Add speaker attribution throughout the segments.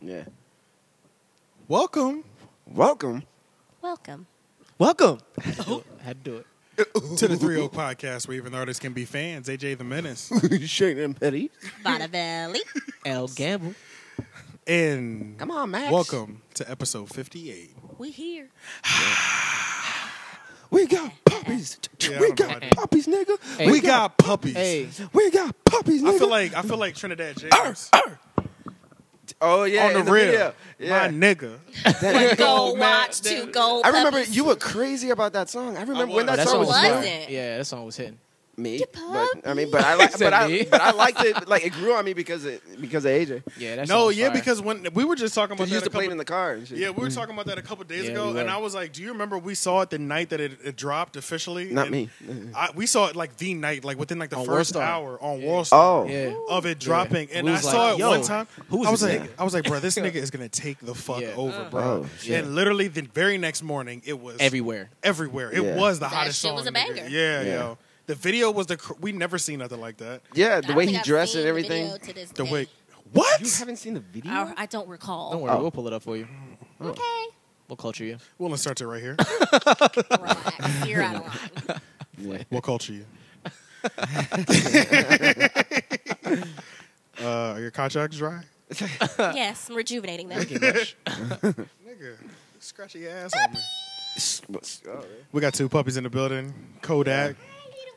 Speaker 1: Yeah.
Speaker 2: Welcome
Speaker 1: Welcome.
Speaker 3: Welcome.
Speaker 4: Welcome. Had to do it.
Speaker 2: to the 3 podcast where even artists can be fans. AJ the Menace.
Speaker 1: Shane and Petty.
Speaker 3: Bonavelli.
Speaker 4: L Gamble.
Speaker 2: And
Speaker 1: Come on, Max.
Speaker 2: welcome to episode 58.
Speaker 3: we here.
Speaker 1: We got puppies.
Speaker 2: Yeah, I
Speaker 1: we
Speaker 2: don't know
Speaker 1: got
Speaker 2: about
Speaker 1: puppies, nigga.
Speaker 4: Hey.
Speaker 2: We got puppies.
Speaker 4: Hey,
Speaker 1: we got puppies, nigga.
Speaker 2: I feel like I feel like Trinidad James
Speaker 1: oh yeah,
Speaker 2: on the,
Speaker 1: in
Speaker 2: real.
Speaker 1: video.
Speaker 2: My nigga.
Speaker 1: That-
Speaker 3: Go
Speaker 4: man,
Speaker 3: watch two gold
Speaker 1: I remember you were crazy about that song. I remember when
Speaker 2: was.
Speaker 1: that
Speaker 4: that
Speaker 1: song
Speaker 4: song
Speaker 1: was
Speaker 4: was
Speaker 3: Wasn't.
Speaker 1: playing.
Speaker 4: hitting. Yeah, that song was hitting.
Speaker 1: me.
Speaker 3: Your
Speaker 1: But, I mean, but I like,
Speaker 4: Said
Speaker 1: but I,
Speaker 4: me.
Speaker 1: but I liked it. Like it grew on me because it because of AJ.
Speaker 4: Yeah, that song
Speaker 2: No,
Speaker 4: was
Speaker 2: yeah,
Speaker 4: fire.
Speaker 2: because when we were just talking about
Speaker 1: Because
Speaker 2: that
Speaker 1: you used
Speaker 2: a
Speaker 1: to play
Speaker 2: couple,
Speaker 1: it in the car and shit.
Speaker 2: Yeah, we were talking about that a couple days
Speaker 4: Yeah,
Speaker 2: ago,
Speaker 4: we
Speaker 2: and
Speaker 4: were.
Speaker 2: I was like, "Do you remember we saw it the night that it, it dropped officially?"
Speaker 1: Not
Speaker 2: And
Speaker 1: me.
Speaker 2: I, we saw it like the night, like within like the
Speaker 4: On World
Speaker 2: first
Speaker 4: Star.
Speaker 2: hour on Wall Street
Speaker 1: Oh.
Speaker 4: yeah.
Speaker 2: of it dropping, and
Speaker 4: We
Speaker 2: I
Speaker 4: was
Speaker 2: saw
Speaker 4: like,
Speaker 2: it
Speaker 4: "Yo,
Speaker 2: one time.
Speaker 4: who is
Speaker 2: I was
Speaker 4: this
Speaker 2: like, I was like, "Bro, this nigga is gonna take the fuck
Speaker 4: Yeah.
Speaker 3: Uh-huh.
Speaker 2: over, bro."
Speaker 1: Oh,
Speaker 4: shit.
Speaker 2: And literally the very next morning, it was
Speaker 4: Everywhere.
Speaker 2: Everywhere, it
Speaker 1: Yeah.
Speaker 2: was the
Speaker 3: That
Speaker 2: hottest
Speaker 3: shit
Speaker 2: song.
Speaker 3: was a
Speaker 2: nigga.
Speaker 3: banger.
Speaker 2: Yeah,
Speaker 1: Yeah.
Speaker 2: yo, the video was the. Cr- we never seen nothing like that.
Speaker 1: Yeah,
Speaker 3: I
Speaker 1: the
Speaker 3: don't
Speaker 1: way
Speaker 3: think
Speaker 1: he
Speaker 3: I've
Speaker 1: dressed
Speaker 3: seen
Speaker 1: and
Speaker 3: the
Speaker 1: everything.
Speaker 3: video to this
Speaker 2: The
Speaker 3: day.
Speaker 2: way what?
Speaker 1: You haven't seen the video?
Speaker 3: I, I don't recall.
Speaker 4: Don't worry,
Speaker 1: Oh.
Speaker 4: we'll pull it up for you.
Speaker 3: Okay.
Speaker 4: We'll culture you.
Speaker 2: We'll insert it right here.
Speaker 3: Relax. You're out of line.
Speaker 1: Yeah.
Speaker 2: What culture you? uh, are your contracts dry?
Speaker 3: yes, I'm rejuvenating them.
Speaker 2: Nigga, scratch your ass on me.
Speaker 1: Oh,
Speaker 2: We got two puppies in the building Kodak,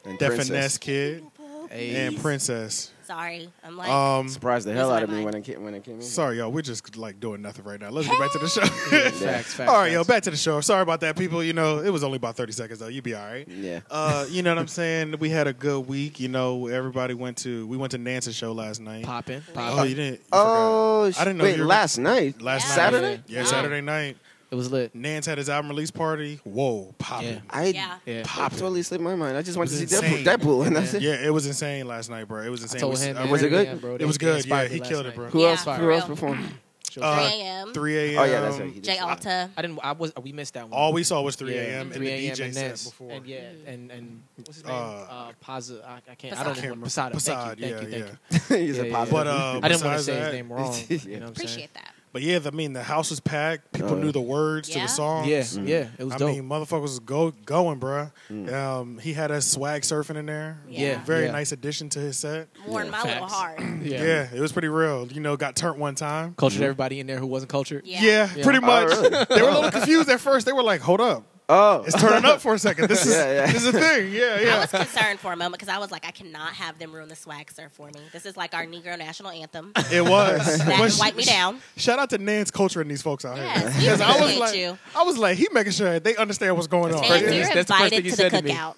Speaker 1: and
Speaker 2: that
Speaker 1: Princess.
Speaker 2: finesse kid,
Speaker 4: Hey.
Speaker 2: and Princess.
Speaker 3: Sorry. I'm like,
Speaker 2: Um,
Speaker 1: Surprised the
Speaker 3: These
Speaker 1: hell
Speaker 3: are
Speaker 1: out of me
Speaker 3: mine.
Speaker 1: when it came, when it came in.
Speaker 2: sorry, y'all. We're just like doing nothing right now. Let's get back to the show.
Speaker 4: Facts, facts.
Speaker 2: all right, yo,
Speaker 4: facts.
Speaker 2: back to the show. Sorry about that, people. You know, it was only about 30 seconds, though. You'd be all right.
Speaker 1: Yeah.
Speaker 2: Uh, you know what I'm saying? We had a good week. You know, everybody went to, we went to Nance's show last night.
Speaker 4: Popping.
Speaker 2: Oh,
Speaker 4: Popping.
Speaker 2: you didn't. you
Speaker 1: Oh,
Speaker 2: forgot. I didn't know
Speaker 1: Wait,
Speaker 2: you were-
Speaker 1: last night.
Speaker 2: Last
Speaker 3: Yeah.
Speaker 2: night.
Speaker 1: Saturday?
Speaker 2: Yeah,
Speaker 3: Wow.
Speaker 2: Saturday night.
Speaker 4: It was lit.
Speaker 2: Nance had his album release party. Whoa, popping.
Speaker 4: Yeah.
Speaker 1: I
Speaker 3: yeah.
Speaker 4: Yeah.
Speaker 1: popped, totally slipped my mind. I just wanted to
Speaker 2: It
Speaker 1: see
Speaker 2: was
Speaker 1: Deadpool,
Speaker 2: insane.
Speaker 1: Deadpool, and that's
Speaker 2: Yeah.
Speaker 1: it.
Speaker 2: it was insane last night, bro. It was
Speaker 4: I
Speaker 2: insane.
Speaker 4: told
Speaker 2: We-
Speaker 4: him.
Speaker 2: I
Speaker 4: man,
Speaker 2: ran-
Speaker 1: Was it good?
Speaker 4: yeah, bro,
Speaker 2: It
Speaker 4: they-
Speaker 2: was
Speaker 4: they
Speaker 2: good.
Speaker 4: inspired
Speaker 2: Yeah,
Speaker 4: me
Speaker 2: he
Speaker 4: last
Speaker 2: killed it,
Speaker 4: night.
Speaker 2: bro.
Speaker 1: Who
Speaker 3: Yeah,
Speaker 1: else?
Speaker 3: for
Speaker 1: Who else
Speaker 3: real.
Speaker 1: performed?
Speaker 2: 3
Speaker 3: 3
Speaker 2: uh,
Speaker 3: a.m.
Speaker 2: 3 a.m.
Speaker 1: Oh yeah, that's right. He did
Speaker 3: J.
Speaker 1: say-
Speaker 3: Alta.
Speaker 4: I didn't. I was. uh, We missed that one.
Speaker 2: All we saw was 3
Speaker 4: Yeah,
Speaker 2: a.m. and
Speaker 4: 3
Speaker 2: the
Speaker 4: a.m.
Speaker 2: DJ
Speaker 4: and
Speaker 2: set
Speaker 4: Ness.
Speaker 2: before.
Speaker 4: And yeah, and and what's his name?
Speaker 2: Uh,
Speaker 4: Uh, Paza. I, I can't. I
Speaker 3: Posada.
Speaker 4: don't know. Posada.
Speaker 2: Posada,
Speaker 4: Thank you. Thank you.
Speaker 2: yeah,
Speaker 4: Thank
Speaker 2: yeah.
Speaker 4: you.
Speaker 1: He's
Speaker 4: Yeah,
Speaker 1: a
Speaker 4: yeah,
Speaker 1: positive.
Speaker 2: But, uh,
Speaker 4: I didn't want to
Speaker 2: besides
Speaker 4: say
Speaker 2: that-
Speaker 4: his name wrong. You know
Speaker 1: Yeah.
Speaker 4: what I'm saying?
Speaker 3: Appreciate that.
Speaker 2: But yeah, I mean, the house was packed. People
Speaker 1: Oh.
Speaker 2: knew the words to
Speaker 3: Yeah.
Speaker 2: the songs.
Speaker 4: Yeah, yeah, it was
Speaker 2: Mm. I
Speaker 4: dope.
Speaker 2: mean, motherfuckers was go, going, bruh. Um, he had us swag surfing in there.
Speaker 3: Yeah.
Speaker 2: Very
Speaker 4: Yeah.
Speaker 2: nice addition to his set.
Speaker 3: Warmed my little
Speaker 4: Facts.
Speaker 3: heart.
Speaker 2: Yeah. it was pretty real. You know, got turned one time.
Speaker 4: Cultured everybody in there who wasn't cultured.
Speaker 3: Yeah.
Speaker 2: Yeah, pretty
Speaker 1: Oh,
Speaker 2: much.
Speaker 1: really?
Speaker 2: They were a little confused at first. They were like, hold up.
Speaker 1: Oh,
Speaker 2: It's turning up for a second. This is
Speaker 1: Yeah, yeah.
Speaker 2: this is a thing. Yeah,
Speaker 3: I
Speaker 2: yeah.
Speaker 3: was concerned for a moment because I was like, I cannot have them ruin the swag surf for me. This is like our Negro national anthem.
Speaker 2: It was.
Speaker 3: That
Speaker 2: But sh-
Speaker 3: wiped me down.
Speaker 2: Shout out to Nance Culture and these folks out here.
Speaker 3: Yes, we
Speaker 2: I was
Speaker 3: appreciate
Speaker 2: like,
Speaker 3: you.
Speaker 2: I was like, he making sure they understand what's going on.
Speaker 3: Nance,
Speaker 4: thing
Speaker 3: you're
Speaker 4: he-
Speaker 2: Yeah,
Speaker 4: that's the first
Speaker 3: invited
Speaker 4: thing he
Speaker 3: to the
Speaker 4: said to me.
Speaker 3: cookout.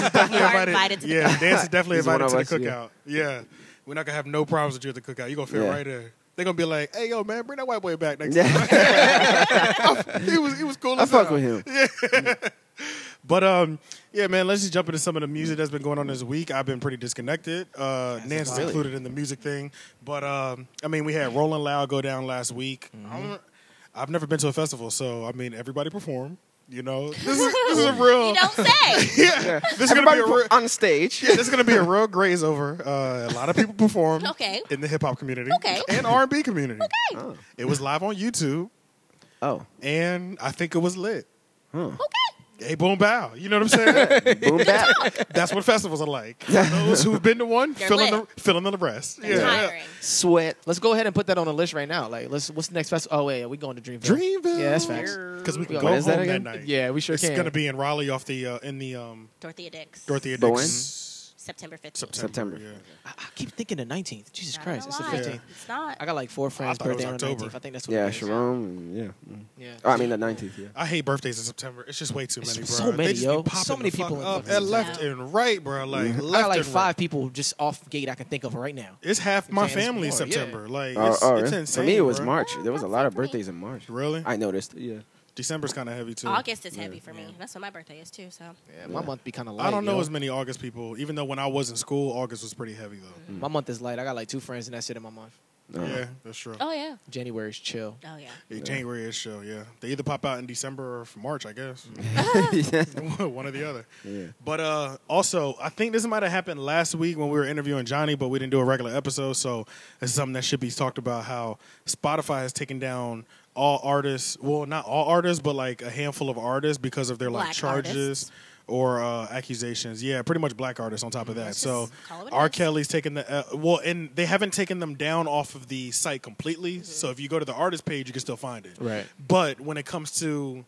Speaker 2: definitely
Speaker 3: you are invited to the
Speaker 2: yeah,
Speaker 3: cookout.
Speaker 2: Nance is definitely
Speaker 1: He's
Speaker 2: invited to
Speaker 1: one
Speaker 2: the
Speaker 1: of us,
Speaker 2: cookout. Yeah. we're not gonna have no problems with you at the cookout. You are gonna feel
Speaker 1: Yeah.
Speaker 2: right there. They are gonna be like, hey yo man, bring that white boy back next time.
Speaker 1: yeah.
Speaker 2: He was he was cool.
Speaker 1: I
Speaker 2: as
Speaker 1: fuck
Speaker 2: hell.
Speaker 1: with him.
Speaker 2: But um, yeah, man, let's just jump into some of the music that's been going on this week. I've been pretty disconnected. Uh, Nance is
Speaker 1: wild.
Speaker 2: included in the music thing, but um, I mean, we had Rolling Loud go down last week. I don't, I've never been to a festival, so I mean, everybody performed. You know, this is this is a real.
Speaker 3: You don't say.
Speaker 2: yeah, this is gonna
Speaker 1: Everybody
Speaker 2: be a real.
Speaker 1: on stage.
Speaker 2: This is gonna be a real graze over. Uh, a lot of people performed
Speaker 3: Okay.
Speaker 2: in the hip hop community
Speaker 3: Okay.
Speaker 2: and R and B community.
Speaker 3: Okay.
Speaker 1: Oh.
Speaker 2: It was live on YouTube,
Speaker 1: Oh.
Speaker 2: and I think it was lit.
Speaker 3: Okay.
Speaker 2: Hey, boom, bow. You know what I'm saying?
Speaker 1: Boom back.
Speaker 2: That's what festivals are like. Those who've been to one,
Speaker 3: They're
Speaker 2: fill in the,
Speaker 3: lit.
Speaker 2: fill in the rest.
Speaker 3: They're tiring.
Speaker 1: Sweat.
Speaker 4: Let's go ahead and put that on the list right now. Like, let's. What's the next festival? Oh wait, we going to Dreamville.
Speaker 2: Dreamville.
Speaker 4: Yeah, that's facts.
Speaker 2: Because we can
Speaker 4: When
Speaker 2: go home
Speaker 1: is that
Speaker 2: that,
Speaker 1: again?
Speaker 2: night.
Speaker 4: Yeah, we sure
Speaker 2: It's
Speaker 4: can.
Speaker 2: going to be in Raleigh off the, uh, in the um,
Speaker 3: Dorothea Dix.
Speaker 2: Dorothea
Speaker 1: But
Speaker 2: Dix.
Speaker 3: September 15th.
Speaker 2: September.
Speaker 1: September.
Speaker 2: yeah.
Speaker 4: I, I keep thinking the 19th. Jesus
Speaker 3: Not
Speaker 4: Christ, it's the
Speaker 3: gonna lie.
Speaker 4: 15th.
Speaker 3: It's not.
Speaker 4: I got like four friends'
Speaker 2: thought it was
Speaker 4: birthday on the
Speaker 2: October.
Speaker 4: 19th. I think that's what.
Speaker 1: Yeah,
Speaker 4: it is.
Speaker 1: Sharon. Yeah.
Speaker 4: Yeah.
Speaker 1: Oh, I mean the nineteenth. Yeah.
Speaker 2: I hate birthdays in September. It's just way too
Speaker 4: It's
Speaker 2: many, bro.
Speaker 4: so many,
Speaker 2: they just
Speaker 4: yo.
Speaker 2: Be popping
Speaker 4: So many
Speaker 2: the fuck
Speaker 4: people in
Speaker 2: up
Speaker 4: fucking
Speaker 2: and left
Speaker 3: September.
Speaker 2: and right, bro. Like
Speaker 4: I
Speaker 2: left
Speaker 4: got like
Speaker 2: and
Speaker 4: five
Speaker 2: right.
Speaker 4: people just off gate I can think of right now.
Speaker 2: It's half my
Speaker 4: James
Speaker 2: family in
Speaker 4: Moore, yeah.
Speaker 2: September. Like
Speaker 1: Oh,
Speaker 2: it's,
Speaker 1: oh,
Speaker 2: it's
Speaker 1: really?
Speaker 2: insane.
Speaker 1: For me, it was
Speaker 2: bro.
Speaker 1: March. There was a lot of birthdays in March.
Speaker 2: Really?
Speaker 1: I noticed. Yeah.
Speaker 2: December's kind of heavy too.
Speaker 3: August is heavy for me. That's when my birthday is too. So
Speaker 4: My month be kind of light.
Speaker 2: I don't know
Speaker 4: yo.
Speaker 2: as many August people. Even though when I was in school, August was pretty heavy though.
Speaker 4: My month is light. I got like two friends and that's it in my month.
Speaker 1: Uh,
Speaker 2: Yeah, that's true.
Speaker 3: Oh yeah.
Speaker 4: January's chill.
Speaker 3: Oh yeah.
Speaker 2: Yeah, January is show, yeah. They either pop out in December or March, I guess.
Speaker 1: yeah.
Speaker 4: Ah.
Speaker 2: One or the other.
Speaker 1: Yeah.
Speaker 2: But uh, also, I think this might have happened last week when we were interviewing Johnny, but we didn't do a regular episode. So this is something that should be talked about how Spotify has taken down all artists. Well, not all artists, but like a handful of artists because of their like
Speaker 3: Black
Speaker 2: charges.
Speaker 3: artists.
Speaker 2: Or uh, accusations, yeah, pretty much black artists. On top of that,
Speaker 3: Let's
Speaker 2: so
Speaker 3: just call it what it
Speaker 2: R.
Speaker 3: is.
Speaker 2: Kelly's taking the uh, well, and they haven't taken them down off of the site completely.
Speaker 3: Mm-hmm.
Speaker 2: So if you go to the artist page, you can still find it.
Speaker 4: Right.
Speaker 2: But when it comes to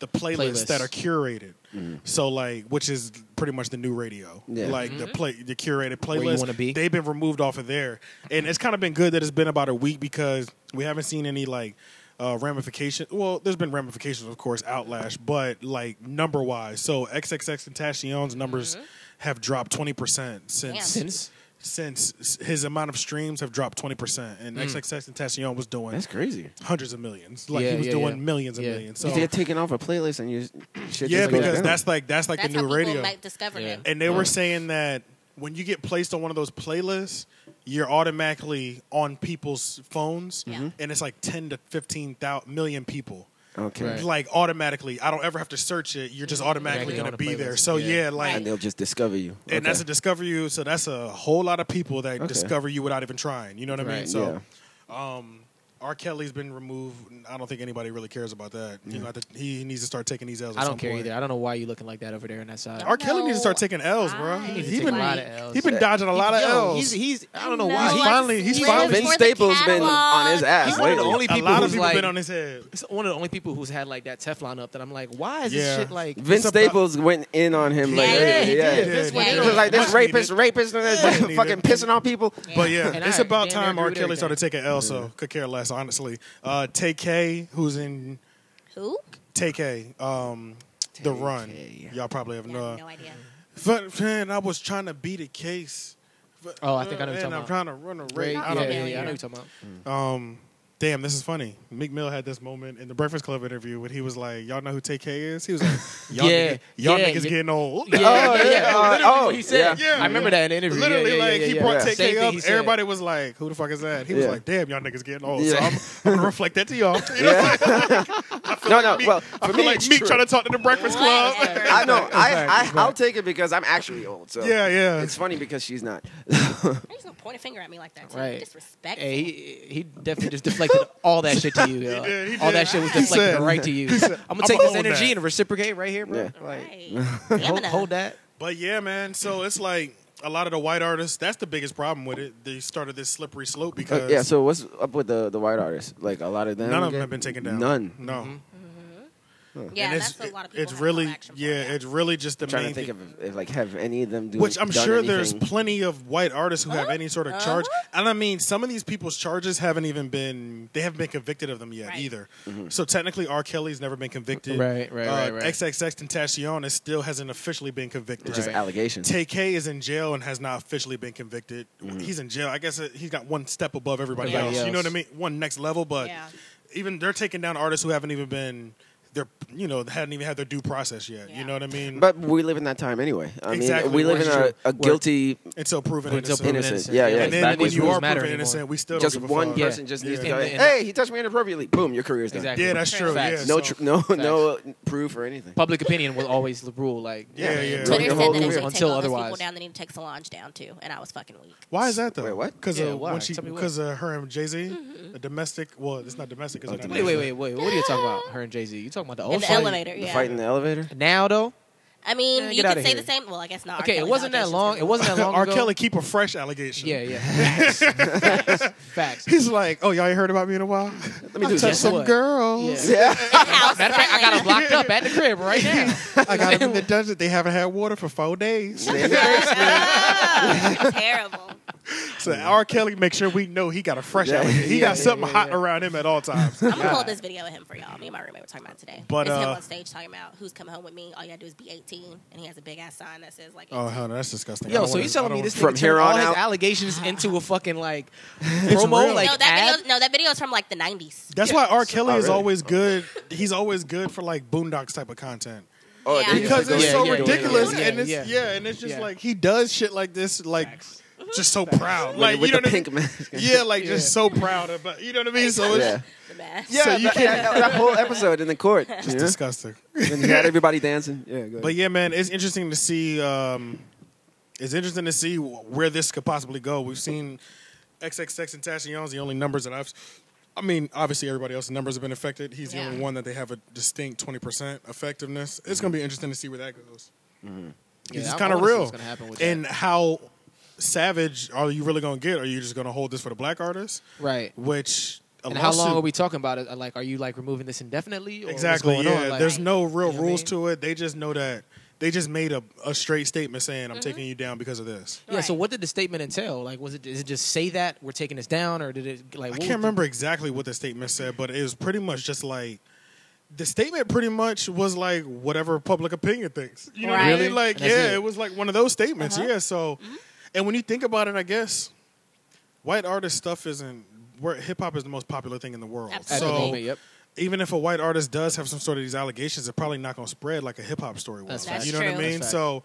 Speaker 2: the playlists
Speaker 4: Playlists.
Speaker 2: that are curated,
Speaker 4: Mm-hmm.
Speaker 2: so like which is pretty much the new radio,
Speaker 1: Yeah.
Speaker 2: like the play the curated
Speaker 4: you
Speaker 2: playlist.
Speaker 4: wanna be.
Speaker 2: They've been removed off of there, and it's kind of been good that it's been about a week because we haven't seen any like. Uh, ramification. Well, there's been ramifications, of course, outlash, but like number wise, so XXX Tentacion's numbers have dropped twenty percent
Speaker 3: Damn.
Speaker 2: since
Speaker 4: Since
Speaker 2: since his amount of streams have dropped 20%. And XXX and Tassion was doing
Speaker 1: That's crazy.
Speaker 2: hundreds of millions. Like
Speaker 4: Yeah,
Speaker 2: he was
Speaker 4: yeah,
Speaker 2: doing
Speaker 4: yeah.
Speaker 2: millions and
Speaker 4: Yeah.
Speaker 2: millions.
Speaker 1: So,
Speaker 2: So,
Speaker 1: they're taking off a playlist and you shit
Speaker 2: yeah,
Speaker 1: just goes
Speaker 2: because
Speaker 1: down.
Speaker 2: that's like that's like
Speaker 3: That's
Speaker 2: the
Speaker 3: how
Speaker 2: new
Speaker 3: people
Speaker 2: radio.
Speaker 3: might discover
Speaker 4: Yeah.
Speaker 3: him.
Speaker 2: and they were saying that when you get placed on one of those playlists, you're automatically on people's phones,
Speaker 3: Yeah. Mhm.
Speaker 2: and it's like 10 to 15 thou- million people.
Speaker 1: okay.
Speaker 4: Right.
Speaker 2: Like automatically, I don't ever have to search it. You're just automatically
Speaker 4: Automatically
Speaker 2: going
Speaker 4: on
Speaker 2: to
Speaker 4: a
Speaker 2: be there.
Speaker 4: playlist.
Speaker 2: So
Speaker 4: Yeah.
Speaker 2: yeah, like
Speaker 1: And they'll just discover you.
Speaker 2: and that's a discover you. So that's a whole lot of people that
Speaker 1: Okay.
Speaker 2: discover you without even trying. You know what I mean?
Speaker 4: Right.
Speaker 2: So um, R. Kelly's been removed. I don't think anybody really cares about that. You know, I think he needs to start taking these L's. At
Speaker 4: I
Speaker 2: some
Speaker 4: don't care
Speaker 2: point.
Speaker 4: either. I don't know why you looking like that over there on that side.
Speaker 2: R. Kelly needs to start
Speaker 3: No,
Speaker 2: taking L's, bro.
Speaker 3: I- He
Speaker 4: needs to
Speaker 2: He
Speaker 4: take
Speaker 2: been
Speaker 4: a lot of L's.
Speaker 2: he been dodging a lot of
Speaker 4: Yo,
Speaker 2: L's.
Speaker 4: He's he's I don't know
Speaker 3: No,
Speaker 4: why.
Speaker 2: He's
Speaker 3: I
Speaker 4: he-
Speaker 2: finally- he's
Speaker 3: live
Speaker 2: finally-
Speaker 3: for
Speaker 1: Vince
Speaker 3: the
Speaker 1: Staples been
Speaker 3: catalog.
Speaker 1: on his ass
Speaker 4: He's one of the
Speaker 1: lately.
Speaker 4: only
Speaker 2: a
Speaker 4: people
Speaker 2: lot of
Speaker 4: who's
Speaker 2: people
Speaker 4: like
Speaker 2: been on his head.
Speaker 4: he's one of the only people who's had like that Teflon up that I'm like, why is
Speaker 2: Yeah.
Speaker 4: this shit like
Speaker 1: Vince
Speaker 2: It's about-
Speaker 1: Staples went in on him like
Speaker 3: Yeah,
Speaker 1: yeah,
Speaker 4: he
Speaker 1: yeah.
Speaker 4: did.
Speaker 1: yeah.
Speaker 4: Vince
Speaker 3: went
Speaker 1: He
Speaker 3: in
Speaker 1: was
Speaker 3: on
Speaker 1: like
Speaker 3: him.
Speaker 1: this
Speaker 2: Much
Speaker 1: rapist,
Speaker 2: needed.
Speaker 1: rapist, and that's
Speaker 2: Much
Speaker 1: fucking
Speaker 2: needed.
Speaker 1: pissing on people.
Speaker 2: But yeah,
Speaker 4: And
Speaker 2: it's
Speaker 4: I
Speaker 2: about
Speaker 4: damn near
Speaker 2: time
Speaker 4: agree
Speaker 2: R.
Speaker 4: with
Speaker 2: Kelly
Speaker 4: everything.
Speaker 2: started taking L. So could care less, honestly. Uh, Tay K, who's in
Speaker 3: Who?
Speaker 2: Tay K, um, the run.
Speaker 1: K.
Speaker 2: Y'all probably have
Speaker 3: Yeah,
Speaker 2: no.
Speaker 3: I have no idea.
Speaker 2: But man, I was trying to beat a case. But-
Speaker 4: Oh, I think I know what
Speaker 2: And
Speaker 4: you're
Speaker 2: I'm
Speaker 4: talking
Speaker 2: trying to run a
Speaker 4: Ray,
Speaker 2: race.
Speaker 4: yeah,
Speaker 2: I don't-
Speaker 4: yeah, yeah,
Speaker 3: know.
Speaker 4: I know what you're talking about.
Speaker 2: Um, damn, this is funny. Meek Mill had this moment in the Breakfast Club interview when he was like, "Y'all know who TK is?" He was like, "Y'all,
Speaker 4: Yeah,
Speaker 2: niggas, y'all
Speaker 4: yeah,
Speaker 2: niggas
Speaker 4: yeah.
Speaker 2: getting old."
Speaker 4: Yeah,
Speaker 1: Oh,
Speaker 4: yeah,
Speaker 1: yeah,
Speaker 4: yeah.
Speaker 1: uh,
Speaker 4: Literally
Speaker 1: oh,
Speaker 4: what he said.
Speaker 2: yeah. Yeah.
Speaker 4: I remember that in the interview. Yeah,
Speaker 2: Literally,
Speaker 4: yeah,
Speaker 2: like
Speaker 4: yeah,
Speaker 2: he
Speaker 4: yeah.
Speaker 2: brought
Speaker 4: Same
Speaker 2: TK
Speaker 4: thing
Speaker 2: up.
Speaker 4: he said.
Speaker 2: Everybody was like, "Who the fuck is that?" He was
Speaker 1: Yeah.
Speaker 2: like, "Damn, y'all niggas getting old."
Speaker 1: Yeah.
Speaker 2: So I'm, I'm gonna reflect that to y'all. You know?
Speaker 1: Yeah. no, no.
Speaker 2: Meek-
Speaker 1: Well,
Speaker 2: I
Speaker 1: for
Speaker 2: feel
Speaker 1: me,
Speaker 2: like
Speaker 1: it's
Speaker 2: Meek
Speaker 1: true.
Speaker 2: trying to talk to the Breakfast Club.
Speaker 3: Whatever.
Speaker 1: I know. I,
Speaker 4: Right,
Speaker 1: I I'll take it because I'm actually old. So
Speaker 2: Yeah, yeah.
Speaker 1: It's funny because she's not.
Speaker 3: There's no point a finger at me like that. Too.
Speaker 4: Right.
Speaker 3: Disrespectful.
Speaker 4: Hey, he, he definitely just deflected all that shit to you. yo.
Speaker 2: did, he
Speaker 4: all
Speaker 2: did.
Speaker 4: that shit was
Speaker 2: He
Speaker 4: deflected
Speaker 2: said-
Speaker 4: right to you. I'm
Speaker 2: "I'ma
Speaker 4: gonna take this
Speaker 2: own
Speaker 4: energy
Speaker 2: that."
Speaker 4: and reciprocate right here, bro.
Speaker 1: Yeah.
Speaker 4: Like,
Speaker 3: Right.
Speaker 4: hold,
Speaker 3: Stamina.
Speaker 4: hold that.
Speaker 2: But yeah, man. So it's like a lot of the white artists. That's the biggest problem with it. They started this slippery slope because
Speaker 1: Uh, yeah. So what's up with the the white artists? Like a lot of them.
Speaker 2: none of them
Speaker 1: again?
Speaker 2: have been taken down.
Speaker 1: None.
Speaker 2: No.
Speaker 4: Mm-hmm.
Speaker 3: Yeah,
Speaker 2: And
Speaker 3: that's a lot of people.
Speaker 2: It's
Speaker 3: have
Speaker 2: really
Speaker 3: no action for
Speaker 2: yeah.
Speaker 3: that.
Speaker 2: It's really just the
Speaker 1: I'm trying
Speaker 2: main
Speaker 1: to think
Speaker 2: thing.
Speaker 1: of if like have any of them do
Speaker 2: which I'm
Speaker 1: done
Speaker 2: sure there's
Speaker 1: anything.
Speaker 2: plenty of white artists who have any sort of charge,
Speaker 3: Uh-huh.
Speaker 2: and I mean some of these people's charges haven't even been they haven't been convicted of them yet
Speaker 3: Right.
Speaker 2: either. So technically, R. Kelly's never been convicted.
Speaker 4: Mm-hmm.
Speaker 2: Uh,
Speaker 4: Right, right, right, right.
Speaker 2: XXX Tentacion is still hasn't officially been convicted.
Speaker 1: It's just
Speaker 4: Right.
Speaker 1: allegations.
Speaker 2: Tay K is in jail and has not officially been convicted. He's in jail. I guess uh, he's got one step above everybody
Speaker 4: Mm-hmm. Everybody
Speaker 2: else. You know what I
Speaker 4: else.
Speaker 2: mean? One next level, but
Speaker 3: Yeah.
Speaker 2: even they're taking down artists who haven't even been, they're you know hadn't even had their due process yet. You
Speaker 3: Yeah.
Speaker 2: know what I mean?
Speaker 1: But we live in that time anyway. I
Speaker 2: Exactly,
Speaker 1: mean, we live
Speaker 4: which
Speaker 1: in
Speaker 4: is
Speaker 1: a,
Speaker 4: true.
Speaker 1: a
Speaker 4: We're-
Speaker 1: guilty.
Speaker 2: until proven
Speaker 4: Until
Speaker 2: innocent.
Speaker 4: proven
Speaker 1: Innocent.
Speaker 4: innocent.
Speaker 1: Yeah, yeah,
Speaker 2: and
Speaker 1: it's
Speaker 2: then when
Speaker 1: backwards
Speaker 2: you
Speaker 1: rules
Speaker 2: are
Speaker 4: matter
Speaker 2: proven
Speaker 4: anymore.
Speaker 2: innocent, we still
Speaker 1: Just
Speaker 2: don't give a
Speaker 1: one
Speaker 2: fuck.
Speaker 1: person
Speaker 4: Yeah.
Speaker 1: just
Speaker 4: Yeah.
Speaker 1: needs to
Speaker 4: And-
Speaker 1: go.
Speaker 4: and-
Speaker 1: hey, he touched me inappropriately. Boom, your career's done.
Speaker 4: Exactly.
Speaker 2: Yeah, that's true.
Speaker 4: Facts.
Speaker 2: Yeah,
Speaker 1: No,
Speaker 2: so-
Speaker 1: tr- no, no proof or anything.
Speaker 4: Public opinion will always rule. Like,
Speaker 2: Yeah, yeah.
Speaker 1: Twitter
Speaker 3: Twitter
Speaker 1: your
Speaker 3: said
Speaker 1: whole
Speaker 3: that if
Speaker 1: career.
Speaker 3: they take
Speaker 4: until
Speaker 3: all those
Speaker 4: otherwise.
Speaker 3: people down, they need to take Solange down too, and I was fucking weak.
Speaker 2: Why is that though?
Speaker 1: Wait, what?
Speaker 2: Because
Speaker 4: Yeah,
Speaker 2: uh,
Speaker 4: why?
Speaker 2: when she,
Speaker 4: Tell me what.
Speaker 2: because uh, her and Jay Z, a domestic. Well, it's not domestic. It's
Speaker 1: Oh,
Speaker 2: not
Speaker 1: domestic.
Speaker 4: Wait, wait, wait, wait. What are you talking about? Her and Jay Z. You talking about the old
Speaker 3: in the
Speaker 4: fight?
Speaker 3: elevator,
Speaker 1: The
Speaker 3: yeah.
Speaker 1: fight in the elevator.
Speaker 4: Now though,
Speaker 3: I mean,
Speaker 4: Man,
Speaker 3: you
Speaker 4: get
Speaker 3: could
Speaker 4: outta
Speaker 3: say
Speaker 4: here.
Speaker 3: the same. Well, I guess not. R.
Speaker 4: okay, it
Speaker 3: Kelly's
Speaker 4: wasn't that
Speaker 3: allegations
Speaker 4: long. It
Speaker 3: been-
Speaker 4: wasn't that long
Speaker 2: R.
Speaker 4: ago.
Speaker 2: Kelly keep a fresh allegation.
Speaker 4: Yeah, yeah. Facts. Facts. Facts.
Speaker 2: He's like, oh, y'all ain't heard about me in a while.
Speaker 1: Let me do
Speaker 4: touched
Speaker 1: this.
Speaker 4: some
Speaker 2: girls.
Speaker 4: Yeah.
Speaker 1: Yeah.
Speaker 3: House
Speaker 4: Matter of fact, I got him blocked up at the crib right now.
Speaker 2: I got them in the dungeon. They haven't had water for four days.
Speaker 3: silent. Ugh, terrible.
Speaker 2: so R. Kelly, make sure we know he got a fresh
Speaker 1: Yeah.
Speaker 2: allegation. He
Speaker 4: Yeah,
Speaker 2: got
Speaker 4: yeah,
Speaker 2: something
Speaker 4: yeah,
Speaker 2: hot
Speaker 4: yeah.
Speaker 2: around him at all times.
Speaker 3: I'm gonna pull this video of him for y'all. Me and my roommate were talking about it today.
Speaker 2: But,
Speaker 3: it's him
Speaker 2: uh,
Speaker 3: on stage talking about who's coming home with me. All you gotta do is be 18, and he has a big ass sign that says like.
Speaker 2: oh hell no, that's disgusting. I
Speaker 4: Yo,
Speaker 2: don't
Speaker 4: so
Speaker 2: wanna-
Speaker 4: you
Speaker 2: I
Speaker 4: telling
Speaker 2: don't
Speaker 4: me this
Speaker 2: wanna-
Speaker 4: nigga
Speaker 1: From
Speaker 4: turned
Speaker 1: here on
Speaker 4: all
Speaker 1: out-
Speaker 4: his allegations into a fucking like promo?
Speaker 2: real.
Speaker 4: Like
Speaker 3: no, that
Speaker 4: ad?
Speaker 3: video. No, that video is from like the 90s.
Speaker 2: That's why R. Kelly
Speaker 1: Oh,
Speaker 2: is
Speaker 1: really?
Speaker 2: always good. He's always good for like boondocks type of content.
Speaker 1: Oh,
Speaker 3: Yeah.
Speaker 1: they-
Speaker 2: because
Speaker 1: they go
Speaker 2: it's
Speaker 4: Yeah,
Speaker 1: ahead
Speaker 2: so
Speaker 1: and do it.
Speaker 2: ridiculous
Speaker 4: yeah,
Speaker 2: and it's yeah.
Speaker 4: yeah.
Speaker 2: and it's just
Speaker 4: Yeah.
Speaker 2: like he does shit like this like just so proud. Like
Speaker 1: with
Speaker 2: you know what
Speaker 1: the
Speaker 2: I mean?
Speaker 1: pink mask.
Speaker 2: Yeah, like
Speaker 4: Yeah.
Speaker 2: just so proud about you know what I mean. So it's
Speaker 1: Yeah.
Speaker 3: The best.
Speaker 2: Yeah,
Speaker 1: So
Speaker 2: you
Speaker 1: that,
Speaker 2: can't-
Speaker 1: that, that whole episode in the court.
Speaker 2: just
Speaker 1: you know?
Speaker 2: disgusting.
Speaker 1: and you had everybody dancing. Yeah, go ahead.
Speaker 2: But yeah, man, it's interesting to see. Um, it's interesting to see wh- where this could possibly go. We've seen XXX and Tashion's the only numbers that I've. I mean, obviously everybody else's numbers have been affected. He's the
Speaker 3: Yeah.
Speaker 2: only one that they have a distinct twenty percent effectiveness. It's going to
Speaker 4: Mm-hmm.
Speaker 2: be interesting to see where that goes.
Speaker 4: Yeah,
Speaker 2: It's
Speaker 4: I- I
Speaker 2: just kind of
Speaker 4: wanna see
Speaker 2: real.
Speaker 4: what's gonna happen with
Speaker 2: and
Speaker 4: that.
Speaker 2: how savage are you really going to get? Are you just going to hold this for the black artists?
Speaker 4: right.
Speaker 2: Which a
Speaker 4: And how long
Speaker 2: lawsuit-
Speaker 4: are we talking about it? Like, are you like removing this indefinitely? Or what's
Speaker 2: Exactly.
Speaker 4: going
Speaker 2: yeah.
Speaker 4: on? Like-
Speaker 2: There's no real
Speaker 4: You know what I
Speaker 2: rules
Speaker 4: mean?
Speaker 2: to it. They just know that they just made a, a straight statement saying,
Speaker 4: Mm-hmm.
Speaker 2: "I'm taking you down because of this."
Speaker 4: Yeah. So
Speaker 3: Right.
Speaker 4: what did the statement entail? Like, was it? Did it just say that we're taking this down, or did it like?
Speaker 2: I
Speaker 4: what
Speaker 2: can't
Speaker 4: was the-
Speaker 2: remember exactly what the statement said, but it was pretty much just like the statement. Pretty much was like whatever public opinion thinks. You know what I
Speaker 3: Really?
Speaker 2: mean? Like,
Speaker 4: And that's
Speaker 2: yeah,
Speaker 4: it.
Speaker 2: it. was like one of those statements.
Speaker 3: Uh-huh.
Speaker 2: Yeah. So, and when you think about it, I guess white artist stuff isn't where hip hop is the most popular thing in the world.
Speaker 4: At the
Speaker 3: So-
Speaker 4: moment, yep.
Speaker 2: even if a white artist does have some sort of these allegations, they're probably not going to spread like a hip hop story
Speaker 4: That's
Speaker 2: was.
Speaker 3: fact.
Speaker 2: you know
Speaker 3: That's
Speaker 2: what I
Speaker 3: true.
Speaker 2: mean?
Speaker 4: That's fact.
Speaker 2: So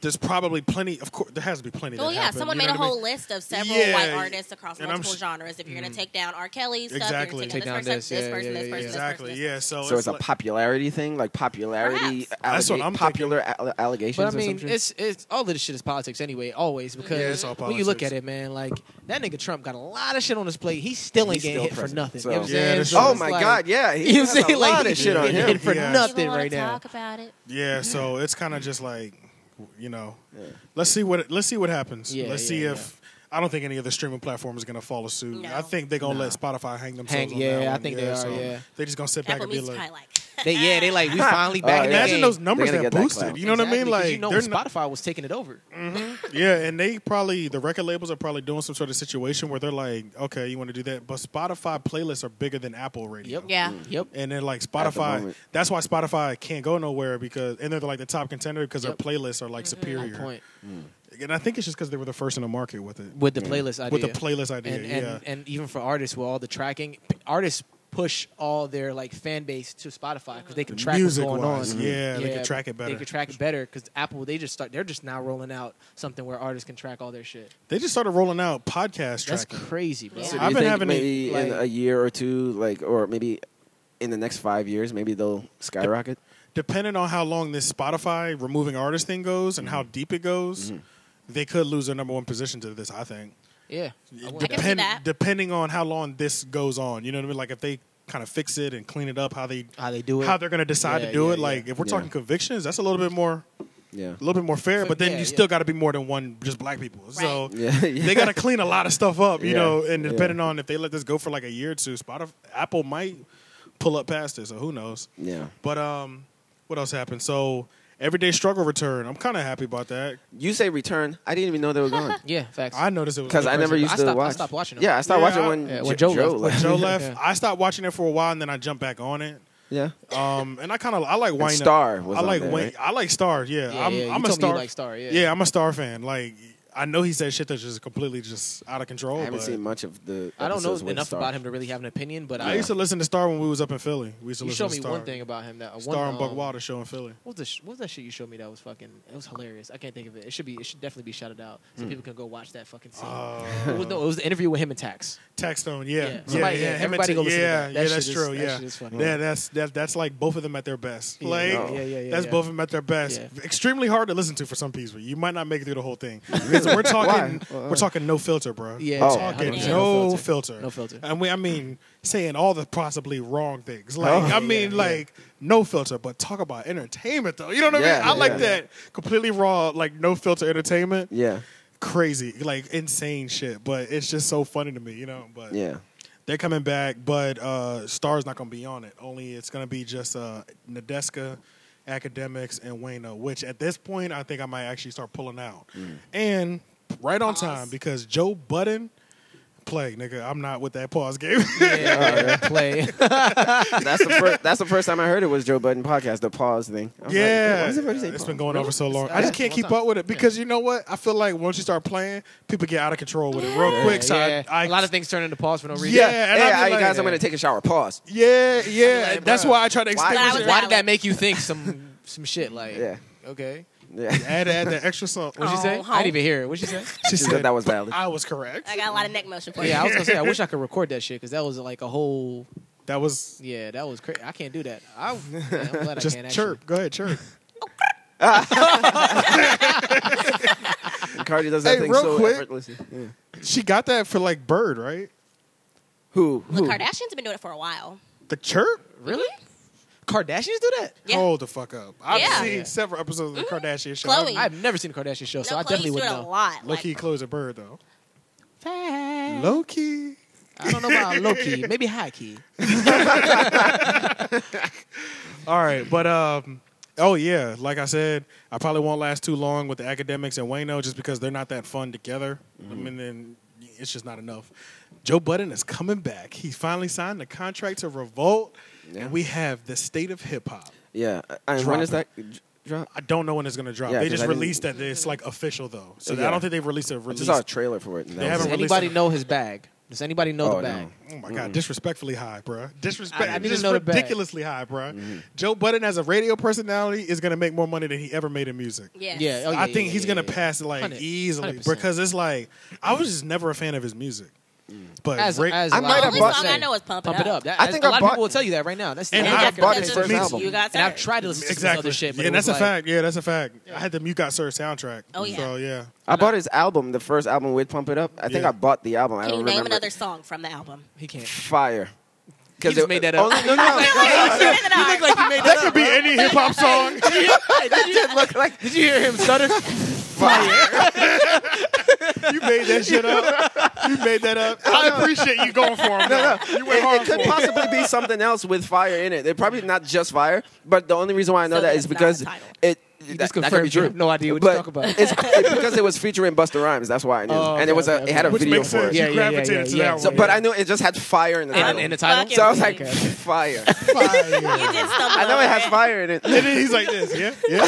Speaker 2: there's probably plenty. Of course, there has to be plenty.
Speaker 3: Well,
Speaker 2: that
Speaker 3: yeah,
Speaker 2: happened,
Speaker 3: someone made
Speaker 2: you know
Speaker 3: a
Speaker 2: what I
Speaker 3: whole
Speaker 2: mean?
Speaker 3: list of several
Speaker 2: Yeah,
Speaker 3: white artists across
Speaker 2: and I'm
Speaker 3: multiple
Speaker 2: sh-
Speaker 3: genres. If you're going to take down R. Kelly stuff,
Speaker 2: Exactly.
Speaker 3: you're going to
Speaker 4: Mm. Take
Speaker 3: take down
Speaker 4: down
Speaker 3: this person,
Speaker 4: this,
Speaker 3: this
Speaker 4: yeah,
Speaker 3: person,
Speaker 4: yeah,
Speaker 3: this person,
Speaker 4: yeah, yeah.
Speaker 3: this person.
Speaker 2: Exactly.
Speaker 3: this
Speaker 2: Yeah. So,
Speaker 1: so it's a
Speaker 2: like-
Speaker 1: popularity thing, like popularity.
Speaker 3: Perhaps.
Speaker 2: That's what
Speaker 1: allega-
Speaker 2: I'm thinking.
Speaker 1: popular al- allegations.
Speaker 4: But I
Speaker 1: or some
Speaker 4: mean,
Speaker 1: shit?
Speaker 4: it's it's all of this shit is politics anyway, always because
Speaker 2: Yeah, it's all
Speaker 4: when you look at
Speaker 2: politics.
Speaker 4: it, man, like that nigga Trump got a lot of shit on his plate. He still ain't
Speaker 1: He's
Speaker 4: getting
Speaker 1: still
Speaker 4: hit for
Speaker 1: president,
Speaker 4: nothing.
Speaker 1: so-
Speaker 4: You know what I'm
Speaker 2: Yeah,
Speaker 4: saying?
Speaker 2: that's
Speaker 4: So
Speaker 2: true.
Speaker 1: oh
Speaker 4: it's
Speaker 1: my
Speaker 4: like-
Speaker 1: god, yeah, he
Speaker 4: You know what
Speaker 1: has
Speaker 4: I'm saying?
Speaker 1: a
Speaker 4: Like,
Speaker 1: lot
Speaker 4: he
Speaker 1: of shit on
Speaker 4: getting
Speaker 1: him.
Speaker 4: hit for
Speaker 2: Yeah.
Speaker 4: nothing
Speaker 3: wanna
Speaker 4: right now.
Speaker 3: talk about it.
Speaker 2: yeah. So it's kind of just like, you know, let's see what let's see what happens.
Speaker 4: Yeah,
Speaker 2: let's
Speaker 4: yeah,
Speaker 2: see
Speaker 4: yeah.
Speaker 2: if. I don't think any other streaming platform is going to follow suit.
Speaker 3: No.
Speaker 2: I think they're going to let Spotify hang themselves.
Speaker 4: Hang-
Speaker 2: on
Speaker 4: yeah,
Speaker 2: that
Speaker 4: I
Speaker 2: one.
Speaker 4: think they are,
Speaker 2: so
Speaker 4: yeah.
Speaker 2: they're just going to sit back
Speaker 3: Apple
Speaker 2: and be
Speaker 3: Music
Speaker 2: like,
Speaker 3: probably like.
Speaker 4: They, yeah, they like we finally back. in the
Speaker 2: imagine
Speaker 4: game.
Speaker 2: those numbers
Speaker 1: They're
Speaker 2: that
Speaker 1: gonna get that
Speaker 2: boosted.
Speaker 1: clout.
Speaker 2: you know what I mean?
Speaker 4: Exactly, 'cause
Speaker 2: Like
Speaker 4: you know,
Speaker 2: they're not-
Speaker 4: Spotify was taking it over.
Speaker 2: Yeah, and they probably the record labels are probably doing some sort of situation where they're like, okay, you want to do that, but Spotify playlists are bigger than Apple Radio.
Speaker 4: Yep.
Speaker 3: Yeah.
Speaker 4: Yep.
Speaker 2: And then like
Speaker 1: the
Speaker 2: Spotify,
Speaker 1: moment.
Speaker 2: that's why Spotify can't go nowhere because, and they're like the top contender because
Speaker 4: Yep.
Speaker 2: their playlists are
Speaker 3: Mm-hmm.
Speaker 2: like superior.
Speaker 4: Good point
Speaker 1: Hmm.
Speaker 2: And I think it's just because they were the first in the market with it,
Speaker 4: with the playlist idea.
Speaker 2: with the playlist idea.
Speaker 4: and,
Speaker 2: yeah,
Speaker 4: and and even for artists with all the tracking, p- artists push all their like fan base to Spotify because they can track
Speaker 2: music
Speaker 4: what's going
Speaker 2: wise,
Speaker 4: on.
Speaker 2: yeah, they can track it better.
Speaker 4: They can track it better because Apple they just start. They're just now rolling out something where artists can track all their shit.
Speaker 2: They just started rolling out podcast
Speaker 4: That's
Speaker 2: tracking.
Speaker 4: crazy, bro.
Speaker 3: Yeah.
Speaker 1: So do
Speaker 2: I've
Speaker 1: you
Speaker 2: been
Speaker 1: think
Speaker 2: having a-
Speaker 1: maybe in
Speaker 4: like-
Speaker 1: a year or two, like, or maybe in the next five years, maybe they'll skyrocket.
Speaker 2: depending on how long this Spotify removing artist thing goes and how
Speaker 4: Mm-hmm.
Speaker 2: deep it goes, they could lose their number one position to this. I think.
Speaker 4: Yeah, I
Speaker 2: It
Speaker 4: wonder.
Speaker 3: can see that.
Speaker 2: Depending on how long this goes on, you know what I mean. Like if they kind of fix it and clean it up, how they
Speaker 4: how they do it.
Speaker 2: how they're going to decide
Speaker 4: Yeah,
Speaker 2: to do
Speaker 4: yeah,
Speaker 2: it. Like
Speaker 4: yeah.
Speaker 2: if we're
Speaker 1: Yeah.
Speaker 2: talking convictions, that's a little bit more
Speaker 1: Yeah.
Speaker 2: a little bit more fair.
Speaker 4: But
Speaker 2: But then
Speaker 4: yeah,
Speaker 2: you
Speaker 4: yeah.
Speaker 2: still got to be more than one just black people. So
Speaker 1: Yeah, yeah.
Speaker 2: they got to clean a lot of stuff up, you
Speaker 1: Yeah,
Speaker 2: know. And
Speaker 1: yeah.
Speaker 2: depending on if they let this go for like a year or two, Spotify, Apple might pull up past it. So who knows?
Speaker 1: Yeah.
Speaker 2: But um, what else happened? So everyday struggle return. I'm kind of happy about that.
Speaker 1: You say return. I didn't even know they were gone
Speaker 4: yeah, facts.
Speaker 2: I noticed it was
Speaker 1: because I never
Speaker 4: I
Speaker 1: used to
Speaker 4: stopped- I
Speaker 1: watch.
Speaker 4: stopped watching them.
Speaker 1: Yeah, I stopped
Speaker 2: Yeah,
Speaker 1: watching
Speaker 2: I-
Speaker 1: when,
Speaker 4: Yeah, when Joe
Speaker 1: Jo- Joe
Speaker 4: left.
Speaker 1: left.
Speaker 2: Joe left.
Speaker 4: Yeah.
Speaker 2: I stopped watching it for a while and then I jumped back on it.
Speaker 1: Yeah.
Speaker 2: Um, and I kind of I like Wayne.
Speaker 1: Star was
Speaker 2: I
Speaker 1: on
Speaker 2: like
Speaker 1: there,
Speaker 2: Wayne.
Speaker 1: right?
Speaker 2: I like Star. Yeah,
Speaker 4: Yeah,
Speaker 2: I'm,
Speaker 4: yeah, you
Speaker 2: I'm a
Speaker 4: told me you
Speaker 2: Star.
Speaker 4: like Star, yeah.
Speaker 2: I'm a Star fan. Like I know he said shit that's just completely just out of control.
Speaker 1: I haven't
Speaker 2: but
Speaker 1: seen much of the.
Speaker 4: I don't know
Speaker 1: episodes with
Speaker 4: enough
Speaker 1: Star.
Speaker 4: about him to really have an opinion, but
Speaker 2: I
Speaker 4: I
Speaker 2: used to listen to Star when we was up in Philly. We used to
Speaker 4: you
Speaker 2: listen
Speaker 4: showed me
Speaker 2: to Star.
Speaker 4: one thing about him that
Speaker 2: Star
Speaker 4: one,
Speaker 2: and Buck
Speaker 4: um,
Speaker 2: Water show in Philly.
Speaker 4: What was, the sh- what was that shit you showed me that was fucking? It was hilarious. I can't think of it. It should be. It should definitely be shouted out so people can go watch that fucking scene.
Speaker 2: Oh.
Speaker 4: it was, no, it was the interview with him and Tax.
Speaker 2: Tax Stone, yeah,
Speaker 4: Yeah,
Speaker 2: yeah,
Speaker 4: somebody- yeah,
Speaker 2: him and
Speaker 4: everybody
Speaker 2: Ta-
Speaker 4: go listen to
Speaker 2: yeah,
Speaker 4: that. That
Speaker 2: yeah,
Speaker 4: shit
Speaker 2: that's
Speaker 4: is-
Speaker 2: true,
Speaker 4: that
Speaker 2: yeah,
Speaker 4: shit is fucking
Speaker 2: yeah,
Speaker 4: hard.
Speaker 2: that's that, that's like both of them at their best.
Speaker 4: Yeah.
Speaker 2: like,
Speaker 1: Yeah,
Speaker 4: yeah, yeah,
Speaker 2: that's
Speaker 4: yeah.
Speaker 2: both of them at their best.
Speaker 4: Yeah.
Speaker 2: Extremely hard to listen to for some people. You might not make it through the whole thing. 'Cause we're talking,
Speaker 1: Why?
Speaker 2: we're talking no filter, bro.
Speaker 4: Yeah,
Speaker 2: we're
Speaker 1: Oh.
Speaker 2: talking
Speaker 1: 100%
Speaker 2: no,
Speaker 4: no filter.
Speaker 2: filter.
Speaker 4: No filter.
Speaker 2: And we, I mean, saying all the possibly wrong things. Like, I mean,
Speaker 4: Oh. yeah.
Speaker 2: like no filter, but talk about entertainment though. You know what I
Speaker 1: Yeah,
Speaker 2: mean? I like
Speaker 1: yeah.
Speaker 2: that completely raw, like no filter entertainment.
Speaker 1: Yeah.
Speaker 2: Crazy, like insane shit, but it's just so funny to me, you know. But
Speaker 1: Yeah.
Speaker 2: they're coming back, but uh, Star's not going to be on it. Only it's going to be just uh, Nadeska, Academics, and Wayno, which at this point, I think I might actually start pulling out.
Speaker 4: Mm.
Speaker 2: And right on
Speaker 3: Pause.
Speaker 2: time because Joe Budden, play, nigga. I'm not with that pause game.
Speaker 4: Yeah, play.
Speaker 1: That's the first. That's the first time I heard it was Joe Budden podcast. The pause thing. I was like,
Speaker 2: yeah.
Speaker 1: why does everybody say
Speaker 2: it's
Speaker 1: pause?
Speaker 2: been going on for so long.
Speaker 4: It's-
Speaker 2: I just
Speaker 4: yeah,
Speaker 2: can't
Speaker 4: long
Speaker 2: keep
Speaker 4: time.
Speaker 2: up with it because you know what? I feel like once you start playing, people get out of control with it real quick. So I-
Speaker 4: yeah.
Speaker 2: I,
Speaker 4: a lot of things turn into pause for no reason.
Speaker 2: Yeah,
Speaker 1: Yeah,
Speaker 2: and
Speaker 1: hey,
Speaker 2: I'd be
Speaker 1: I-
Speaker 2: like-
Speaker 1: guys, I'm gonna take a shower. Pause.
Speaker 2: Yeah, yeah.
Speaker 4: like,
Speaker 2: That's
Speaker 4: bruh,
Speaker 2: why I try to
Speaker 1: why-
Speaker 2: extinguish
Speaker 3: But I was
Speaker 2: it.
Speaker 4: Why
Speaker 3: Valid.
Speaker 4: did that make you think some some shit? Like,
Speaker 1: Yeah.
Speaker 4: okay,
Speaker 1: Yeah.
Speaker 2: Add add that extra song.
Speaker 4: What'd you say? I didn't even hear it. What'd you say?
Speaker 2: She
Speaker 1: She said that was valid.
Speaker 2: I was correct.
Speaker 3: I got a lot of neck motion for
Speaker 4: yeah,
Speaker 3: you.
Speaker 4: I was gonna say I wish I could record that shit because that was like a whole.
Speaker 2: That was
Speaker 4: Yeah, that was crazy. I can't do that. I, am glad
Speaker 2: just
Speaker 4: I can't.
Speaker 2: chirp. Go ahead, chirp.
Speaker 1: Cardi does that
Speaker 2: Hey,
Speaker 1: thing
Speaker 2: real
Speaker 1: so
Speaker 2: quick.
Speaker 1: effortlessly. Yeah.
Speaker 2: she got that for like Bird, right?
Speaker 1: Who?
Speaker 3: The
Speaker 1: Who?
Speaker 3: Kardashians have been doing it for a while.
Speaker 2: The chirp.
Speaker 4: Really? Kardashians do that?
Speaker 3: Yeah.
Speaker 2: Hold the fuck up. I've
Speaker 3: Yeah. Mm-hmm.
Speaker 2: seen
Speaker 4: Yeah.
Speaker 2: several episodes of the Kardashian show.
Speaker 3: Chloe.
Speaker 4: I've never seen a Kardashian show, so
Speaker 3: no,
Speaker 4: I
Speaker 3: Chloe
Speaker 4: definitely
Speaker 3: used to
Speaker 4: would
Speaker 3: do it a
Speaker 4: know.
Speaker 3: lot.
Speaker 2: Low
Speaker 3: Like,
Speaker 2: key, Chloe's a bird though.
Speaker 4: Fact.
Speaker 3: Mm-hmm.
Speaker 2: Low key.
Speaker 4: I don't know about low key, maybe high key.
Speaker 2: All right, but um, oh yeah, like I said, I probably won't last too long with the academics and Wayno just because they're not that fun together. I
Speaker 1: Mm-hmm.
Speaker 2: mean, then it's just not enough. Joe Budden is coming back. He finally signed the contract to Revolt,
Speaker 1: Yeah.
Speaker 2: and we have the state of hip hop.
Speaker 1: Yeah. I, I-
Speaker 2: Drop
Speaker 1: when is that
Speaker 2: it.
Speaker 1: j- drop?
Speaker 2: I don't know when it's gonna drop.
Speaker 1: Yeah,
Speaker 2: they
Speaker 1: 'cause
Speaker 2: just
Speaker 1: I didn't-
Speaker 2: released that it's like official though, so
Speaker 1: Yeah.
Speaker 2: I don't think they've released a
Speaker 1: I just
Speaker 2: release.
Speaker 1: saw a trailer for it. And
Speaker 2: They
Speaker 1: that was
Speaker 2: haven't
Speaker 1: it.
Speaker 2: released-
Speaker 4: Anybody know his bag? Does anybody know
Speaker 1: Oh,
Speaker 4: the bag?
Speaker 2: Oh my god, disrespectfully high, bruh. Disrespect,
Speaker 4: I- I need to
Speaker 2: just
Speaker 4: know the bag.
Speaker 2: ridiculously high, bruh.
Speaker 1: Mm-hmm.
Speaker 2: Joe Budden as a radio personality is gonna make more money than he ever made in music.
Speaker 3: yes.
Speaker 4: Yeah, oh,
Speaker 2: I think
Speaker 4: yeah,
Speaker 2: he's
Speaker 4: yeah,
Speaker 2: gonna
Speaker 4: yeah.
Speaker 2: pass like
Speaker 4: 100,
Speaker 2: easily
Speaker 4: 100%.
Speaker 2: because it's like I was just never a fan of his music, but
Speaker 4: Mm. As,
Speaker 2: Ra-
Speaker 4: as
Speaker 1: I
Speaker 4: a
Speaker 1: might
Speaker 4: lot
Speaker 3: only
Speaker 4: of
Speaker 1: have
Speaker 4: people
Speaker 1: bought-
Speaker 3: song
Speaker 4: say,
Speaker 3: I know is Pump,
Speaker 4: Pump it up. That,
Speaker 1: I
Speaker 4: I
Speaker 1: think
Speaker 4: think a
Speaker 1: I
Speaker 4: lot of
Speaker 1: bought-
Speaker 4: people will tell you that right now. That's
Speaker 2: And
Speaker 4: the
Speaker 2: I
Speaker 4: record
Speaker 1: bought
Speaker 4: that
Speaker 1: his
Speaker 4: they
Speaker 1: first
Speaker 4: released.
Speaker 1: album.
Speaker 3: You got
Speaker 4: And I've
Speaker 3: that.
Speaker 4: tried to listen to
Speaker 2: exactly,
Speaker 4: this other shit, but
Speaker 2: yeah,
Speaker 4: it
Speaker 2: and that's
Speaker 4: was
Speaker 2: a
Speaker 4: like,
Speaker 2: fact. Yeah, that's a fact. I had the Mute Got Served soundtrack.
Speaker 3: Oh, yeah.
Speaker 2: so yeah,
Speaker 1: I bought his album, the first album with Pump It Up. I think
Speaker 2: Yeah.
Speaker 1: I bought the album. I
Speaker 3: Can
Speaker 1: don't
Speaker 3: you name
Speaker 1: remember.
Speaker 3: another song from the album?
Speaker 4: He can't.
Speaker 1: Fire.
Speaker 4: He just
Speaker 1: it-
Speaker 4: made that up.
Speaker 1: Only, no, no,
Speaker 4: You think like you
Speaker 2: that
Speaker 4: made that
Speaker 2: could be any hip hop song.
Speaker 4: did, you, look like, did you hear him stutter?
Speaker 1: fire.
Speaker 2: you made that shit up. You made that up. I appreciate you going for him. No, You went hard
Speaker 1: it, it
Speaker 2: for
Speaker 1: could
Speaker 2: him.
Speaker 1: possibly be something else with fire in it. It probably not just fire, but the only reason why I know
Speaker 3: So
Speaker 1: that
Speaker 3: that's
Speaker 1: is
Speaker 3: not
Speaker 1: because
Speaker 3: a title.
Speaker 1: it.
Speaker 4: You
Speaker 1: that-
Speaker 4: just
Speaker 1: that could be
Speaker 4: confirmed you
Speaker 1: true.
Speaker 4: have no idea what
Speaker 1: but
Speaker 4: you talk about.
Speaker 1: it's, it's because it was featuring Busta Rhymes. That's why I knew,
Speaker 4: Oh,
Speaker 1: and
Speaker 4: okay,
Speaker 1: it was a.
Speaker 4: okay, okay.
Speaker 1: It had a
Speaker 2: Which
Speaker 1: video
Speaker 2: makes
Speaker 1: for
Speaker 2: sense.
Speaker 1: it.
Speaker 2: You
Speaker 4: Yeah, yeah, yeah,
Speaker 2: gravitated to
Speaker 4: yeah,
Speaker 2: that
Speaker 4: yeah.
Speaker 2: one.
Speaker 1: So, but I knew it just had fire in the
Speaker 4: And,
Speaker 1: title.
Speaker 4: and the title?
Speaker 3: Fucking-
Speaker 1: so I was like,
Speaker 3: Okay.
Speaker 1: fire.
Speaker 2: Fire.
Speaker 3: You did stumble
Speaker 1: I know it
Speaker 3: over
Speaker 1: has fire in it.
Speaker 2: And then he's like this. Yeah, yeah.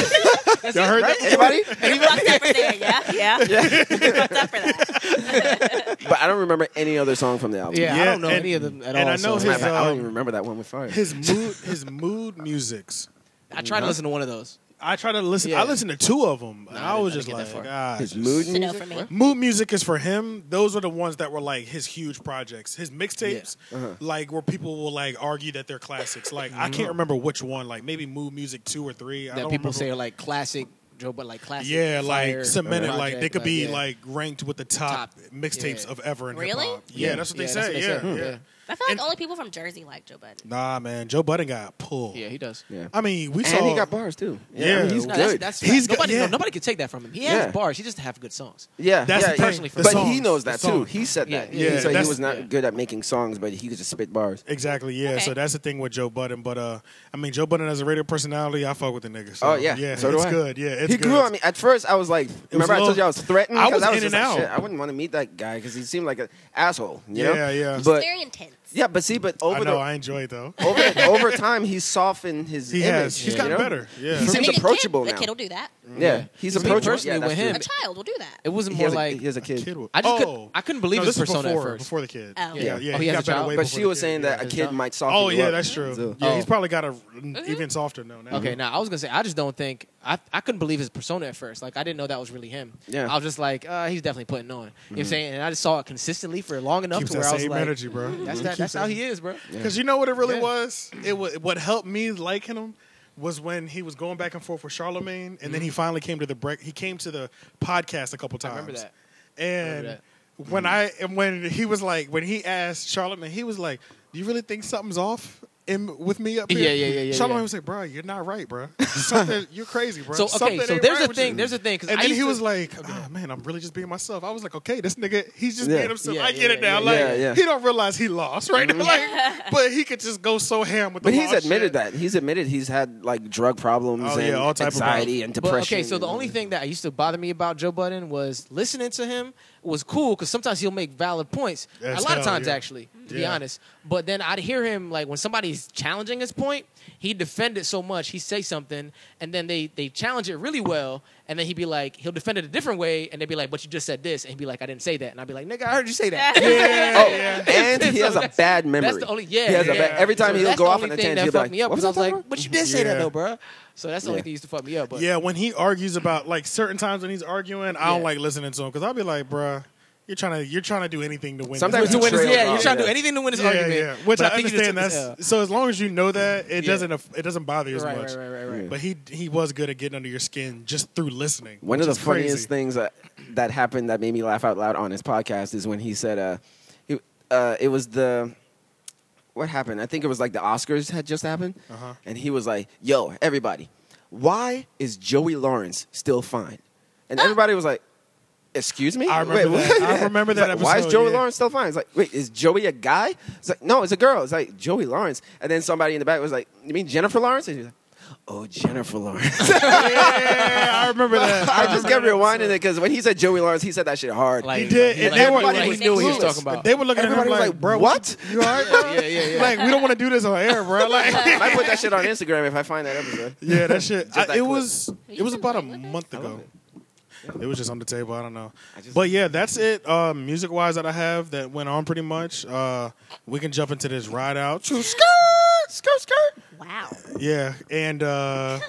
Speaker 2: Y'all heard
Speaker 1: Right?
Speaker 2: that?
Speaker 1: Anybody?
Speaker 3: You fucked up for saying, yeah, yeah. You fucked up for that.
Speaker 1: But I don't remember any other song from the album.
Speaker 4: Yeah, uh, I
Speaker 2: Yeah,
Speaker 4: don't know
Speaker 2: and-
Speaker 4: any of them
Speaker 2: and
Speaker 4: at all.
Speaker 2: I know
Speaker 4: so-
Speaker 1: Matter of
Speaker 2: his,
Speaker 1: fact, I
Speaker 2: um,
Speaker 1: don't even remember that one with fire.
Speaker 2: His mood, his mood musics.
Speaker 4: I tried to listen to one of those.
Speaker 2: I try to listen.
Speaker 4: Yeah.
Speaker 2: I listened to two of them. and
Speaker 4: I
Speaker 2: I was
Speaker 4: didn't-
Speaker 2: just
Speaker 4: I didn't
Speaker 2: like,
Speaker 4: get that far.
Speaker 2: God,
Speaker 1: His
Speaker 2: just-
Speaker 1: mood
Speaker 3: It's a no
Speaker 1: music.
Speaker 3: for me.
Speaker 2: Mood music is for him. Those are the ones that were like his huge projects. His mixtapes,
Speaker 1: uh-huh.
Speaker 2: like where people will like argue that they're classics. Like I
Speaker 1: Mm-hmm.
Speaker 2: can't remember which one. Like maybe Mood Music two or three. I
Speaker 4: that
Speaker 2: don't
Speaker 4: people say
Speaker 2: remember.
Speaker 4: are like classic Joe, but like classic.
Speaker 2: yeah,
Speaker 4: fire
Speaker 2: like cemented.
Speaker 4: project,
Speaker 2: Like they could be
Speaker 4: yeah.
Speaker 2: like ranked with the top,
Speaker 4: Top.
Speaker 2: mixtapes
Speaker 4: Yeah.
Speaker 2: of ever in
Speaker 3: Really?
Speaker 2: hip hop. Yeah,
Speaker 4: Yeah.
Speaker 2: that's what they
Speaker 4: Yeah, that's
Speaker 2: say.
Speaker 4: what they
Speaker 2: yeah,
Speaker 4: say.
Speaker 2: yeah.
Speaker 4: Yeah.
Speaker 3: I feel like
Speaker 2: And-
Speaker 3: only people from Jersey like Joe Budden.
Speaker 2: Nah, man, Joe Budden got pulled.
Speaker 4: Hmm. yeah, he does.
Speaker 1: Yeah.
Speaker 2: I mean, we saw
Speaker 1: And he got bars too.
Speaker 2: Yeah.
Speaker 1: I mean, he's
Speaker 2: No,
Speaker 4: No,
Speaker 1: good.
Speaker 4: That's, that's
Speaker 2: He's
Speaker 4: he's
Speaker 2: got-
Speaker 4: nobody.
Speaker 2: yeah.
Speaker 4: no, nobody could take that from him. He has
Speaker 1: Yeah.
Speaker 4: bars. He just have good songs.
Speaker 1: yeah,
Speaker 2: That's
Speaker 1: yeah,
Speaker 2: the thing,
Speaker 1: yeah.
Speaker 2: the
Speaker 1: but he
Speaker 2: songs,
Speaker 1: knows
Speaker 2: the
Speaker 1: that too.
Speaker 2: songs.
Speaker 1: He said that.
Speaker 4: Yeah,
Speaker 1: Yeah,
Speaker 4: yeah,
Speaker 1: he said
Speaker 2: that's-
Speaker 1: he was not
Speaker 4: yeah.
Speaker 1: good at making songs, but he could just spit bars.
Speaker 2: Exactly, yeah.
Speaker 3: Okay.
Speaker 2: So that's the thing with Joe Budden. But uh, I mean, Joe Budden as a radio personality, I fuck with the nigga. So,
Speaker 1: oh yeah,
Speaker 2: yeah.
Speaker 1: So do
Speaker 2: it's
Speaker 1: I.
Speaker 2: good. Yeah, it's
Speaker 1: he
Speaker 2: good.
Speaker 1: grew on me. At first, I was like, remember I
Speaker 2: low.
Speaker 1: told you I was threatened.
Speaker 2: I
Speaker 1: 'Cause
Speaker 2: was
Speaker 1: I
Speaker 2: in
Speaker 1: just
Speaker 2: and
Speaker 1: like,
Speaker 2: out.
Speaker 1: Shit, I wouldn't want to meet that guy because he seemed like an asshole. You know?
Speaker 2: Yeah, yeah.
Speaker 1: But
Speaker 3: Very intense.
Speaker 1: yeah, but see, but
Speaker 2: I
Speaker 1: over
Speaker 2: know.
Speaker 1: the
Speaker 2: I enjoy it though.
Speaker 1: over over time, he softened his
Speaker 2: He
Speaker 1: image.
Speaker 2: has. He's
Speaker 1: you
Speaker 2: gotten
Speaker 1: know?
Speaker 2: better. Yeah.
Speaker 1: He
Speaker 3: I
Speaker 1: seems
Speaker 3: mean, a kid-
Speaker 1: approachable
Speaker 3: A
Speaker 1: now.
Speaker 3: kid will do that.
Speaker 1: Yeah, he's
Speaker 4: Me
Speaker 1: approachable.
Speaker 4: personally
Speaker 1: yeah, that's
Speaker 4: with
Speaker 1: true.
Speaker 4: him,
Speaker 3: A child will do that.
Speaker 4: It wasn't
Speaker 1: He
Speaker 4: more
Speaker 1: has, a-
Speaker 4: like
Speaker 1: he has a kid.
Speaker 2: Kid was-
Speaker 4: I just could-
Speaker 2: oh.
Speaker 4: I couldn't believe
Speaker 2: no,
Speaker 4: his
Speaker 2: this is
Speaker 4: persona at
Speaker 2: before,
Speaker 4: first.
Speaker 2: Before the kid.
Speaker 3: Oh.
Speaker 2: Yeah,
Speaker 3: Yeah.
Speaker 2: yeah.
Speaker 4: Oh, he
Speaker 2: he got
Speaker 4: has a
Speaker 2: better
Speaker 4: child?
Speaker 2: way
Speaker 1: But
Speaker 2: before
Speaker 1: she
Speaker 2: the
Speaker 1: was
Speaker 2: kid,
Speaker 1: saying
Speaker 2: yeah.
Speaker 1: that a kid might soften
Speaker 2: Oh
Speaker 1: you
Speaker 2: yeah,
Speaker 1: up.
Speaker 2: that's true.
Speaker 1: So-
Speaker 2: Yeah,
Speaker 4: Oh.
Speaker 2: he's probably got a even softer now. now.
Speaker 4: Mm-hmm. Okay, now I was gonna say I just don't think I I couldn't believe his persona at first. Like I didn't know that was really him.
Speaker 1: Yeah.
Speaker 4: I was just like, uh, he's definitely putting on. You know what I'm saying? And I just saw it consistently for long enough
Speaker 2: keeps
Speaker 4: to
Speaker 2: that
Speaker 4: where I was
Speaker 2: same
Speaker 4: like,
Speaker 2: energy, bro.
Speaker 1: Mm-hmm.
Speaker 4: that's that, that's how he is, bro.
Speaker 2: Because you know what it really
Speaker 4: Yeah.
Speaker 2: was. It wa what helped me liking him was when he was going back and forth with Charlemagne, and then he finally came to the break. He came to the podcast a couple times.
Speaker 4: Mm-hmm. remember that.
Speaker 2: And
Speaker 4: remember Mm-hmm.
Speaker 2: when I and when he was like when he asked Charlemagne, he was like, "Do you really think something's off?" In, with me up here,
Speaker 4: Yeah, yeah, yeah, yeah,
Speaker 2: Charlemagne
Speaker 4: yeah.
Speaker 2: was like, "Bro, you're not right, bro. Something, you're crazy, bro."
Speaker 4: So okay,
Speaker 2: Something
Speaker 4: so
Speaker 2: ain't
Speaker 4: there's
Speaker 2: right
Speaker 4: a
Speaker 2: with
Speaker 4: thing,
Speaker 2: you."
Speaker 4: there's a thing. 'cause
Speaker 2: And
Speaker 4: I
Speaker 2: then
Speaker 4: used
Speaker 2: he
Speaker 4: to-
Speaker 2: was like, oh, man, I'm really just being myself. I was like, okay, this nigga, he's just
Speaker 1: Yeah.
Speaker 2: being himself.
Speaker 4: Yeah,
Speaker 2: I
Speaker 4: yeah,
Speaker 2: get it
Speaker 4: yeah,
Speaker 2: now.
Speaker 4: yeah, Mm-hmm.
Speaker 2: like,
Speaker 1: yeah, yeah.
Speaker 2: he don't realize he lost right now. Like, but he could just go so ham with the
Speaker 1: But he's
Speaker 2: lost
Speaker 1: admitted
Speaker 2: shit.
Speaker 1: that he's admitted he's had like drug problems
Speaker 2: Oh, yeah,
Speaker 1: and
Speaker 2: all type of
Speaker 1: anxiety and
Speaker 4: But,
Speaker 1: depression.
Speaker 4: okay, so the
Speaker 1: and-
Speaker 4: only thing that used to bother me about Joe Budden was listening to him was cool because sometimes he'll make valid points.
Speaker 2: As
Speaker 4: a lot of
Speaker 2: hell,
Speaker 4: times,
Speaker 2: yeah.
Speaker 4: actually, to be
Speaker 2: Yeah.
Speaker 4: honest. But then I'd hear him like when somebody's challenging his point, he defend it so much. He say something, and then they they challenge it really well, and then he'd be like, he'll defend it a different way, and they'd be like, "But you just said this," and he'd be like, "I didn't say that," and I'd be like, "Nigga, I heard you say that."
Speaker 1: Oh, and he
Speaker 4: So
Speaker 1: has a
Speaker 4: that's-
Speaker 1: bad memory.
Speaker 4: That's the only yeah.
Speaker 1: He has a
Speaker 4: yeah.
Speaker 1: bad, every time
Speaker 4: So
Speaker 1: he'll
Speaker 4: that's
Speaker 1: go
Speaker 4: the
Speaker 1: off
Speaker 4: only
Speaker 1: on a
Speaker 4: thing
Speaker 1: tangent.
Speaker 4: That
Speaker 1: He'll be
Speaker 4: fucked
Speaker 1: like,
Speaker 4: me up
Speaker 1: what was
Speaker 4: because I was
Speaker 1: I
Speaker 4: like,
Speaker 1: talking
Speaker 4: "But you did say that
Speaker 2: Yeah.
Speaker 4: though, bro." So that's the only thing that used to fuck me up. But
Speaker 2: Yeah, when he argues about like certain times when he's arguing, I don't
Speaker 4: Yeah.
Speaker 2: like listening to him because I'll be like, bruh, you're trying to you're trying to do anything to win. this
Speaker 1: Sometimes
Speaker 4: to
Speaker 2: battle."
Speaker 4: win his,
Speaker 1: Trails
Speaker 4: yeah, you're
Speaker 1: off.
Speaker 4: trying to do
Speaker 1: Yeah.
Speaker 4: anything to win his
Speaker 2: yeah,
Speaker 4: argument.
Speaker 2: yeah. Which
Speaker 4: but
Speaker 2: I,
Speaker 4: think you just
Speaker 2: understand.
Speaker 4: took this
Speaker 2: That's
Speaker 4: L.
Speaker 2: so as long as you know that, it
Speaker 4: Yeah.
Speaker 2: doesn't aff- it doesn't bother you as
Speaker 4: right,
Speaker 2: much.
Speaker 4: right, right, right, right.
Speaker 2: But he he was good at getting under your skin just through listening.
Speaker 1: One
Speaker 2: which
Speaker 1: of the
Speaker 2: is crazy.
Speaker 1: funniest things that, that happened that made me laugh out loud on his podcast is when he said, uh, he, uh, it was the, what happened? I think it was like the Oscars had just happened.
Speaker 2: Uh-huh.
Speaker 1: And he was like, yo, everybody, why is Joey Lawrence still fine?
Speaker 4: Ah.
Speaker 1: And everybody was like, excuse me?
Speaker 2: I remember
Speaker 1: Wait,
Speaker 2: that.
Speaker 1: what?"
Speaker 2: I remember
Speaker 1: It's
Speaker 2: that
Speaker 1: like, Why is
Speaker 2: episode,
Speaker 1: Joey
Speaker 2: yeah.
Speaker 1: Lawrence still fine? It's like, wait, is Joey a guy? It's like, no, it's a girl. It's like, Joey Lawrence. And then somebody in the back was like, you mean Jennifer Lawrence? And he was like, oh, Jennifer Lawrence.
Speaker 2: Yeah, I remember that.
Speaker 1: I just kept rewinding it because when he said Joey Lawrence, he said that shit hard.
Speaker 4: Like-
Speaker 2: He did, and they were
Speaker 4: everybody
Speaker 2: like,
Speaker 4: was- knew what he was
Speaker 2: clueless.
Speaker 4: talking about.
Speaker 2: They were looking
Speaker 1: Everybody
Speaker 2: at him
Speaker 1: was
Speaker 2: like,
Speaker 1: like,
Speaker 2: bro,
Speaker 1: what?
Speaker 2: You all right, bro?
Speaker 4: yeah, yeah, yeah.
Speaker 2: Like, we don't want to do this on air, bro. Like,
Speaker 1: I might put that shit on Instagram if I find that episode.
Speaker 2: Yeah, that shit.
Speaker 1: Just
Speaker 2: I,
Speaker 1: that
Speaker 2: it
Speaker 1: clip.
Speaker 2: was it
Speaker 3: you
Speaker 2: was
Speaker 3: been
Speaker 2: about a
Speaker 3: playing with it?
Speaker 2: month ago. It was just on the table. I don't know,
Speaker 1: I just-
Speaker 2: but yeah, that's it. Uh, music wise, that I have that went on pretty much. Uh, we can jump into this ride out.
Speaker 1: Skirt, skirt.
Speaker 3: Wow.
Speaker 2: Yeah, and uh,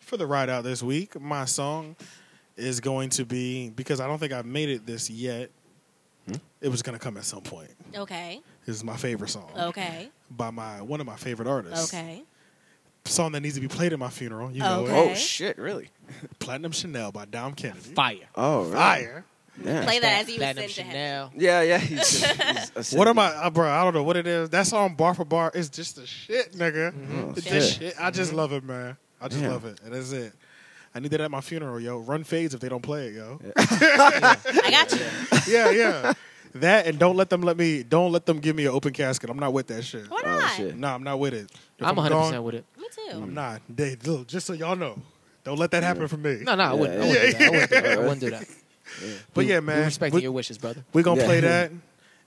Speaker 2: for the ride out this week, my song is going to be because I don't think I've made it this yet. It was going to come at some point.
Speaker 3: Okay.
Speaker 2: This is my favorite song
Speaker 3: Okay.
Speaker 2: by my one of my favorite artists.
Speaker 3: Oh. Okay.
Speaker 2: song that needs to be played at my funeral. You know,
Speaker 3: Okay.
Speaker 1: Oh shit, really?
Speaker 2: it. Platinum Chanel by Dom Kennedy.
Speaker 4: Fire.
Speaker 1: Oh, really?
Speaker 2: Fire.
Speaker 1: Yeah.
Speaker 3: Play that as you
Speaker 4: Platinum
Speaker 3: ascend to heaven.
Speaker 4: Chanel.
Speaker 1: Yeah, yeah. He's, he's a
Speaker 2: What am I, uh, bro? I don't know what it is. That song, bar for bar, is just the shit, nigga.
Speaker 1: Oh,
Speaker 2: Mm-hmm. It's
Speaker 1: shit.
Speaker 2: just shit. I just love it, Mm-hmm. man. I just
Speaker 1: Damn.
Speaker 2: love it. And that's it. I need that at my funeral, yo. Run fades if they don't play it, yo.
Speaker 3: I got you.
Speaker 2: Yeah, yeah. that and don't let them let me. Don't let them give me an open casket. I'm not with that shit.
Speaker 3: Why
Speaker 1: Oh,
Speaker 3: not?
Speaker 1: shit. Mm.
Speaker 2: Nah, I'm not with it. If
Speaker 4: I'm 100
Speaker 2: gone,
Speaker 4: percent with it.
Speaker 3: Me too.
Speaker 2: I'm not. They, look, just so y'all know, don't let that happen for me.
Speaker 4: No, no, I wouldn't. I
Speaker 1: yeah,
Speaker 4: wouldn't do that. I wouldn't do that. I wouldn't do that.
Speaker 2: But
Speaker 4: We-
Speaker 2: yeah,
Speaker 4: we
Speaker 2: man.
Speaker 4: respecting
Speaker 2: we-
Speaker 4: your wishes, brother.
Speaker 2: We're gonna
Speaker 1: Yeah.
Speaker 2: play that.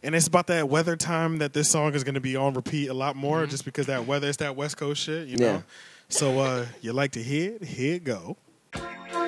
Speaker 2: And it's about that weather time that this song is gonna be on repeat a lot more just because that weather is that West Coast shit, you know?
Speaker 1: Mm-hmm. Yeah.
Speaker 2: So uh you like to hear it, here it go.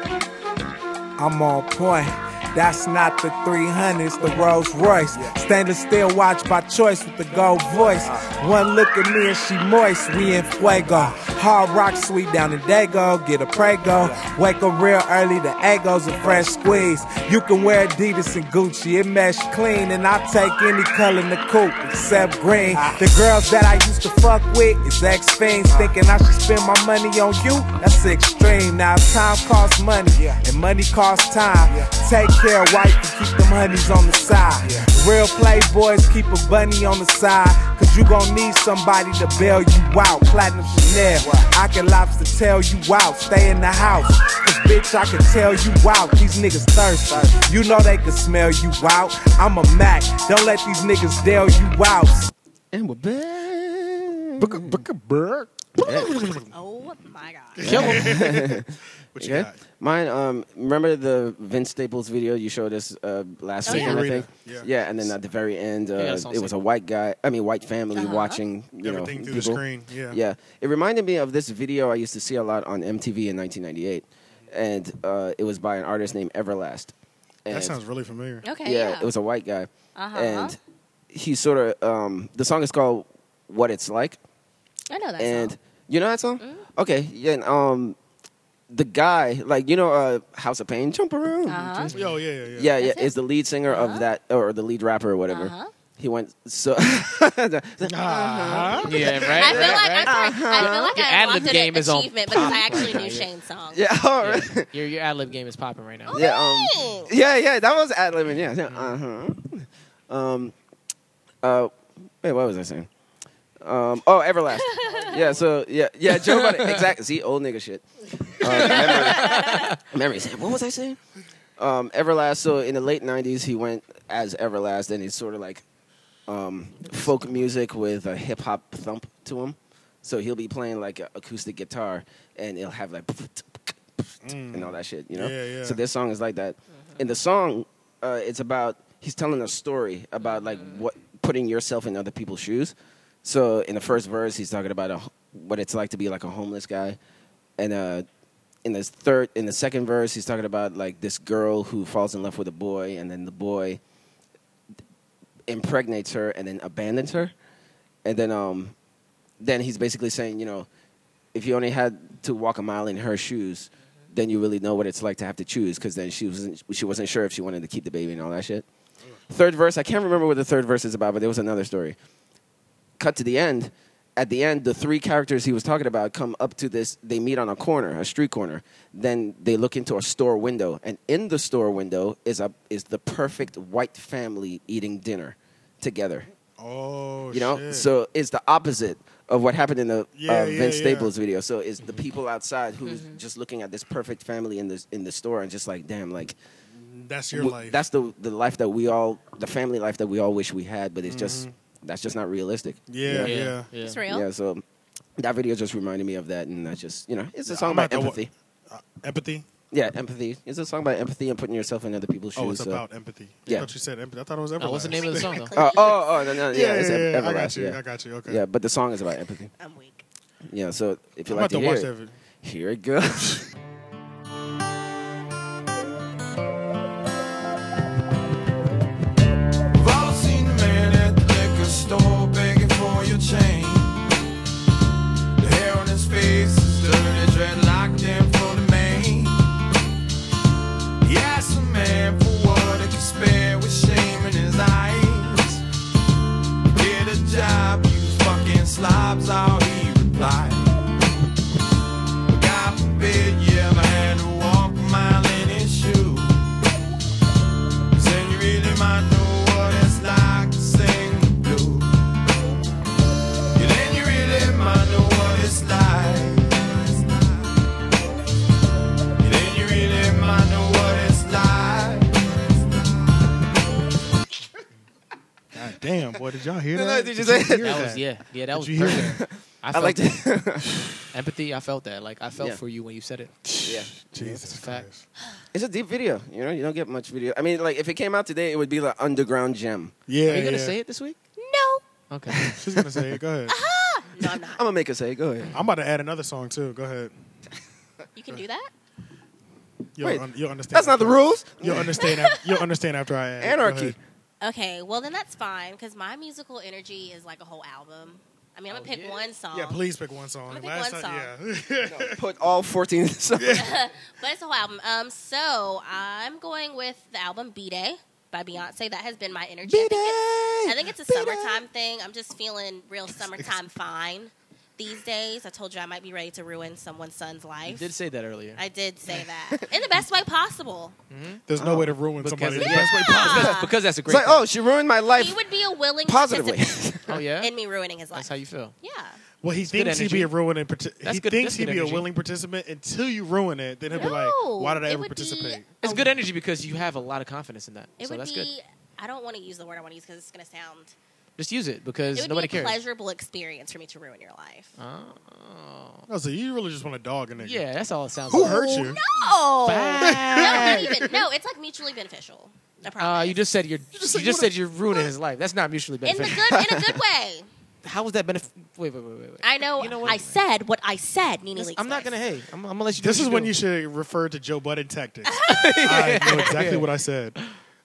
Speaker 5: I'm on point. That's not the 300s, the Rolls Royce. Stainless steel watch by choice with the gold voice. One look at me and she moist. We in fuego. Hard rock sweet down in Dago. Get a prego. Wake up real early. The egos a fresh squeeze. You can wear Adidas and Gucci. It mesh clean and I take any color in the coupe except green. The girls that I used to fuck with is ex fiends. Thinking I should spend my money on you. That's extreme. Now time costs money and money costs time. Take care, wife, and keep them honeys on the side. Real playboys keep a bunny on the side. Cause you gon' need somebody to bail you out. Platinum Chanel. I can lobster tell you out. Stay in the house. Cause bitch, I can tell you out. These niggas thirsty. You know they can smell you out. I'm a Mac. Don't let these niggas dale you out.
Speaker 1: And we're back.
Speaker 2: Booga, booga, brr.
Speaker 3: Oh my god.
Speaker 4: Kill him.
Speaker 2: What you
Speaker 1: Okay.
Speaker 2: got?
Speaker 1: Mine. Um. Remember the Vince Staples video you showed us uh, last
Speaker 3: Oh,
Speaker 1: week?
Speaker 3: yeah.
Speaker 1: I think.
Speaker 2: Yeah.
Speaker 1: Yeah. And then at the very end, uh,
Speaker 4: Yeah, that's on
Speaker 1: it was a
Speaker 4: Sing.
Speaker 1: white guy. I mean, white family
Speaker 3: Uh-huh.
Speaker 1: watching. You
Speaker 2: Everything
Speaker 1: know,
Speaker 2: through
Speaker 1: people.
Speaker 2: the screen. Yeah.
Speaker 1: Yeah. It reminded me of this video I used to see a lot on MTV in 1998, and uh, it was by an artist named Everlast. And
Speaker 2: That sounds really familiar.
Speaker 3: Okay.
Speaker 1: yeah,
Speaker 3: Yeah.
Speaker 1: it was a white guy,
Speaker 3: Uh-huh.
Speaker 1: and he sort of um, the song is called "What It's Like,"
Speaker 3: I know that
Speaker 1: and
Speaker 3: song. Mm.
Speaker 1: you know that song. Okay, yeah. And, um, the guy, like you know, uh, House of Pain, jump around.
Speaker 3: Uh-huh.
Speaker 2: Oh yeah, yeah, yeah.
Speaker 1: Yeah, yeah,
Speaker 3: That's
Speaker 1: is the lead singer
Speaker 3: Uh-huh.
Speaker 1: of that or the lead rapper or whatever.
Speaker 3: Uh-huh.
Speaker 1: He went so.
Speaker 2: Ah.
Speaker 4: yeah, right.
Speaker 3: I feel like
Speaker 4: right, right.
Speaker 3: I'm sorry.
Speaker 1: Uh-huh.
Speaker 3: I feel like
Speaker 4: Your
Speaker 3: I
Speaker 4: ad-lib
Speaker 3: unlocked
Speaker 4: game
Speaker 3: an
Speaker 4: is on
Speaker 3: achievement because I
Speaker 4: pop
Speaker 3: actually
Speaker 4: right now,
Speaker 3: knew
Speaker 4: yeah.
Speaker 3: Shane's song.
Speaker 1: yeah, all right.
Speaker 4: Yeah. Your your ad lib game is popping right now.
Speaker 1: Yeah, um,
Speaker 3: Dang.
Speaker 1: yeah, yeah. That was ad libbing. Yeah, yeah. Uh huh. Um, uh, wait, what was I saying? Um, oh, Everlast. yeah. So yeah, yeah. Joe Budden. Exactly. See, old nigga shit. Um, memory- memories. What was I saying? Um, Everlast. So in the late '90s, he went as Everlast, and he's sort of like um, folk music with a hip hop thump to him. So he'll be playing like a acoustic guitar, and it'll have like and all that shit, you know.
Speaker 2: Yeah, yeah.
Speaker 1: So this song is like that. In the song, uh, it's about he's telling a story about like what putting yourself in other people's shoes. So in the first verse, he's talking about a, what it's like to be like a homeless guy, and uh, in the third, in the second verse, he's talking about like this girl who falls in love with a boy, and then the boy impregnates her and then abandons her, and then um, then he's basically saying, you know, if you only had to walk a mile in her shoes, then you really know what it's like to have to choose because then she wasn't she wasn't sure if she wanted to keep the baby and all that shit. Third verse, I can't remember what the third verse is about, but there was another story. Cut to the end. At the end, the three characters he was talking about come up to this. They meet on a corner, a street corner. Then they look into a store window, and in the store window is a is the perfect white family eating dinner together
Speaker 2: Oh,
Speaker 1: you know
Speaker 2: shit.
Speaker 1: so it's the opposite of what happened in the
Speaker 2: Yeah,
Speaker 1: uh,
Speaker 2: yeah,
Speaker 1: vince
Speaker 2: yeah.
Speaker 1: staples video so it's the people outside who's just looking at this perfect family in this in the store and just like damn like
Speaker 2: that's your
Speaker 1: w-
Speaker 2: life.
Speaker 1: that's the the life that we all the family life that we all wish we had but it's just that's just not realistic
Speaker 2: Mm-hmm. yeah, yeah.
Speaker 3: It's real.
Speaker 1: yeah so that video just reminded me of that and that's just you know it's a
Speaker 2: Yeah,
Speaker 1: song
Speaker 2: I'm
Speaker 1: about
Speaker 2: at the wa-
Speaker 1: empathy
Speaker 2: Empathy.
Speaker 1: yeah empathy it's a song about empathy and putting yourself in other people's shoes
Speaker 2: Oh, it's
Speaker 1: so-
Speaker 2: about empathy.
Speaker 1: uh, Yeah.
Speaker 2: I thought you said empathy. I thought it was everlasting.
Speaker 4: No, what's the name of the song though?
Speaker 1: Uh, oh, oh, no, no, yeah,
Speaker 2: yeah,
Speaker 1: it's
Speaker 2: yeah,
Speaker 1: Ev-
Speaker 2: yeah. I got
Speaker 1: Everlast,
Speaker 2: you.
Speaker 1: yeah.
Speaker 2: I got you. Okay.
Speaker 1: yeah, but the song is about empathy.
Speaker 3: I'm weak.
Speaker 1: Yeah, so if you
Speaker 2: I'm
Speaker 1: like
Speaker 2: about
Speaker 1: to
Speaker 2: to
Speaker 1: hear
Speaker 2: watch
Speaker 1: it,
Speaker 2: that. vid-
Speaker 1: Here it goes.
Speaker 6: I've all seen the man at the liquor store begging for your change. The hair on his face is dirty, dreadlocked and full of mane. He asked the man for what he could spare with shame in his eyes. Get a job, you fucking slobs, all he replied. God forbid you ever had to walk a mile in his shoes. Then you really might know what it's like to sing the blues. Yeah, then you really might know what it's like. Yeah, then you really might know what it's like.
Speaker 2: God damn, boy, did y'all hear that?
Speaker 1: no, did you say-
Speaker 2: hear
Speaker 4: That was yeah, yeah. That was
Speaker 2: Did you hear
Speaker 4: perfect.
Speaker 2: that?
Speaker 4: I
Speaker 1: I
Speaker 4: felt
Speaker 1: like
Speaker 4: that.
Speaker 1: to.
Speaker 4: empathy. I felt that. Like I felt
Speaker 1: Yeah.
Speaker 4: for you when you said it.
Speaker 1: yeah.
Speaker 2: Jesus
Speaker 4: Fact.
Speaker 2: Christ.
Speaker 1: It's a deep video. You know, you don't get much video. I mean, like if it came out today, it would be like underground gem.
Speaker 2: Yeah.
Speaker 4: Are you gonna
Speaker 2: yeah.
Speaker 4: say it this week?
Speaker 3: No.
Speaker 4: Okay.
Speaker 2: She's gonna say it. Go ahead.
Speaker 3: No, I'm
Speaker 1: I'm
Speaker 3: not.
Speaker 1: gonna make it say. Go ahead.
Speaker 2: I'm about to add another song too. Go ahead.
Speaker 3: You can do that?
Speaker 2: You'll,
Speaker 1: Wait,
Speaker 2: un- you'll understand.
Speaker 1: That's not the
Speaker 2: after-
Speaker 1: rules.
Speaker 2: You'll understand. af- you'll understand after I add. Go
Speaker 1: Anarchy.
Speaker 2: ahead.
Speaker 3: Okay, well, then that's fine because my musical energy is like a whole album. I mean, I'm
Speaker 4: Oh,
Speaker 3: going to pick one song.
Speaker 2: Yeah, please pick one song.
Speaker 3: I'm gonna
Speaker 2: Last
Speaker 3: pick Oh. one
Speaker 2: time, yeah.
Speaker 1: Put all 14 songs.
Speaker 3: But it's a whole album. Um, so I'm going with the album B Day by Beyonce. That has been my energy. I think it's- I think it's a summertime thing. I'm just feeling real summertime fine these days. I told you I might be ready to ruin someone's son's
Speaker 4: You
Speaker 3: life.
Speaker 4: did say that earlier.
Speaker 3: I did say that in the best way possible.
Speaker 2: There's no way to ruin somebody.
Speaker 4: it-
Speaker 2: That's what-
Speaker 4: because, because that's a
Speaker 1: It's
Speaker 4: great.
Speaker 1: like, oh, she ruined my
Speaker 3: he
Speaker 1: life
Speaker 3: would be a willing
Speaker 1: positively.
Speaker 3: participant
Speaker 4: oh yeah.
Speaker 3: in me ruining his life.
Speaker 4: that's how you feel.
Speaker 3: yeah,
Speaker 2: Well, he
Speaker 4: good
Speaker 2: thinks he'd be
Speaker 4: energy.
Speaker 2: a ruining. Parti-
Speaker 4: That's
Speaker 2: he
Speaker 4: good-
Speaker 2: thinks
Speaker 4: that's
Speaker 2: he'd
Speaker 4: good
Speaker 2: be a
Speaker 4: energy.
Speaker 2: willing participant until you ruin it. Then he'll be like,
Speaker 3: No,
Speaker 2: "Why did I
Speaker 3: it
Speaker 2: ever
Speaker 3: would be-
Speaker 2: participate?"
Speaker 4: It's good energy because you have a lot of confidence in that.
Speaker 3: it
Speaker 4: so
Speaker 3: would
Speaker 4: that's
Speaker 3: be.
Speaker 4: good.
Speaker 3: I don't want to use the word I want to use because it's going to sound.
Speaker 4: Just use it
Speaker 3: It
Speaker 4: because
Speaker 3: would
Speaker 4: nobody
Speaker 3: be a
Speaker 4: cares.
Speaker 3: pleasurable experience for me to ruin your life.
Speaker 4: Oh.
Speaker 2: Oh, so you really just want to dog a nigga?
Speaker 4: Yeah, that's all it sounds
Speaker 2: Who
Speaker 4: like.
Speaker 2: hurt you?
Speaker 3: Oh. No, not
Speaker 4: Bye.
Speaker 3: even. No, it's like mutually beneficial. I promise.
Speaker 4: Uh, you just said you're.
Speaker 2: just
Speaker 4: You just,
Speaker 2: said you
Speaker 4: said you're ruining his life. That's not mutually
Speaker 3: in the
Speaker 4: beneficial.
Speaker 3: good, in a good way.
Speaker 4: How was that benefit? Wait, wait, wait, wait. wait.
Speaker 3: I know.
Speaker 4: You know what?
Speaker 3: I said what I said. Nene
Speaker 4: This-
Speaker 3: Leakes
Speaker 4: I'm not
Speaker 3: voice.
Speaker 4: gonna. Hey, I'm, I'm gonna let you. do
Speaker 2: This
Speaker 4: what
Speaker 2: is when
Speaker 4: do.
Speaker 2: you should refer to Joe Budden tactics. I know exactly what I said.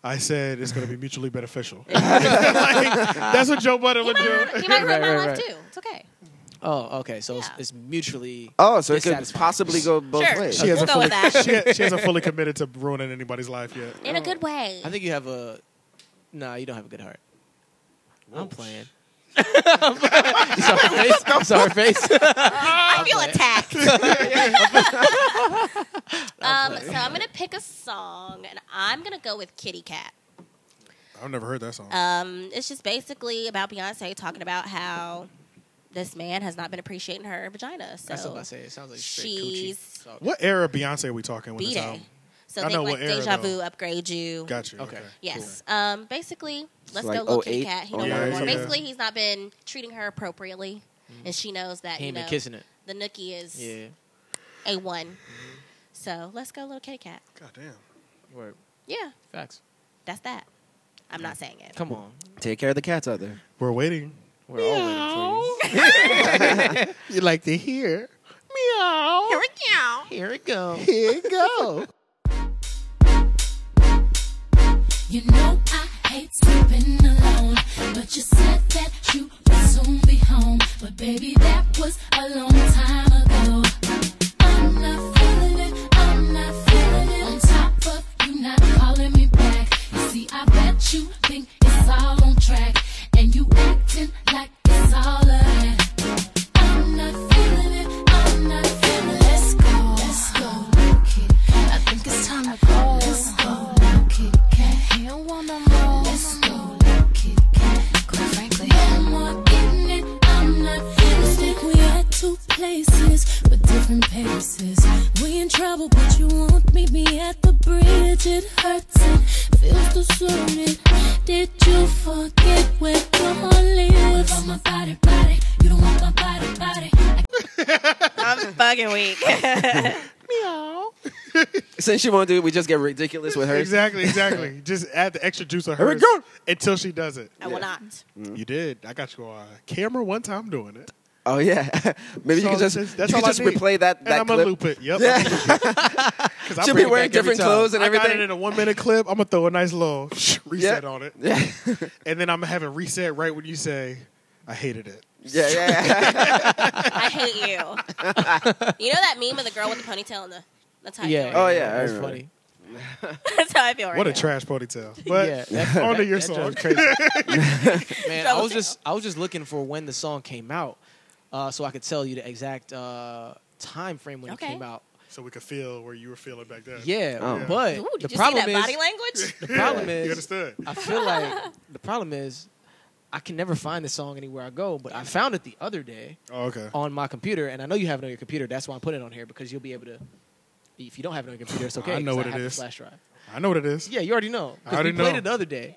Speaker 2: I said it's going to be mutually beneficial. Like, that's what Joe Budden
Speaker 3: He
Speaker 2: would
Speaker 3: might,
Speaker 2: do.
Speaker 3: ruin, he might ruin
Speaker 4: Right,
Speaker 3: my
Speaker 4: right,
Speaker 3: life
Speaker 4: right.
Speaker 3: too. It's okay.
Speaker 4: Oh, okay. So it's,
Speaker 3: Yeah.
Speaker 4: it's mutually.
Speaker 1: Oh, so it could
Speaker 4: dissatisfying.
Speaker 1: possibly go both
Speaker 3: Sure.
Speaker 1: ways.
Speaker 3: She has- We'll go with that.
Speaker 2: She, she hasn't fully committed to ruining anybody's life yet.
Speaker 3: In a good way.
Speaker 4: I think you have a. Nah, you don't have a good heart. I'm playing. sorry, face. Sorry, face.
Speaker 3: I feel
Speaker 4: playing.
Speaker 3: attacked. um, so I'm gonna pick a song, and I'm gonna go with Kitty Cat.
Speaker 2: I've never heard that song.
Speaker 3: Um, it's just basically about Beyonce talking about how this man has not been appreciating her vagina. So
Speaker 4: That's what I say. It sounds like straight coochie.
Speaker 3: she's-
Speaker 4: So-
Speaker 2: what era of Beyonce are we talking when
Speaker 3: B
Speaker 2: this
Speaker 3: Day.
Speaker 2: album?
Speaker 3: So
Speaker 2: I
Speaker 3: think
Speaker 2: know
Speaker 3: like
Speaker 2: what era,
Speaker 3: Deja
Speaker 2: though.
Speaker 3: Vu, Upgrade You.
Speaker 2: Got you.
Speaker 4: Okay.
Speaker 2: Okay.
Speaker 3: Yes. Um, basically, let's
Speaker 1: like
Speaker 3: go little
Speaker 1: 08,
Speaker 3: kitty cat. He don't
Speaker 2: Oh, Yeah,
Speaker 3: want her
Speaker 2: yeah,
Speaker 3: more.
Speaker 2: yeah.
Speaker 3: Basically, he's not been treating her appropriately,
Speaker 2: Mm-hmm.
Speaker 3: and she knows that
Speaker 4: He
Speaker 3: you
Speaker 4: ain't
Speaker 3: know
Speaker 4: been kissing it.
Speaker 3: the nookie is
Speaker 4: Yeah.
Speaker 3: a one.
Speaker 2: Mm-hmm.
Speaker 3: So let's go, little kitty cat.
Speaker 2: God damn.
Speaker 4: Word.
Speaker 3: Yeah,
Speaker 4: Facts.
Speaker 3: that's that. I'm not saying it.
Speaker 4: Come on.
Speaker 1: Take care of the cats out there.
Speaker 2: We're waiting.
Speaker 4: We're all waiting for you.
Speaker 2: You like to hear?
Speaker 3: Here we go.
Speaker 4: Here it goes.
Speaker 2: Here you go.
Speaker 7: You know I hate sleeping alone, but you said that you would soon be home. But baby, that was a long time ago. I'm not feeling it. I'm not feeling it. On top of you not calling me back. You see, I bet you think it's all on track, and you acting like it's all a act. I'm not feeling it. I'm not feeling it. Let's go. Let's go. I think it's time to go. Let's go. Kit Kat. He don't want no more. Let's go. Kit Kat. Quite frankly, no more getting it. I'm not feeling it. We are two places, but different paces. We in trouble, but you won't meet me at the bridge. It hurts. It feels too soon. It did you forget where your lives? About my body, body. You don't want my body, body.
Speaker 3: I'm fucking weak.
Speaker 1: Since she won't do it, we just get ridiculous with her.
Speaker 2: Exactly, exactly. Just add the extra juice of
Speaker 1: Here we
Speaker 2: hers
Speaker 1: go. Mm-hmm.
Speaker 2: until she does it.
Speaker 3: I will not.
Speaker 2: You did. I got you on camera one time doing it.
Speaker 1: Oh yeah, maybe you
Speaker 2: So
Speaker 1: can just
Speaker 2: that's-
Speaker 1: you
Speaker 2: that's
Speaker 1: can
Speaker 2: all I
Speaker 1: just
Speaker 2: need.
Speaker 1: replay that
Speaker 2: and
Speaker 1: that
Speaker 2: I'm
Speaker 1: clip.
Speaker 2: gonna loop it. Yep.
Speaker 1: Yeah.
Speaker 2: Because I
Speaker 1: She'll
Speaker 2: bring
Speaker 1: be
Speaker 2: it
Speaker 1: wearing
Speaker 2: back every
Speaker 1: different
Speaker 2: time.
Speaker 1: clothes and
Speaker 2: I got
Speaker 1: everything.
Speaker 2: it in a one minute clip. I'm gonna throw a nice little reset on it,
Speaker 1: Yeah,
Speaker 2: and then I'm gonna have it reset right when you say, "I hated it."
Speaker 1: yeah, yeah. yeah.
Speaker 3: I hate you. you know that meme of the girl with the ponytail and the. That's how I
Speaker 4: Yeah.
Speaker 1: Oh,
Speaker 3: feel.
Speaker 1: yeah, I
Speaker 4: That's
Speaker 1: remember.
Speaker 4: funny.
Speaker 3: That's how I feel right
Speaker 2: Oh. What a
Speaker 3: now.
Speaker 2: trash ponytail. But
Speaker 4: yeah. That,
Speaker 2: onto
Speaker 4: that-
Speaker 2: your
Speaker 4: that
Speaker 2: song.
Speaker 4: drove me crazy. Man, I was just I was just looking for when the song came out, uh, so I could tell you the exact uh, time frame when
Speaker 3: Okay.
Speaker 4: it came out.
Speaker 2: so we could feel where you were feeling back then.
Speaker 4: Yeah,
Speaker 1: Oh.
Speaker 4: but
Speaker 3: Ooh, did
Speaker 4: the
Speaker 3: you
Speaker 4: problem
Speaker 3: see
Speaker 4: is
Speaker 3: that body language?
Speaker 4: the problem
Speaker 2: You
Speaker 4: is
Speaker 2: understood.
Speaker 4: I feel like the problem is I can never find the song anywhere I go. But I found it the other day
Speaker 2: Oh, okay.
Speaker 4: on my computer, and I know you have it on your computer. That's why I'm putting it on here because you'll be able to. If you don't have it on your computer, it's okay.
Speaker 2: I know
Speaker 4: 'cause
Speaker 2: what it
Speaker 4: have the
Speaker 2: is.
Speaker 4: Flash drive.
Speaker 2: I know what it is.
Speaker 4: Yeah, you already know. 'cause
Speaker 2: I already
Speaker 4: we played
Speaker 2: know.
Speaker 4: it the other day,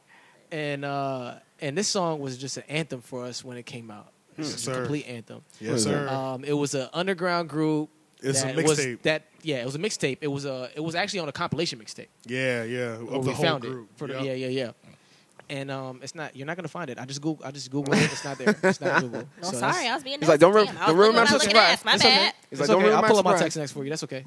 Speaker 4: and uh, and this song was just an anthem for us when it came out. It's
Speaker 2: Hmm. Yes,
Speaker 4: just
Speaker 2: sir.
Speaker 4: a complete anthem.
Speaker 2: Yes, sir.
Speaker 4: Um, it was an underground group.
Speaker 2: It's a
Speaker 4: that was-
Speaker 2: mixtape.
Speaker 4: That yeah, it was a mixtape. It was a it was actually on a compilation mixtape.
Speaker 2: yeah, yeah.
Speaker 4: where
Speaker 2: Of
Speaker 4: we
Speaker 2: the whole
Speaker 4: found
Speaker 2: group.
Speaker 4: it. For the,
Speaker 2: Yep.
Speaker 4: yeah, yeah, yeah. And um, it's not you're not gonna find it. I just Google I just Google it. It's not there. It's not Google.
Speaker 3: No,
Speaker 4: So that's-
Speaker 3: sorry, I was being.
Speaker 1: He's like,
Speaker 3: nasty.
Speaker 1: don't rem-
Speaker 3: Damn, I
Speaker 1: don't
Speaker 3: was looking
Speaker 1: remember
Speaker 3: at
Speaker 1: my
Speaker 3: my looking
Speaker 1: surprise.
Speaker 3: ass. My
Speaker 4: It's
Speaker 3: bad.
Speaker 4: okay.
Speaker 1: He's
Speaker 4: It's
Speaker 1: like,
Speaker 4: okay.
Speaker 1: "Don't ruin
Speaker 4: I'll
Speaker 1: my
Speaker 4: pull up my
Speaker 1: surprise."
Speaker 4: text next for you. That's okay.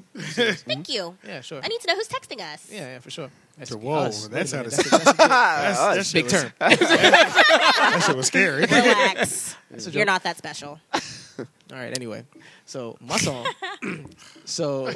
Speaker 3: Thank you.
Speaker 4: Yeah, sure.
Speaker 3: I need to know who's texting us.
Speaker 4: Yeah, yeah, for sure. That's
Speaker 2: Whoa,
Speaker 4: us.
Speaker 2: that's
Speaker 4: Wait
Speaker 2: how
Speaker 4: a minute.
Speaker 2: this-
Speaker 4: That's a- that's a
Speaker 2: That's,
Speaker 1: Oh,
Speaker 2: that
Speaker 1: it's
Speaker 2: shit
Speaker 4: big
Speaker 2: was-
Speaker 4: term.
Speaker 2: That shit was scary.
Speaker 3: Relax.
Speaker 4: a
Speaker 3: You're
Speaker 4: joke.
Speaker 3: not that special.
Speaker 4: All right. Anyway, so my song. so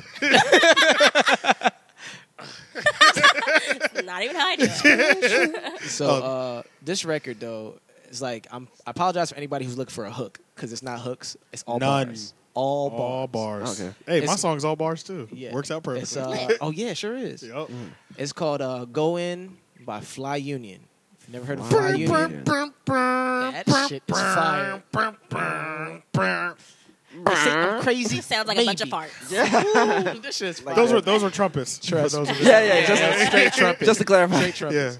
Speaker 3: not even how I do it.
Speaker 4: so
Speaker 2: Um,
Speaker 4: uh, this record though is like I'm. I apologize for anybody who's looking for a hook because it's not hooks. It's all
Speaker 2: None.
Speaker 4: bars. All bars.
Speaker 2: all bars.
Speaker 1: Okay.
Speaker 2: Hey, my
Speaker 4: It's-
Speaker 2: song's all bars too.
Speaker 4: Yeah.
Speaker 2: Works out
Speaker 4: It's,
Speaker 2: perfectly.
Speaker 4: uh, oh yeah, sure is.
Speaker 2: Yup.
Speaker 4: It's called uh, "Go In" by Fly Union. If you've never heard of Fly Union? That shit is fire. They say I'm crazy.
Speaker 3: It sounds like a bunch of
Speaker 4: Maybe.
Speaker 3: parts.
Speaker 4: Ooh, this shit's fire.
Speaker 2: Those were those were trumpets.
Speaker 4: Trust
Speaker 2: For those
Speaker 4: me.
Speaker 2: of you-
Speaker 1: Yeah, yeah, just
Speaker 4: Yeah, straight trumpet.
Speaker 1: just to clarify.
Speaker 4: Straight trumpet.
Speaker 2: yeah.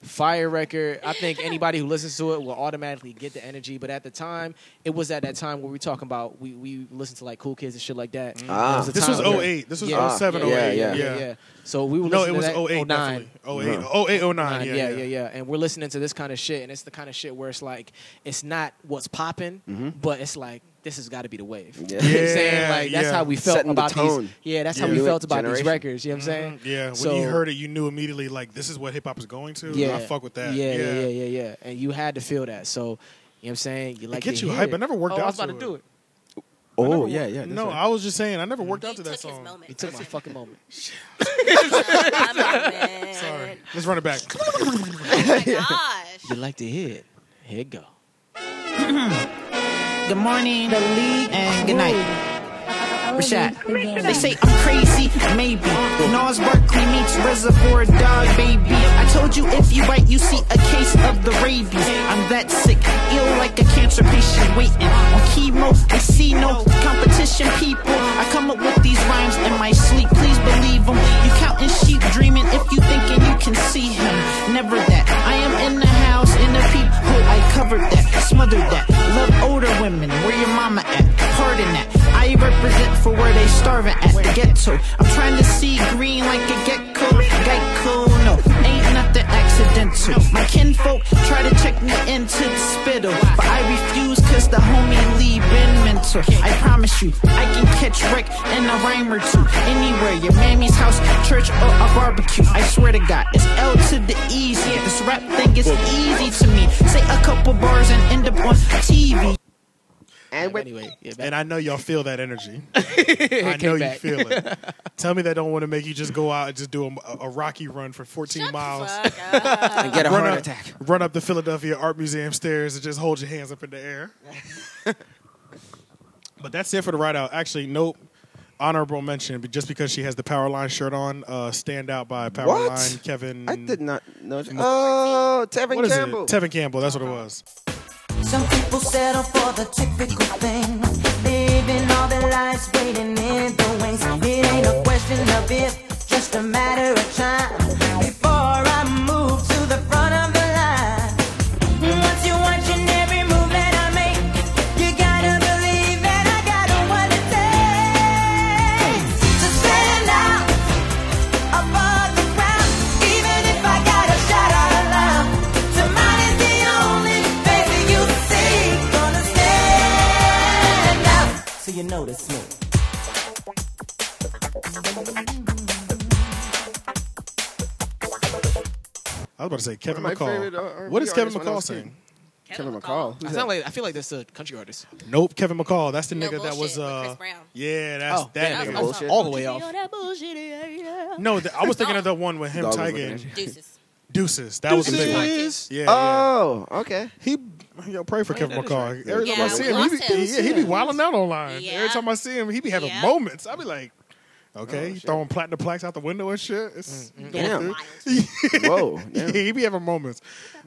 Speaker 4: Fire record. I think anybody who listens to it will automatically get the energy. But at the time, it was at that time where we talking about we we listened to like cool kids and shit like that.
Speaker 1: Ah.
Speaker 4: It a
Speaker 2: This
Speaker 4: time
Speaker 2: was
Speaker 4: where-
Speaker 2: 08. This was
Speaker 4: Yeah.
Speaker 2: 07,
Speaker 4: yeah,
Speaker 1: 08.
Speaker 4: Yeah, yeah,
Speaker 2: Yeah.
Speaker 4: yeah. So we were
Speaker 2: No, it
Speaker 4: listening
Speaker 2: was
Speaker 4: to that-
Speaker 2: 08,
Speaker 4: 09.
Speaker 2: definitely. 08, 08, 09.
Speaker 4: yeah, yeah, yeah, And we're listening to this kind of shit, and it's the kind of shit where it's like, it's not what's popping, but it's like, this has got to be the wave.
Speaker 1: Mm-hmm.
Speaker 4: You
Speaker 1: Yeah.
Speaker 4: know what I'm
Speaker 2: Yeah,
Speaker 4: saying? Like, that's
Speaker 2: yeah.
Speaker 4: how we felt
Speaker 1: Setting the
Speaker 4: about
Speaker 1: tone.
Speaker 4: these. Yeah, that's
Speaker 1: Yeah.
Speaker 4: how we
Speaker 1: New
Speaker 4: felt about
Speaker 1: generation.
Speaker 4: these records. You know what I'm saying?
Speaker 2: Mm-hmm. Yeah, when
Speaker 4: So-
Speaker 2: you heard it, you knew immediately like this is what hip hop is going to. Yeah, I fuck with that.
Speaker 4: Yeah, yeah, yeah,
Speaker 2: yeah.
Speaker 4: yeah, yeah. And you had to feel that. So, you know what I'm saying? You like
Speaker 2: get
Speaker 4: to
Speaker 2: you
Speaker 4: hear
Speaker 2: hype.
Speaker 4: It.
Speaker 2: I never worked
Speaker 4: oh,
Speaker 2: out
Speaker 4: I was about
Speaker 2: to
Speaker 4: to,
Speaker 2: it.
Speaker 4: do it.
Speaker 1: Oh yeah, yeah. that's
Speaker 2: No,
Speaker 1: right.
Speaker 2: I was just saying I never worked
Speaker 3: He
Speaker 2: out to that
Speaker 3: took his
Speaker 2: song.
Speaker 4: You
Speaker 3: moment.
Speaker 4: took my fucking moment.
Speaker 3: My moment.
Speaker 2: Sorry, let's run it back.
Speaker 3: Oh my gosh.
Speaker 4: You like to hear it? Here it go.
Speaker 8: Good morning, the league, and good night. Rashad. They say I'm crazy, maybe. Nas Barkley meets Reservoir Dog, baby. I told you if you bite, you see a case of the rabies. I'm that sick, ill like a cancer patient waiting on chemo. I see no competition, people. I come up with these rhymes in my sleep. Please believe them. You counting sheep, dreaming if you thinking you can see him. Never that. I am in the house, in the peephole. I covered that, smothered that. Love older women. Where your mama at? Pardon that. I represent for where they starving at the ghetto. I'm trying to see green like a gecko. Geico, no, ain't nothing X accidental. My kinfolk try to check me into the spittle, but I refuse cause the homie Lee been mental. I promise you, I can catch wreck in a rhyme or two. Anywhere, your mammy's house, church, or a barbecue. I swear to God, it's L to the easy. This rap thing is easy to me. Say a couple bars and end up on TV.
Speaker 1: And with
Speaker 4: Anyway, yeah, back-
Speaker 2: And I know y'all feel that energy. I know you
Speaker 4: back.
Speaker 2: feel it. Tell me that don't want to make you just go out and just do a, a rocky run for 14 miles,
Speaker 3: Fuck up.
Speaker 1: and get a
Speaker 2: run
Speaker 1: heart
Speaker 2: up,
Speaker 1: attack.
Speaker 2: run up the Philadelphia Art Museum stairs, and just hold your hands up in the air. but that's it for the ride out. Actually, nope. Honorable mention, but just because she has the Powerline shirt on, uh, stand out by
Speaker 1: What?
Speaker 2: Powerline Kevin.
Speaker 1: I did not know. Oh,
Speaker 2: What
Speaker 1: Tevin
Speaker 2: is
Speaker 1: Campbell. Uh-huh.
Speaker 2: it? Tevin Campbell. That's what it was.
Speaker 9: Some people settle for the typical thing, living all their lives waiting in the wings. It ain't a question of if, just a matter of time before I move to the front of the line. Once you're watching every move that I make, you gotta believe that I got what it takes to stand out above the crowd, even if I gotta shout out aloud. Tonight is the only face that you see gonna stand out. So you notice me.
Speaker 2: I was about to say Kevin
Speaker 1: One of my
Speaker 2: McCall.
Speaker 1: favorite, uh, R&B
Speaker 2: what does Kevin
Speaker 1: artists when I
Speaker 2: McCall
Speaker 1: was a
Speaker 2: sing?
Speaker 1: Kevin McCall.
Speaker 4: I
Speaker 1: Who's
Speaker 4: sound
Speaker 1: that?
Speaker 4: like I feel like that's a country artist.
Speaker 2: Nope, Kevin McCall. That's the
Speaker 3: No
Speaker 2: nigga that was
Speaker 3: Bullshit with
Speaker 2: uh,
Speaker 3: Chris Brown.
Speaker 2: yeah, that's
Speaker 4: oh,
Speaker 2: that
Speaker 4: yeah,
Speaker 2: nigga.
Speaker 4: I was
Speaker 1: Bullshit.
Speaker 4: all the way off.
Speaker 3: Feel that bullshit, yeah, yeah.
Speaker 2: No, th- I was thinking of the one with him,
Speaker 1: Dog was
Speaker 2: Tiger,
Speaker 1: looking
Speaker 2: and
Speaker 1: at you.
Speaker 3: Deuces.
Speaker 2: Deuces. That was the big one.
Speaker 4: Deuces.
Speaker 2: Yeah, yeah.
Speaker 1: Oh, okay.
Speaker 2: He, yo, pray for Kevin McCall. Every time
Speaker 3: Yeah,
Speaker 2: I see
Speaker 3: we
Speaker 2: him, he be,
Speaker 3: lost him.
Speaker 2: yeah, he be wilding out online.
Speaker 3: Yeah.
Speaker 2: Every time I see him, he be having
Speaker 3: Yeah.
Speaker 2: moments. I be like, okay,
Speaker 1: Oh, shit.
Speaker 2: throwing platinum plaques out the window and shit. It's
Speaker 3: mm.
Speaker 2: going
Speaker 1: Damn.
Speaker 2: through.
Speaker 3: Wild.
Speaker 1: Whoa.
Speaker 2: Yeah,
Speaker 1: Damn.
Speaker 2: he be having moments.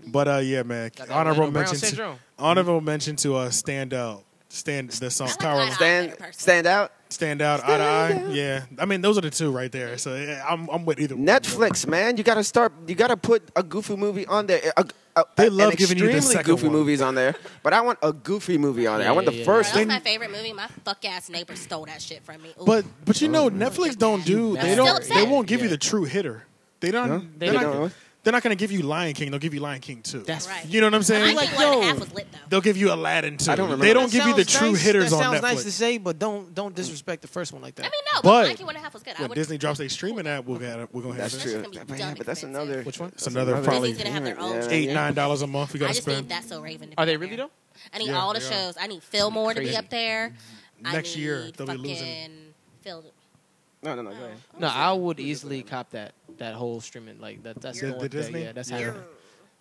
Speaker 2: But uh, yeah, man,
Speaker 4: that
Speaker 2: honorable
Speaker 4: Orlando Brown
Speaker 2: mention. To,
Speaker 4: syndrome.
Speaker 2: honorable mention to uh, stand out. Stand the song
Speaker 3: like
Speaker 2: Power
Speaker 3: that.
Speaker 1: Stand, stand out.
Speaker 2: Stand out, eye to eye. Yeah, I mean those are the two right there. So yeah, I'm I'm with either. one.
Speaker 1: Netflix, man, you gotta start. You gotta put a goofy movie on there. A, a,
Speaker 2: They
Speaker 1: an
Speaker 2: love giving you the
Speaker 1: extremely
Speaker 2: second
Speaker 1: goofy
Speaker 2: one.
Speaker 1: movies on there, but I want a goofy movie on there. I want the
Speaker 4: Yeah, yeah,
Speaker 1: first
Speaker 3: That was
Speaker 1: thing.
Speaker 3: my favorite movie. My fuck ass neighbor stole that shit from me. Ooh.
Speaker 2: But but you know Netflix don't do
Speaker 3: That's
Speaker 2: they
Speaker 3: still
Speaker 2: don't
Speaker 3: upset.
Speaker 2: they won't give you
Speaker 4: Yeah.
Speaker 2: the true hitter. They don't. They
Speaker 4: They
Speaker 2: are
Speaker 1: don't.
Speaker 2: not, they're not going to give you Lion King. They'll give you Lion King two.
Speaker 4: That's
Speaker 3: right.
Speaker 2: You know what I'm
Speaker 3: I
Speaker 2: saying?
Speaker 3: think
Speaker 2: Like,
Speaker 3: one and a
Speaker 2: yo,
Speaker 3: half was lit though.
Speaker 2: they'll give you Aladdin two.
Speaker 1: I don't remember
Speaker 2: They don't
Speaker 1: that.
Speaker 2: give you the
Speaker 4: Sounds
Speaker 2: true
Speaker 4: nice-
Speaker 2: hitters
Speaker 4: that
Speaker 2: on
Speaker 4: sounds
Speaker 2: Netflix.
Speaker 4: nice to say, but don't don't disrespect the first one like that.
Speaker 3: I mean, no,
Speaker 2: But-
Speaker 3: but, Mikey one and a half was good. I
Speaker 2: when
Speaker 3: would,
Speaker 2: Disney drops a streaming app, we'll get it. We're going to have
Speaker 1: That's
Speaker 2: it.
Speaker 1: true.
Speaker 3: That's gonna be
Speaker 1: But,
Speaker 3: dumb
Speaker 1: yeah, but that's
Speaker 3: expensive.
Speaker 1: another.
Speaker 4: Which one?
Speaker 2: It's another
Speaker 1: Disney's
Speaker 2: probably
Speaker 3: gonna have their own
Speaker 1: yeah,
Speaker 2: eight
Speaker 1: yeah.
Speaker 2: nine dollars a month. We got
Speaker 3: I
Speaker 2: to
Speaker 3: just
Speaker 2: spend
Speaker 3: need That's So Raven. To be
Speaker 4: Are they
Speaker 3: up
Speaker 4: really
Speaker 3: there.
Speaker 4: though?
Speaker 3: I need
Speaker 2: Yeah,
Speaker 3: all the
Speaker 2: they are.
Speaker 3: shows. I need Fillmore to be
Speaker 4: Crazy.
Speaker 3: up there.
Speaker 2: Next
Speaker 3: I need
Speaker 2: year, they'll be
Speaker 3: fucking
Speaker 2: losing.
Speaker 3: Phil.
Speaker 1: No, no, no. Go
Speaker 3: Oh.
Speaker 1: ahead.
Speaker 4: No, I would easily cop that that whole streaming like that. That's
Speaker 2: The-
Speaker 4: going
Speaker 2: the
Speaker 4: there,
Speaker 2: Disney?
Speaker 4: Yeah, that's how.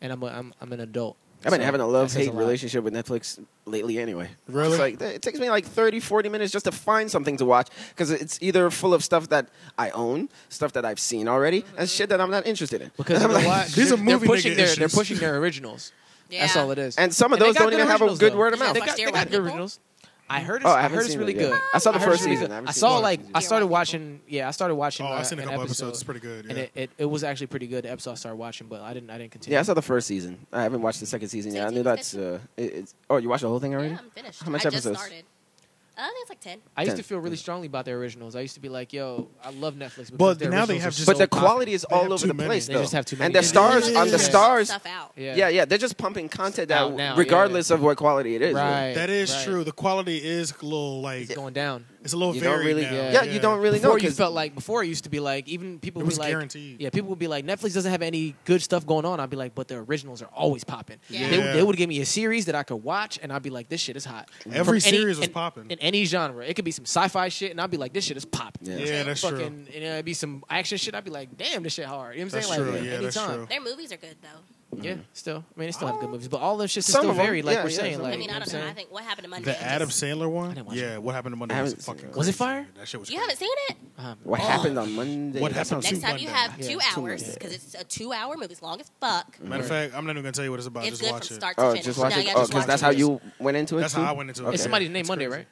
Speaker 4: And I'm a, I'm I'm an adult.
Speaker 1: I've been
Speaker 4: so
Speaker 1: having a
Speaker 4: that says
Speaker 1: love-hate
Speaker 4: lot.
Speaker 1: relationship with Netflix lately anyway.
Speaker 2: Really?
Speaker 1: It's like, it takes me like 30, 40 minutes just to find something to watch because it's either full of stuff that I own, stuff that I've seen already, and shit that I'm not interested in.
Speaker 4: Because you know what?
Speaker 2: These
Speaker 4: They're-
Speaker 2: are movie
Speaker 4: they're pushing
Speaker 2: nigga
Speaker 4: their they're
Speaker 2: issues.
Speaker 4: pushing their originals.
Speaker 3: Yeah.
Speaker 4: That's all it is.
Speaker 1: And some of
Speaker 4: they
Speaker 1: those
Speaker 4: got
Speaker 1: don't
Speaker 4: good
Speaker 1: even have a
Speaker 4: originals,
Speaker 1: good
Speaker 4: though.
Speaker 1: word of mouth.
Speaker 3: Did
Speaker 4: They
Speaker 3: y'all watch
Speaker 4: got, they
Speaker 3: Dear
Speaker 4: got
Speaker 3: White
Speaker 4: good
Speaker 3: People?
Speaker 4: originals. I heard. It's,
Speaker 1: Oh, I
Speaker 4: I,
Speaker 1: haven't
Speaker 4: heard it's
Speaker 1: seen it
Speaker 4: really
Speaker 1: yet.
Speaker 4: good.
Speaker 1: I saw the
Speaker 4: heard it's
Speaker 1: first
Speaker 4: really
Speaker 1: season.
Speaker 4: good.
Speaker 1: I haven't
Speaker 4: I
Speaker 1: seen
Speaker 4: saw
Speaker 1: it.
Speaker 4: like
Speaker 3: Dear
Speaker 4: I started
Speaker 3: White
Speaker 4: watching. Yeah, I started watching.
Speaker 2: Oh,
Speaker 4: uh,
Speaker 2: I've seen a
Speaker 4: an
Speaker 2: couple
Speaker 4: episode,
Speaker 2: episodes. It's pretty good,
Speaker 4: And
Speaker 2: yeah.
Speaker 4: it, it, it was actually pretty good episode I started watching, but I didn't I didn't continue.
Speaker 1: Yeah, I saw the first season. I haven't watched the second season yet. I knew that's. Uh, it, it's, oh, you watched the whole thing already?
Speaker 3: Yeah, I'm finished.
Speaker 1: How much
Speaker 3: I
Speaker 1: episodes?
Speaker 3: just started. I think it's like ten.
Speaker 4: I used to
Speaker 1: Ten.
Speaker 4: feel really strongly about their originals. I used to be like, "Yo, I love Netflix."
Speaker 2: But
Speaker 4: because their
Speaker 2: now they
Speaker 4: originals
Speaker 2: have
Speaker 4: are
Speaker 2: just-
Speaker 4: so
Speaker 1: But the
Speaker 4: popular.
Speaker 1: quality is
Speaker 2: They have
Speaker 1: all over
Speaker 2: too
Speaker 1: the
Speaker 2: many.
Speaker 1: place,
Speaker 4: They
Speaker 1: though.
Speaker 4: just have too many
Speaker 1: And the
Speaker 4: good
Speaker 1: stars
Speaker 4: ideas.
Speaker 1: on
Speaker 4: Yeah.
Speaker 1: the stars.
Speaker 3: Stuff out.
Speaker 4: Yeah.
Speaker 1: Yeah, yeah, they're just pumping content
Speaker 4: Out
Speaker 1: out,
Speaker 4: now, yeah.
Speaker 1: regardless of what quality it is. really.
Speaker 4: Right.
Speaker 2: That is
Speaker 4: right.
Speaker 2: true. The quality is a little like
Speaker 4: It's going down.
Speaker 2: it's a little
Speaker 1: You don't
Speaker 2: varied
Speaker 1: really-
Speaker 2: now.
Speaker 4: yeah.
Speaker 1: Yeah, you don't really know
Speaker 4: Before you
Speaker 1: 'cause-
Speaker 4: felt like before it used to be like even people
Speaker 2: It
Speaker 4: would
Speaker 2: was
Speaker 4: be like
Speaker 2: guaranteed.
Speaker 4: yeah people would be like Netflix doesn't have any good stuff going on I'd be like but the originals are always popping
Speaker 3: Yeah.
Speaker 4: they, would-
Speaker 2: Yeah.
Speaker 4: they would give me a series that I could watch and I'd be like this shit is hot
Speaker 2: Every
Speaker 4: From any-
Speaker 2: series was
Speaker 4: in-
Speaker 2: popping.
Speaker 4: in any genre it could be some sci-fi shit and I'd be like this shit is popping
Speaker 1: Yeah.
Speaker 2: Yeah, that's
Speaker 4: fucking
Speaker 2: true.
Speaker 4: and it'd be some action shit I'd be like damn this shit hard you know what I'm
Speaker 2: That's
Speaker 4: saying
Speaker 2: true.
Speaker 4: like
Speaker 2: Yeah, that's
Speaker 4: anytime
Speaker 2: true.
Speaker 3: Their movies are good though.
Speaker 4: yeah still I mean they still have good movies but all those shit's
Speaker 1: Mm-hmm. Some
Speaker 4: still
Speaker 1: of 'em.
Speaker 4: varied like
Speaker 1: Yeah,
Speaker 4: we're
Speaker 1: yeah,
Speaker 4: saying
Speaker 1: some
Speaker 4: like
Speaker 3: I mean,
Speaker 4: you know
Speaker 3: I
Speaker 4: what
Speaker 3: don't
Speaker 4: I'm
Speaker 3: know. I
Speaker 4: saying?
Speaker 3: think what happened to Monday.
Speaker 2: The Adam Sandler one,
Speaker 4: didn't watch
Speaker 2: yeah. What happened to Monday?
Speaker 1: I
Speaker 2: was
Speaker 1: haven't seen
Speaker 2: fucking
Speaker 1: it.
Speaker 4: was it
Speaker 2: crazy.
Speaker 4: fire
Speaker 2: That shit was.
Speaker 3: You
Speaker 2: crazy.
Speaker 3: haven't seen it?
Speaker 4: Um,
Speaker 1: What happened on Monday?
Speaker 2: Oh. What happened
Speaker 3: Next
Speaker 2: Two
Speaker 3: time you
Speaker 2: Monday.
Speaker 3: have
Speaker 4: Yeah,
Speaker 3: two
Speaker 4: two
Speaker 3: hours
Speaker 1: Monday.
Speaker 3: because it's a two-hour movie. It's long as fuck.
Speaker 2: Matter of fact, I'm not even gonna tell you what it's about.
Speaker 3: It's
Speaker 2: Just
Speaker 3: good
Speaker 2: watch
Speaker 3: from
Speaker 2: it.
Speaker 3: start to
Speaker 1: Oh,
Speaker 3: finish.
Speaker 1: just watch
Speaker 3: No,
Speaker 1: it.
Speaker 3: yeah,
Speaker 1: Oh,
Speaker 3: just
Speaker 1: because
Speaker 3: watch
Speaker 1: that's
Speaker 3: it.
Speaker 1: how you went into it.
Speaker 2: That's
Speaker 1: too?
Speaker 2: how I went into it.
Speaker 4: it's
Speaker 1: Okay.
Speaker 4: somebody's name Monday right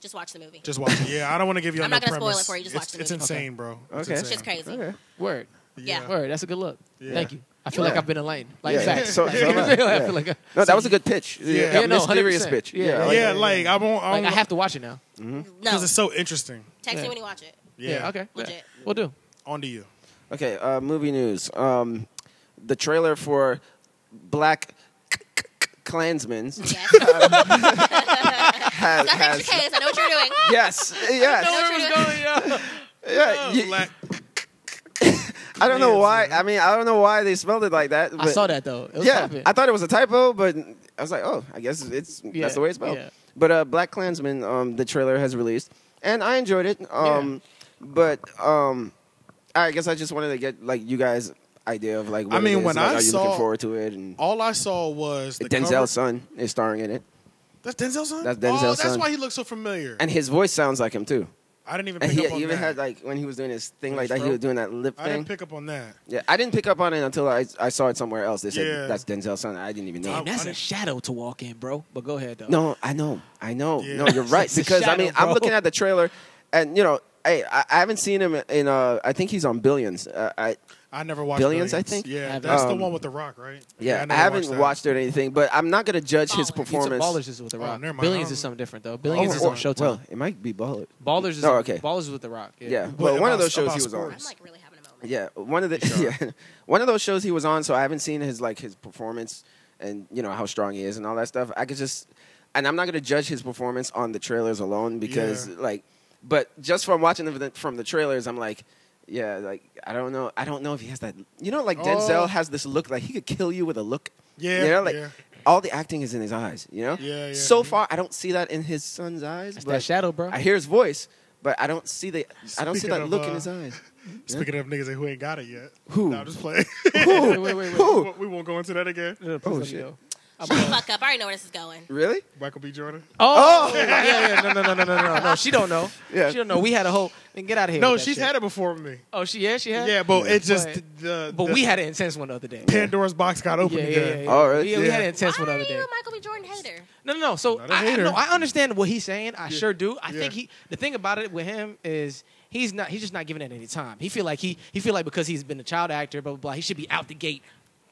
Speaker 3: Just watch the movie.
Speaker 2: Just watch it. Yeah, I don't want to give you.
Speaker 3: I'm
Speaker 2: no
Speaker 3: not gonna spoil it
Speaker 2: premise.
Speaker 3: for you, just
Speaker 2: It's-
Speaker 3: watch the
Speaker 2: It's
Speaker 3: movie.
Speaker 2: insane, bro.
Speaker 1: Okay.
Speaker 2: It's
Speaker 1: It's
Speaker 3: It's just
Speaker 2: insane.
Speaker 3: crazy.
Speaker 1: Okay.
Speaker 4: word
Speaker 3: Yeah.
Speaker 4: Word, that's a good look.
Speaker 2: Yeah.
Speaker 4: Thank you. I feel
Speaker 1: Yeah.
Speaker 4: like I've been enlightened. Like
Speaker 1: Yeah,
Speaker 4: facts.
Speaker 1: yeah. So-
Speaker 4: Like,
Speaker 1: so
Speaker 4: you know what I'm
Speaker 1: am I.
Speaker 4: saying? I
Speaker 1: Yeah.
Speaker 4: feel like, I,
Speaker 1: No, that was a good pitch.
Speaker 2: Yeah,
Speaker 1: a
Speaker 4: no,
Speaker 1: mysterious
Speaker 4: 100%.
Speaker 1: pitch.
Speaker 4: Yeah,
Speaker 1: Yeah,
Speaker 4: like-
Speaker 2: Yeah, like I won't. I,
Speaker 4: like
Speaker 2: won't,
Speaker 4: I have to watch it now.
Speaker 3: No,
Speaker 2: because it's so interesting.
Speaker 3: text
Speaker 4: Yeah.
Speaker 3: me when you watch it.
Speaker 2: Yeah.
Speaker 4: okay.
Speaker 3: Legit.
Speaker 4: We'll do.
Speaker 2: On to you.
Speaker 1: Okay, uh, movie news. Um, the trailer for Black Klansman's
Speaker 3: Yes.
Speaker 1: has,
Speaker 3: I think
Speaker 1: has
Speaker 3: it's your case. I know what you're doing.
Speaker 1: yes, yes,
Speaker 4: Where it was going, yo.
Speaker 1: yeah. you-
Speaker 2: Black-
Speaker 1: I don't know why. I mean, I don't know why they spelled it like that.
Speaker 4: I
Speaker 1: but-
Speaker 4: saw that though. It was
Speaker 1: yeah,
Speaker 4: popping.
Speaker 1: I thought it was a typo, but I was like, oh, I guess it's
Speaker 4: Yeah,
Speaker 1: that's the way it's spelled.
Speaker 4: yeah.
Speaker 1: But uh, Black Klansman, um, the trailer has released, and I enjoyed it. Um, But um, I guess I just wanted to get like you guys' idea of like. What
Speaker 2: I
Speaker 1: it
Speaker 2: mean,
Speaker 1: is,
Speaker 2: when
Speaker 1: like,
Speaker 2: I
Speaker 1: are you
Speaker 2: saw-
Speaker 1: looking forward to it, and
Speaker 2: All I saw was the
Speaker 1: Denzel's
Speaker 2: cover-
Speaker 1: son is starring in it,
Speaker 2: That's Denzel's son.
Speaker 1: That's
Speaker 2: Oh,
Speaker 1: Denzel's
Speaker 2: that's
Speaker 1: son.
Speaker 2: why he looks so familiar.
Speaker 1: and his voice sounds like him too.
Speaker 2: I didn't even
Speaker 1: And
Speaker 2: pick
Speaker 1: he
Speaker 2: up on
Speaker 1: even
Speaker 2: that.
Speaker 1: had like when he was doing his thing like
Speaker 2: His
Speaker 1: that, he was
Speaker 2: throat?
Speaker 1: doing that lip
Speaker 2: I
Speaker 1: thing.
Speaker 2: didn't pick up on that.
Speaker 1: yeah, I didn't pick up on it until I I saw it somewhere else. They said
Speaker 2: Yeah.
Speaker 1: that's Denzel's son. I didn't even know.
Speaker 2: Damn,
Speaker 4: And that's
Speaker 2: I-
Speaker 4: a shadow to walk in, bro. But go ahead though.
Speaker 1: No, I know, I know.
Speaker 2: Yeah.
Speaker 1: No, you're right
Speaker 4: It's a
Speaker 1: because I
Speaker 4: shadow,
Speaker 1: mean
Speaker 4: bro.
Speaker 1: I'm looking at the trailer, and you know, hey, I, I haven't seen him in. Uh, I think he's on Billions. Uh, I
Speaker 2: I never watched
Speaker 1: Billions, I think?
Speaker 2: Yeah,
Speaker 4: Haven't.
Speaker 2: that's the
Speaker 1: Um,
Speaker 2: one with the Rock, right?
Speaker 1: yeah, I,
Speaker 2: never
Speaker 1: haven't
Speaker 2: that.
Speaker 1: watched, it or anything, but I'm not gonna judge
Speaker 3: Ballers.
Speaker 4: It's
Speaker 1: his
Speaker 4: Oh, a
Speaker 1: performance.
Speaker 4: Ballers is with the
Speaker 2: Oh,
Speaker 4: Rock.
Speaker 2: never mind.
Speaker 4: Billions
Speaker 2: I
Speaker 4: is
Speaker 2: don't-
Speaker 4: something different though. Billions
Speaker 1: Or-
Speaker 4: is on
Speaker 1: or-
Speaker 4: Showtime.
Speaker 1: Oh, Well, it might be Baller.
Speaker 4: Ballers is
Speaker 1: Oh,
Speaker 4: on-
Speaker 1: okay.
Speaker 4: Ballers is with the Rock. Yeah.
Speaker 1: Yeah, but,
Speaker 2: But
Speaker 1: one of
Speaker 2: about-
Speaker 1: those shows
Speaker 2: about
Speaker 1: he was on.
Speaker 2: sports.
Speaker 3: I'm like really having a moment.
Speaker 1: Yeah, one of the yeah, one of those shows he was on. So I haven't seen his like his performance and you know how strong he is and all that stuff. I could just and I'm not gonna judge his performance on the trailers alone because
Speaker 2: Yeah.
Speaker 1: like, but just from watching the, from the trailers, I'm like. Yeah, like I don't know, I don't know if he has that. You know, like
Speaker 2: Oh.
Speaker 1: Denzel has this look, like he could kill you with a look.
Speaker 2: Yeah,
Speaker 1: you know, like
Speaker 2: yeah.
Speaker 1: all the acting is in his eyes. You know,
Speaker 2: Yeah, yeah.
Speaker 1: So far, I don't see that in his son's eyes.
Speaker 4: That's
Speaker 1: but
Speaker 4: that shadow, bro.
Speaker 1: I hear his voice, but I don't see the, I don't see
Speaker 2: Speaking
Speaker 1: that
Speaker 2: of,
Speaker 1: look in
Speaker 2: uh,
Speaker 1: his eyes.
Speaker 2: Speaking of niggas who ain't got it yet.
Speaker 1: Who?
Speaker 2: Nah, I'm just playing.
Speaker 4: wait, wait, wait. wait.
Speaker 2: we won't go into that again.
Speaker 4: Oh,
Speaker 1: shit.
Speaker 3: Shut the fuck up. I already know where this is going.
Speaker 1: Really?
Speaker 2: Michael B. Jordan.
Speaker 4: Oh, yeah, yeah, no, no, no, no, no, no, no. She don't know.
Speaker 1: Yeah.
Speaker 4: she don't know. We had a whole. Then get out of here.
Speaker 2: No,
Speaker 4: with that
Speaker 2: she's
Speaker 4: shit.
Speaker 2: had it before me.
Speaker 4: Oh, she yeah, she had.
Speaker 2: Yeah, but it just
Speaker 4: But-
Speaker 2: the, the
Speaker 4: But we had an intense one the other day.
Speaker 2: Pandora's box got open
Speaker 4: Yeah, yeah, yeah,
Speaker 2: again.
Speaker 4: yeah.
Speaker 1: Oh, really?
Speaker 4: Yeah, we
Speaker 2: Yeah.
Speaker 4: had an intense
Speaker 3: Why
Speaker 4: one the
Speaker 3: are
Speaker 4: other
Speaker 3: you
Speaker 4: day.
Speaker 3: a Michael B. Jordan hater?
Speaker 4: No, no, no. So
Speaker 2: Not a
Speaker 4: I, I,
Speaker 2: hater.
Speaker 4: no, I understand what he's saying. I sure do. I
Speaker 2: Yeah.
Speaker 4: think he. The thing about it with him is he's not. He's just not giving it any time. He feel like he. He feel like because he's been a child actor, blah blah blah. He should be out the gate,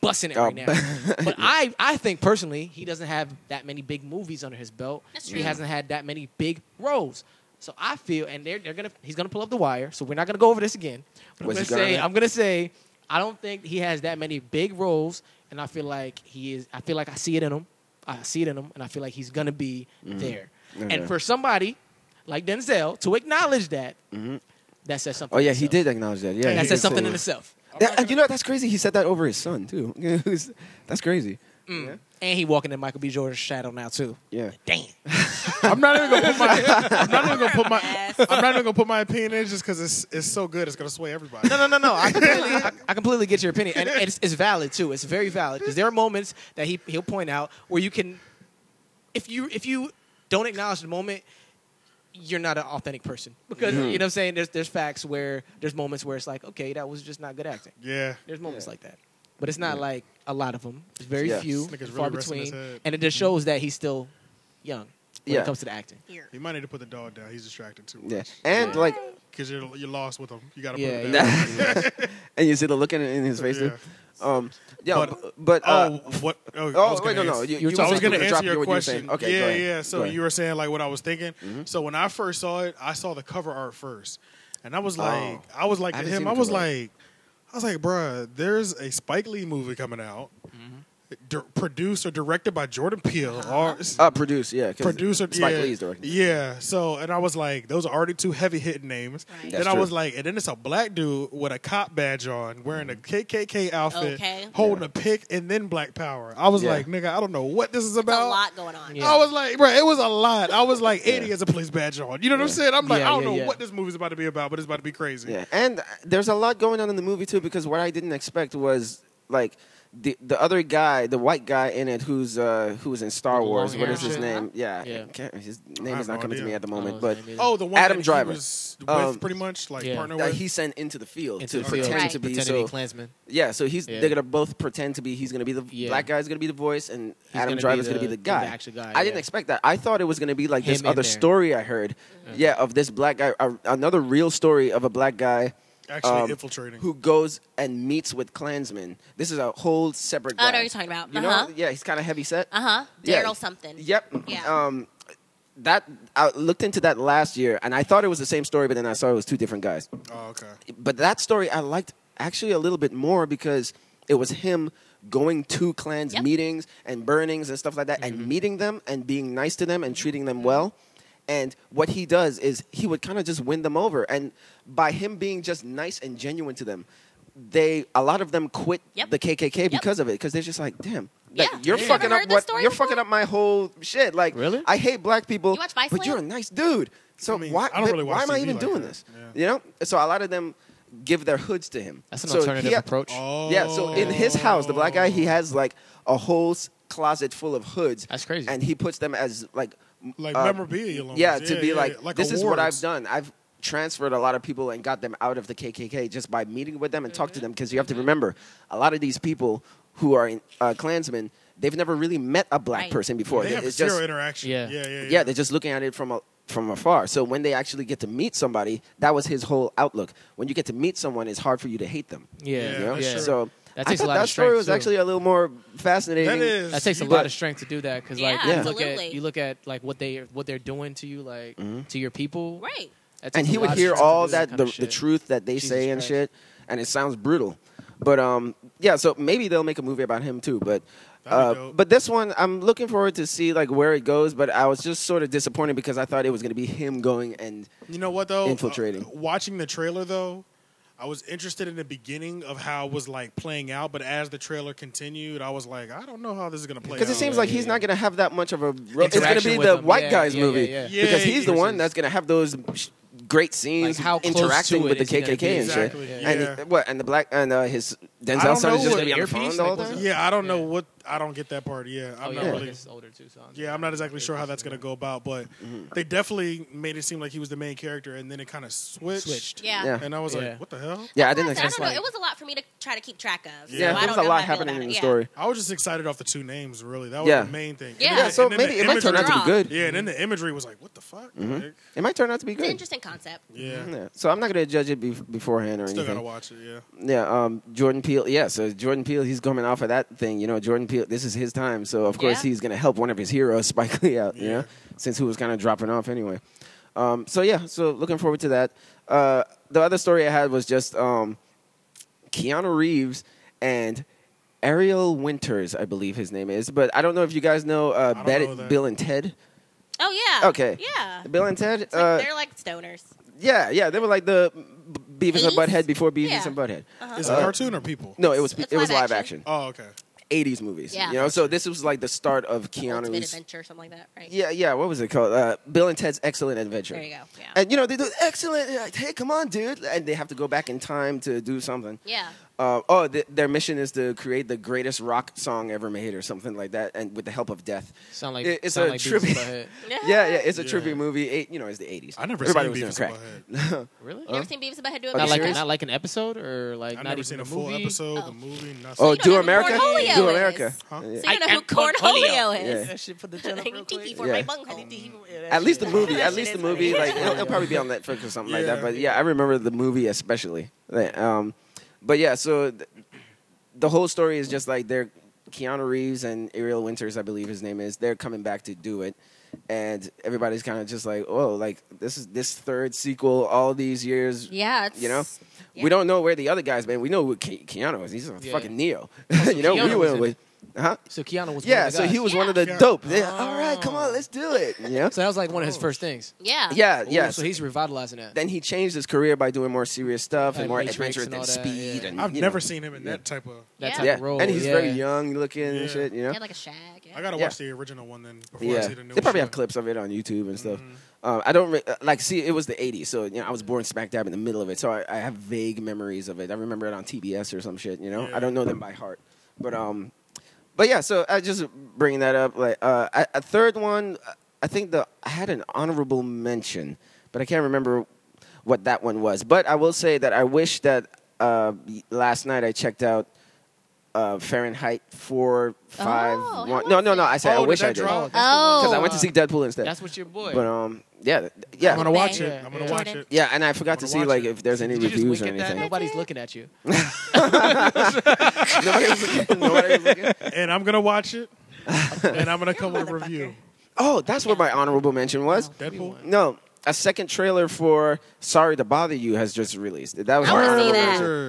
Speaker 4: busting it
Speaker 1: Oh.
Speaker 4: right now. but I, I think personally, he doesn't have that many big movies under his belt.
Speaker 3: That's
Speaker 4: He
Speaker 3: true.
Speaker 4: hasn't had that many big roles. So I feel, and they're, they're gonna. He's gonna pull up the wire. So we're not gonna go over this again. But I'm
Speaker 1: Was
Speaker 4: gonna
Speaker 1: he
Speaker 4: say.
Speaker 1: gonna?
Speaker 4: I'm gonna say. I don't think he has that many big roles, and I feel like he is. I feel like I see it in him. I see it in him, and I feel like he's gonna be there.
Speaker 1: Mm-hmm. Okay.
Speaker 4: And for somebody like Denzel to acknowledge that, that says something.
Speaker 1: Mm-hmm. Oh yeah,
Speaker 4: in
Speaker 1: he
Speaker 4: itself.
Speaker 1: did acknowledge that. Yeah,
Speaker 2: Yeah,
Speaker 1: he
Speaker 4: That
Speaker 1: did
Speaker 4: says
Speaker 1: say
Speaker 4: something
Speaker 1: that.
Speaker 4: in itself.
Speaker 1: Yeah, and you know that's crazy. He said that over his son too. Who's- that's crazy.
Speaker 4: And he walking in Michael B. Jordan's shadow now too.
Speaker 1: Yeah.
Speaker 4: Damn.
Speaker 2: I'm not even gonna put my I'm not even gonna put my
Speaker 3: Yes.
Speaker 2: I'm not even gonna put my opinion in just because it's it's so good it's gonna sway everybody.
Speaker 4: No, no, no, no. I completely, I, I completely get your opinion, and it's, it's valid too. It's very valid because there are moments that he he'll point out where you can, if you if you don't acknowledge the moment, you're not an authentic person because
Speaker 1: Mm-hmm.
Speaker 4: you know what I'm saying. There's there's facts where there's moments where it's like, okay, that was just not good acting.
Speaker 2: Yeah.
Speaker 4: There's moments
Speaker 1: Yeah.
Speaker 4: like that, but it's not like a lot of them. It's very
Speaker 1: Yeah. Mm-hmm.
Speaker 4: few,
Speaker 2: This nigga's
Speaker 4: far
Speaker 2: really resting his
Speaker 4: between,
Speaker 2: head.
Speaker 4: and it just shows that he's still young when
Speaker 1: Yeah.
Speaker 4: it comes to the acting.
Speaker 3: Here.
Speaker 2: You might need to put the dog down. He's distracted too much.
Speaker 1: Yeah. And like,
Speaker 2: Cause you're you're lost with him. You gotta
Speaker 4: Yeah,
Speaker 2: put it down.
Speaker 4: yeah.
Speaker 1: and you see the look in, in his face.
Speaker 2: Yeah.
Speaker 1: too. Um. Yeah. But,
Speaker 2: But-
Speaker 1: uh,
Speaker 2: oh, what? Oh, I was
Speaker 1: oh wait, no,
Speaker 2: gonna
Speaker 1: no.
Speaker 2: ask-
Speaker 1: You,
Speaker 4: You were
Speaker 1: you
Speaker 2: I was
Speaker 4: talking- Something
Speaker 2: going to
Speaker 1: gonna
Speaker 2: answer
Speaker 1: drop you
Speaker 2: your
Speaker 1: what you were
Speaker 2: question.
Speaker 1: saying. Okay.
Speaker 2: yeah,
Speaker 1: go ahead.
Speaker 2: yeah. So
Speaker 1: Go ahead. Mm-hmm.
Speaker 2: you were saying like what I was thinking. So when I first saw it, I saw the cover art first, and I was like,
Speaker 1: Oh.
Speaker 2: I was like
Speaker 1: I
Speaker 2: to
Speaker 1: haven't
Speaker 2: him,
Speaker 1: seen
Speaker 2: I
Speaker 1: the
Speaker 2: was
Speaker 1: cover art.
Speaker 2: like, I was like, bruh, there's a Spike Lee movie coming out,
Speaker 1: Mm-hmm.
Speaker 2: di- produced or directed by Jordan Peele, or
Speaker 4: oh.
Speaker 1: uh, produce. Yeah. 'cause
Speaker 2: producer
Speaker 1: Spike
Speaker 2: yeah,
Speaker 1: Lee's directing.
Speaker 2: Yeah. So and I was like, those are already two heavy hitting names.
Speaker 3: Right.
Speaker 2: Then
Speaker 1: That's
Speaker 2: I was
Speaker 1: true.
Speaker 2: like, and then it's a black dude with a cop badge on, wearing
Speaker 1: Mm-hmm.
Speaker 2: a KKK outfit,
Speaker 3: Okay.
Speaker 2: holding a pick, and then Black Power. I was
Speaker 1: Yeah.
Speaker 2: like, nigga, I don't know what this is
Speaker 3: There's
Speaker 2: about.
Speaker 3: a lot going
Speaker 1: Oh,
Speaker 3: on.
Speaker 4: Yeah.
Speaker 2: I was like, bro, it was a lot. I was like, 80 is a police badge on. You know what I'm saying? I'm like,
Speaker 4: Yeah,
Speaker 2: I don't
Speaker 4: yeah,
Speaker 2: know
Speaker 4: yeah.
Speaker 2: what this movie's about to be about, but it's about to be crazy.
Speaker 1: Yeah, and uh, there's a lot going on in the movie too because what I didn't expect was like the the other guy, the white guy in it, who's uh who was in Star
Speaker 4: With the
Speaker 1: Wars.
Speaker 4: long
Speaker 1: What
Speaker 4: hair
Speaker 1: is his
Speaker 3: and shit.
Speaker 1: name? Yeah,
Speaker 4: Yeah.
Speaker 1: I can't- his name
Speaker 2: have
Speaker 1: is not
Speaker 2: no
Speaker 1: coming to
Speaker 2: idea.
Speaker 1: me at the
Speaker 4: I don't
Speaker 1: moment.
Speaker 4: know his
Speaker 1: But
Speaker 4: name either.
Speaker 2: Oh, the one
Speaker 1: Adam
Speaker 2: that
Speaker 1: Driver.
Speaker 2: he was with
Speaker 1: Um,
Speaker 2: pretty much, like
Speaker 4: Yeah.
Speaker 2: partner
Speaker 1: that
Speaker 2: with.
Speaker 1: he sent into the field
Speaker 4: Into
Speaker 1: to
Speaker 4: the field,
Speaker 1: pretend
Speaker 3: Right.
Speaker 1: to be
Speaker 4: pretending to
Speaker 1: so.
Speaker 4: be Klansman.
Speaker 1: yeah, so he's
Speaker 4: Yeah.
Speaker 1: they're gonna both pretend to be he's gonna be the
Speaker 4: Yeah.
Speaker 1: black guy's gonna be the voice and
Speaker 4: gonna
Speaker 1: Adam
Speaker 4: be
Speaker 1: Driver's
Speaker 4: the-
Speaker 1: gonna be the
Speaker 4: the
Speaker 1: guy.
Speaker 4: actual guy,
Speaker 1: I didn't
Speaker 4: yeah.
Speaker 1: expect that. I thought it was gonna be like this
Speaker 4: Him in
Speaker 1: other
Speaker 4: there.
Speaker 1: story I heard. Yeah, of this black guy, uh, another real story of a black guy
Speaker 2: Actually infiltrating.
Speaker 1: um, who goes and meets with Klansmen. This is a whole separate.
Speaker 3: Oh,
Speaker 1: Guy.
Speaker 3: I know what you're talking about.
Speaker 1: You
Speaker 3: Uh-huh.
Speaker 1: know, yeah, he's kind of heavy set.
Speaker 3: Uh huh.
Speaker 1: Yeah.
Speaker 3: Daryl something.
Speaker 1: Yep.
Speaker 3: Yeah.
Speaker 1: Um, that I looked into that last year, and I thought it was the same story, but then I saw it was two different guys
Speaker 2: oh, okay.
Speaker 1: but that story I liked actually a little bit more because It was him going to clans
Speaker 3: Yep. Mm-hmm.
Speaker 1: meetings and burnings and stuff like that, and meeting them and being nice to them and treating them well. And what he does is he would kind of just win them over, and by him being just nice and genuine to them, they a lot of them quit
Speaker 3: Yep.
Speaker 1: the KKK because of it because they're just like, damn. like,
Speaker 3: Yeah.
Speaker 1: you're
Speaker 3: You
Speaker 1: fucking
Speaker 3: never
Speaker 1: up
Speaker 3: heard this
Speaker 1: what
Speaker 3: story
Speaker 1: you're
Speaker 3: before?
Speaker 1: fucking up my whole shit. Like,
Speaker 4: Really?
Speaker 1: I hate black people,
Speaker 3: You watch Vice
Speaker 1: but you're a
Speaker 3: Land?
Speaker 1: nice dude. So
Speaker 2: I mean,
Speaker 1: why?
Speaker 2: I don't really
Speaker 1: why
Speaker 2: watch
Speaker 1: am I
Speaker 2: TV
Speaker 1: even
Speaker 2: like
Speaker 1: doing
Speaker 2: that.
Speaker 1: this?
Speaker 2: Yeah.
Speaker 1: You know. So a lot of them give their hoods to him.
Speaker 4: That's an
Speaker 1: So he
Speaker 4: alternative
Speaker 1: ha-
Speaker 4: approach.
Speaker 2: Oh,
Speaker 1: Yeah. So in his house, the black guy, he has like a whole s- closet full of hoods.
Speaker 4: That's crazy.
Speaker 1: And he puts them as like, m-
Speaker 2: like
Speaker 1: uh,
Speaker 2: memorabilia. loans.
Speaker 1: yeah, to be like, this is what I've
Speaker 2: awards.
Speaker 1: done. I've transferred a lot of people and got them out of the KKK just by meeting with them and talk to them because you have to remember a lot of these people who are in, uh, Klansmen, they've never really met a black
Speaker 3: Right.
Speaker 1: person before.
Speaker 2: They have
Speaker 1: it's
Speaker 2: zero
Speaker 1: just
Speaker 2: interaction.
Speaker 4: Yeah.
Speaker 2: yeah, yeah.
Speaker 1: yeah, they're just looking at it from a, from afar. So when they actually get to meet somebody, that was his whole outlook. When you get to meet someone, it's hard for you to hate them.
Speaker 4: Yeah,
Speaker 1: You know?
Speaker 2: that's
Speaker 4: yeah.
Speaker 2: true.
Speaker 1: So
Speaker 4: That
Speaker 1: I
Speaker 4: takes a
Speaker 1: thought
Speaker 4: lot
Speaker 1: that
Speaker 4: of
Speaker 1: story
Speaker 4: strength,
Speaker 1: was
Speaker 4: too.
Speaker 1: actually a little more fascinating.
Speaker 2: that is.
Speaker 4: that takes a
Speaker 2: you-
Speaker 4: lot of strength to do that because like
Speaker 3: Yeah,
Speaker 4: you look
Speaker 3: absolutely.
Speaker 4: at you look at like what they what they're doing to you like to your people
Speaker 3: Right.
Speaker 4: That
Speaker 1: and
Speaker 4: takes
Speaker 1: he
Speaker 4: a
Speaker 1: would
Speaker 4: lot of
Speaker 1: hear
Speaker 4: strength to
Speaker 1: all
Speaker 4: do
Speaker 1: that
Speaker 4: kind
Speaker 1: the,
Speaker 4: of
Speaker 1: the
Speaker 4: shit.
Speaker 1: truth that they
Speaker 4: Jesus
Speaker 1: say and
Speaker 4: Christ.
Speaker 1: shit and it sounds brutal but um yeah so maybe they'll make a movie about him too but
Speaker 2: That'd be
Speaker 1: uh,
Speaker 2: dope.
Speaker 1: but this one i'm looking forward to see like where it goes but i was just sort of disappointed because i thought it was going to be him going and
Speaker 2: You know what though?
Speaker 1: Infiltrating.
Speaker 2: Uh, watching the trailer though, I was interested in the beginning of how it was like playing out, but as the trailer continued, I was like, oh, I don't know how this is gonna play.
Speaker 1: because it
Speaker 2: out.
Speaker 1: seems like he's not going to have that much of a ro- it's going to
Speaker 4: Interaction
Speaker 1: be
Speaker 4: with
Speaker 1: the
Speaker 4: him.
Speaker 1: white
Speaker 4: Yeah,
Speaker 1: guy's
Speaker 4: yeah,
Speaker 1: movie
Speaker 4: yeah, yeah.
Speaker 2: Yeah,
Speaker 1: because he's the
Speaker 2: yeah.
Speaker 1: one that's going to have those sh- great scenes
Speaker 4: Like, how close to
Speaker 1: interacting
Speaker 4: it
Speaker 1: with the
Speaker 4: is it gonna
Speaker 1: kkk
Speaker 4: be?
Speaker 1: and
Speaker 2: Exactly,
Speaker 1: shit
Speaker 2: yeah.
Speaker 1: and
Speaker 2: Yeah.
Speaker 1: he- what and the black and uh, his
Speaker 2: don't
Speaker 1: denzel son
Speaker 2: know
Speaker 1: is just
Speaker 2: what-
Speaker 1: going to be on the phone
Speaker 4: Earpiece?
Speaker 1: the whole
Speaker 4: Like,
Speaker 1: time?
Speaker 4: what's
Speaker 2: Yeah, I don't know
Speaker 4: Yeah.
Speaker 2: what. I don't get that part. Yeah,
Speaker 4: Oh
Speaker 2: I'm
Speaker 4: yeah,
Speaker 2: not
Speaker 4: like
Speaker 2: really.
Speaker 4: it's older too. So
Speaker 2: Yeah, I'm not exactly sure how that's gonna go about, but
Speaker 1: Mm-hmm.
Speaker 2: they definitely made it seem like he was the main character, and then it kind of switched.
Speaker 4: Switched.
Speaker 3: Yeah.
Speaker 1: Yeah.
Speaker 2: And I was
Speaker 4: Yeah.
Speaker 2: like, what the hell?
Speaker 1: yeah i
Speaker 3: I,
Speaker 1: didn't
Speaker 3: don't
Speaker 1: expect
Speaker 3: know.
Speaker 4: like-
Speaker 3: It was a lot for me to try to keep track of. So
Speaker 1: yeah,
Speaker 3: I
Speaker 1: there
Speaker 3: don't
Speaker 1: was
Speaker 3: know
Speaker 1: a
Speaker 3: how I
Speaker 1: lot
Speaker 3: feel
Speaker 1: happening
Speaker 3: about
Speaker 1: in
Speaker 3: it.
Speaker 1: the
Speaker 3: Yeah.
Speaker 1: story.
Speaker 2: I was just excited off the two names. Really, that was
Speaker 1: Yeah.
Speaker 2: the main thing. And
Speaker 3: Yeah.
Speaker 2: then-
Speaker 3: Yeah,
Speaker 1: so
Speaker 2: and then the
Speaker 1: maybe it might turn
Speaker 2: imagery-
Speaker 1: out to be Mm-hmm. good.
Speaker 2: Yeah, and
Speaker 4: Mm-hmm.
Speaker 2: then the imagery was like, what the fuck? Like,
Speaker 1: It might turn out to be
Speaker 3: It's an
Speaker 1: good.
Speaker 3: interesting concept.
Speaker 2: yeah.
Speaker 1: Yeah. So I'm not going to judge it be- beforehand or
Speaker 2: Still gotta
Speaker 1: anything.
Speaker 2: watch it. Yeah.
Speaker 1: yeah, um, Jordan Peele. Yeah, so Jordan Peele, he's coming off of that thing. You know, Jordan Peele, this is his time. So, of course,
Speaker 3: Yeah.
Speaker 1: he's going to help one of his heroes, Spike Lee, out, you
Speaker 2: Yeah.
Speaker 1: know, since he was kind of dropping off anyway. Um, so, yeah, so looking forward to that. Uh, the other story I had was just um, Keanu Reeves and Ariel Winters, I believe his name is. But I don't know if you guys know, uh,
Speaker 2: don't
Speaker 1: Bet
Speaker 2: know
Speaker 1: It,
Speaker 2: that.
Speaker 1: Bill and Ted.
Speaker 3: Oh yeah.
Speaker 1: Okay.
Speaker 3: Yeah.
Speaker 1: Bill and Ted?
Speaker 3: It's like,
Speaker 1: uh,
Speaker 3: they're like stoners.
Speaker 1: Yeah, yeah, they were like the B- Beavis and
Speaker 3: Apes?
Speaker 1: Butthead before Beavis
Speaker 3: Yeah.
Speaker 1: and Butthead.
Speaker 2: Is it
Speaker 1: Uh,
Speaker 2: cartoon or people?
Speaker 1: No, it was
Speaker 3: It's
Speaker 1: it was
Speaker 3: live
Speaker 1: live action.
Speaker 3: action.
Speaker 2: Oh, okay.
Speaker 1: 80s movies.
Speaker 3: Yeah.
Speaker 1: You know, so this was like the start of
Speaker 3: Ultimate
Speaker 1: Keanu's
Speaker 3: adventure, something like that, right?
Speaker 1: Yeah, yeah, what was it called? Uh, Bill and Ted's Excellent Adventure.
Speaker 3: There you go. Yeah.
Speaker 1: And you know, they do excellent like, hey, come on, dude, and they have to go back in time to do something.
Speaker 3: yeah.
Speaker 1: Uh, oh, th- their mission is to create the greatest rock song ever made, or something like that, and with the help of death.
Speaker 4: sound like
Speaker 1: It- it's
Speaker 4: sound
Speaker 1: a
Speaker 4: like
Speaker 1: tribute.
Speaker 4: Beavis and Butthead.
Speaker 1: Yeah, yeah, it's a
Speaker 2: Yeah.
Speaker 1: trivia movie. Eight, you know, it's the eighties.
Speaker 2: I never
Speaker 1: Everybody
Speaker 2: seen
Speaker 1: was
Speaker 2: Beavis
Speaker 1: doing
Speaker 2: and Butthead.
Speaker 4: Really?
Speaker 3: You ever seen Beavis and Butthead do a
Speaker 4: Not
Speaker 3: band
Speaker 4: like
Speaker 1: serious?
Speaker 4: not like an episode or like
Speaker 2: I've
Speaker 4: not
Speaker 2: never
Speaker 4: even
Speaker 2: seen
Speaker 4: a,
Speaker 2: a full
Speaker 4: movie?
Speaker 2: episode,
Speaker 3: Oh.
Speaker 2: the movie, nothing.
Speaker 1: Oh,
Speaker 3: you don't
Speaker 1: Do
Speaker 3: know who
Speaker 1: America?
Speaker 3: Cornelio
Speaker 1: Do
Speaker 3: is.
Speaker 1: America.
Speaker 2: Huh?
Speaker 1: Yeah.
Speaker 3: So you know who
Speaker 4: Cornelio.
Speaker 3: Cornelio is.
Speaker 1: Yeah.
Speaker 4: shit, put the
Speaker 3: I need tea for my
Speaker 1: Yeah.
Speaker 3: bunghole.
Speaker 1: At least the movie. At
Speaker 3: shit
Speaker 1: least the
Speaker 3: is
Speaker 1: movie.
Speaker 3: funny.
Speaker 1: Like it'll, it'll probably be on Netflix or something like that.
Speaker 2: Yeah.
Speaker 1: But yeah, I remember the movie especially. Like, um, but yeah, so th- the whole story is just like they're Keanu Reeves and Ariel Winters, I believe his name is. They're coming back to do it, and everybody's kind of just like, oh, like this is this third sequel. All these years,
Speaker 3: Yeah. It's,
Speaker 1: you know.
Speaker 3: yeah.
Speaker 1: We don't know where the other guy's been. We know who Ke- Keanu is. He's a
Speaker 4: Yeah.
Speaker 1: fucking Neo.
Speaker 4: so
Speaker 1: you know,
Speaker 4: Keanu
Speaker 1: we
Speaker 4: was
Speaker 1: went
Speaker 4: in
Speaker 1: with, huh?
Speaker 4: So Keanu was.
Speaker 1: Yeah,
Speaker 4: one of the
Speaker 1: so he
Speaker 4: guys.
Speaker 1: was one of the
Speaker 2: Yeah.
Speaker 1: dope. Yeah, All right, come
Speaker 3: Oh.
Speaker 1: on, let's do it. Yeah,
Speaker 4: So that was like one of his first things.
Speaker 3: Yeah.
Speaker 1: yeah,
Speaker 4: Ooh,
Speaker 1: yeah.
Speaker 4: So he's revitalizing that.
Speaker 1: then he changed his career by doing more serious stuff
Speaker 4: Like
Speaker 1: and more
Speaker 4: Matrix
Speaker 1: adventurous
Speaker 4: and
Speaker 1: and,
Speaker 4: all that,
Speaker 1: speed.
Speaker 4: yeah.
Speaker 1: And
Speaker 2: I've
Speaker 1: you
Speaker 2: never
Speaker 1: know.
Speaker 2: seen him in that type of.
Speaker 4: that
Speaker 3: Yeah.
Speaker 4: type
Speaker 1: Yeah,
Speaker 4: of role.
Speaker 1: and he's
Speaker 4: yeah.
Speaker 1: very young looking and
Speaker 2: Yeah.
Speaker 1: shit. You know,
Speaker 3: He had like a shag. Yeah.
Speaker 2: I gotta
Speaker 1: Yeah.
Speaker 2: watch the original one then before I
Speaker 1: yeah.
Speaker 2: see the Mm-hmm. new.
Speaker 1: They probably
Speaker 2: one.
Speaker 1: have clips of it on YouTube and stuff. Um, I don't re- uh, like see. It was the '80s, so you know I was born smack dab in the middle of it, so I, I have vague memories of it. I remember it on TBS or some shit. You know,
Speaker 2: Yeah.
Speaker 1: I don't know them by heart, but um, but yeah. So I just bringing that up. Like uh, I, a third one, uh, I think the I had an honorable mention, but I can't remember what that one was. But I will say that I wish that uh, y- last night I checked out. Uh, Fahrenheit four five
Speaker 3: Oh,
Speaker 1: one.
Speaker 3: how
Speaker 1: No,
Speaker 3: was
Speaker 1: no, no.
Speaker 3: it?
Speaker 1: I said
Speaker 2: Oh,
Speaker 1: I
Speaker 2: did
Speaker 1: wish
Speaker 2: that
Speaker 1: I did
Speaker 2: drop?
Speaker 4: Oh, that's,
Speaker 3: Oh.
Speaker 1: because I went to see Deadpool instead.
Speaker 4: that's what your boy.
Speaker 1: But um, yeah, th- yeah,
Speaker 2: I'm gonna watch
Speaker 3: Yeah.
Speaker 2: it. I'm gonna
Speaker 4: Yeah.
Speaker 2: watch it.
Speaker 1: yeah. And I forgot to
Speaker 2: I'm
Speaker 1: see
Speaker 2: gonna watch
Speaker 1: like
Speaker 2: it.
Speaker 1: if there's any
Speaker 4: Did you just
Speaker 1: reviews or
Speaker 4: wink at that?
Speaker 1: anything.
Speaker 4: Nobody's looking at you.
Speaker 1: Nobody was looking- nobody was looking.
Speaker 2: And I'm gonna watch it. and I'm gonna come with a review.
Speaker 1: Oh, that's where my honorable mention was.
Speaker 2: Deadpool.
Speaker 1: No, a second trailer for Sorry to Bother You has just released. That was
Speaker 3: I wanna see
Speaker 1: Word.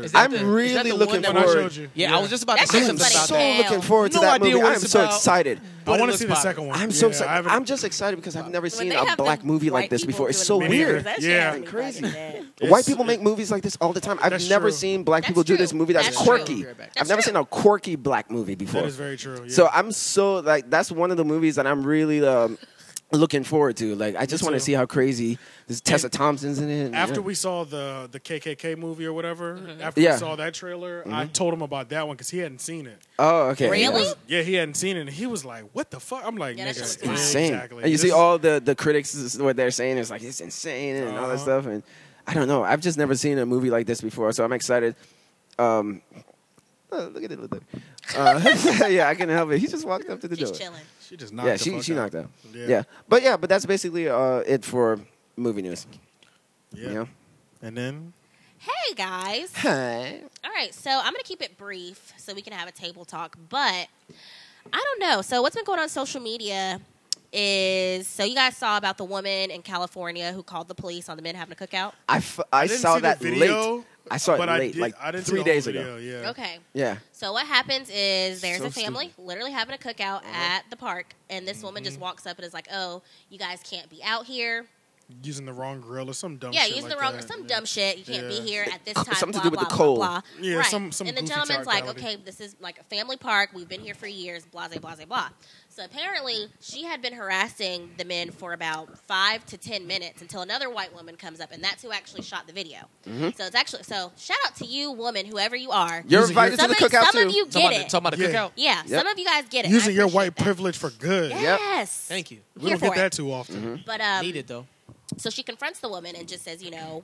Speaker 3: that.
Speaker 4: Is that
Speaker 1: I'm
Speaker 4: the- is
Speaker 1: really
Speaker 4: that the
Speaker 1: looking
Speaker 4: one that was-
Speaker 1: forward-
Speaker 2: I showed you.
Speaker 4: Yeah, I was just about
Speaker 3: That's
Speaker 4: to say
Speaker 3: really
Speaker 4: something
Speaker 1: I'm
Speaker 3: funny.
Speaker 4: about
Speaker 1: so
Speaker 4: that.
Speaker 3: that.
Speaker 1: looking forward to
Speaker 4: No
Speaker 1: that
Speaker 4: idea
Speaker 1: movie.
Speaker 4: what
Speaker 1: I am
Speaker 4: it's
Speaker 1: so
Speaker 4: about.
Speaker 1: excited.
Speaker 4: But it
Speaker 2: I want to
Speaker 4: looks
Speaker 2: see the
Speaker 4: poppin'.
Speaker 2: second one.
Speaker 1: I'm
Speaker 2: Yeah,
Speaker 1: so
Speaker 2: I
Speaker 1: excited.
Speaker 2: haven't-
Speaker 1: I'm just excited because I've never
Speaker 3: When
Speaker 1: seen
Speaker 3: they
Speaker 1: a
Speaker 3: have the
Speaker 1: black movie like
Speaker 3: white
Speaker 1: this
Speaker 3: people
Speaker 1: before. It's
Speaker 3: doing
Speaker 1: so
Speaker 3: the
Speaker 2: Me neither.
Speaker 3: movies,
Speaker 1: weird.
Speaker 3: that shit
Speaker 2: Yeah.
Speaker 3: has me
Speaker 1: Crazy.
Speaker 3: fucking dead.
Speaker 1: White people make movies like this all the time. I've
Speaker 2: That's
Speaker 1: never
Speaker 2: true.
Speaker 1: seen black
Speaker 3: That's
Speaker 1: people do
Speaker 3: true.
Speaker 1: this movie that's,
Speaker 3: That's true.
Speaker 1: quirky.
Speaker 4: That's
Speaker 1: I've never
Speaker 3: true.
Speaker 1: seen a quirky black movie before.
Speaker 2: That is very true. yeah.
Speaker 1: So I'm so like that's one of the movies that I'm really um, looking forward to. Like I just want to
Speaker 2: too.
Speaker 1: see how crazy this Tessa Thompson's in it.
Speaker 2: after
Speaker 1: Yeah.
Speaker 2: we saw the the KKK movie or whatever, after
Speaker 1: Yeah. Mm-hmm.
Speaker 2: we saw that trailer, I told him about that one because he hadn't seen it.
Speaker 1: oh okay
Speaker 3: Really?
Speaker 1: Yeah.
Speaker 2: Yeah, he hadn't seen it, and he was like, "What the fuck?" I'm like,
Speaker 3: Yeah, that shit
Speaker 2: "Nigga,
Speaker 3: looks
Speaker 2: yeah,
Speaker 3: wild.
Speaker 1: insane.
Speaker 2: exactly."
Speaker 1: And you see
Speaker 2: This-
Speaker 1: all the the critics is what they're saying is like it's insane and all that
Speaker 2: Uh-huh.
Speaker 1: stuff. And I don't know. I've just never seen a movie like this before, so I'm excited. Um, oh, look at it. Look at it. Uh, yeah, I can help it. He just walked up to the
Speaker 3: She's
Speaker 1: door.
Speaker 3: chilling.
Speaker 2: She just knocked.
Speaker 1: yeah,
Speaker 2: the
Speaker 1: she
Speaker 2: fuck
Speaker 1: she
Speaker 2: out.
Speaker 1: knocked out. Yeah.
Speaker 2: Yeah.
Speaker 1: but yeah, but that's basically uh, it for movie news.
Speaker 2: Yeah.
Speaker 1: You know?
Speaker 2: And then
Speaker 3: Hey guys. All right, so I'm gonna keep it brief so we can have a table talk. But I don't know. So what's been going on social media is so you guys saw about the woman in California who called the police on the men having a cookout.
Speaker 1: I, f- I,
Speaker 2: didn't
Speaker 1: saw
Speaker 2: see the
Speaker 1: that
Speaker 2: video,
Speaker 1: late. I saw it
Speaker 2: but
Speaker 1: late,
Speaker 2: I did,
Speaker 1: like
Speaker 2: I didn't see
Speaker 1: three
Speaker 2: the whole
Speaker 1: days
Speaker 2: video,
Speaker 1: ago.
Speaker 2: Yeah.
Speaker 3: Okay.
Speaker 1: Yeah.
Speaker 3: So what happens is there's
Speaker 1: So
Speaker 3: a family literally having a cookout at the park, and this woman just walks up and is like, "Oh, you guys can't be out here.
Speaker 2: Using the wrong grill or some dumb.
Speaker 3: yeah,
Speaker 2: shit
Speaker 3: use
Speaker 2: like
Speaker 3: the wrong
Speaker 2: that.
Speaker 3: some
Speaker 2: Yeah.
Speaker 3: dumb shit. You can't be
Speaker 2: Yeah.
Speaker 3: here at this time.
Speaker 1: something
Speaker 3: blah,
Speaker 1: to do with
Speaker 3: blah,
Speaker 1: the
Speaker 3: blah,
Speaker 1: cold.
Speaker 3: Blah,
Speaker 2: Yeah,
Speaker 3: right.
Speaker 2: some- some
Speaker 3: and the
Speaker 2: goofy
Speaker 3: gentleman's like,
Speaker 2: technicality.
Speaker 3: okay, this is like a family park. We've been here for years. Blah, blah, blah, blah, blah. So apparently, she had been harassing the men for about five to ten minutes until another white woman comes up, and that's who actually shot the video.
Speaker 1: Mm-hmm.
Speaker 3: So it's actually so. Shout out to you, woman, whoever you are.
Speaker 1: You're
Speaker 2: Using
Speaker 1: invited
Speaker 3: some
Speaker 1: to the
Speaker 3: of,
Speaker 1: cookout
Speaker 3: some
Speaker 1: too.
Speaker 3: of you get
Speaker 4: Talking about,
Speaker 3: it.
Speaker 4: the- talking about the
Speaker 2: Yeah.
Speaker 4: cookout.
Speaker 3: yeah,
Speaker 1: Yep.
Speaker 3: some of you guys get it. I
Speaker 2: Using your
Speaker 3: appreciate
Speaker 2: white
Speaker 3: that.
Speaker 2: privilege for good.
Speaker 3: Yes.
Speaker 4: Thank you.
Speaker 2: We
Speaker 3: Here
Speaker 2: don't
Speaker 3: for
Speaker 2: get
Speaker 3: it.
Speaker 2: that too often.
Speaker 3: But um,
Speaker 4: Need it though.
Speaker 3: so she confronts the woman and just says, you know,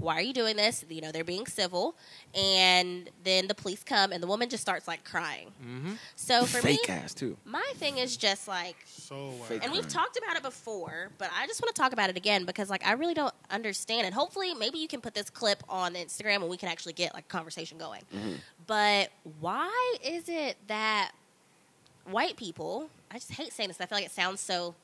Speaker 3: why are you doing this? You know, they're being civil. And then the police come and the woman just starts like crying.
Speaker 4: Mm-hmm.
Speaker 3: So for
Speaker 1: Fake
Speaker 3: me,
Speaker 1: ass too.
Speaker 3: my thing is just like,
Speaker 2: So uh,
Speaker 1: Fake.
Speaker 3: and we've talked about it before, but I just want to talk about it again because like I really don't understand it. Hopefully, maybe you can put this clip on Instagram and we can actually get like a conversation going. But why is it that white people? I just hate saying this. I feel like it sounds so.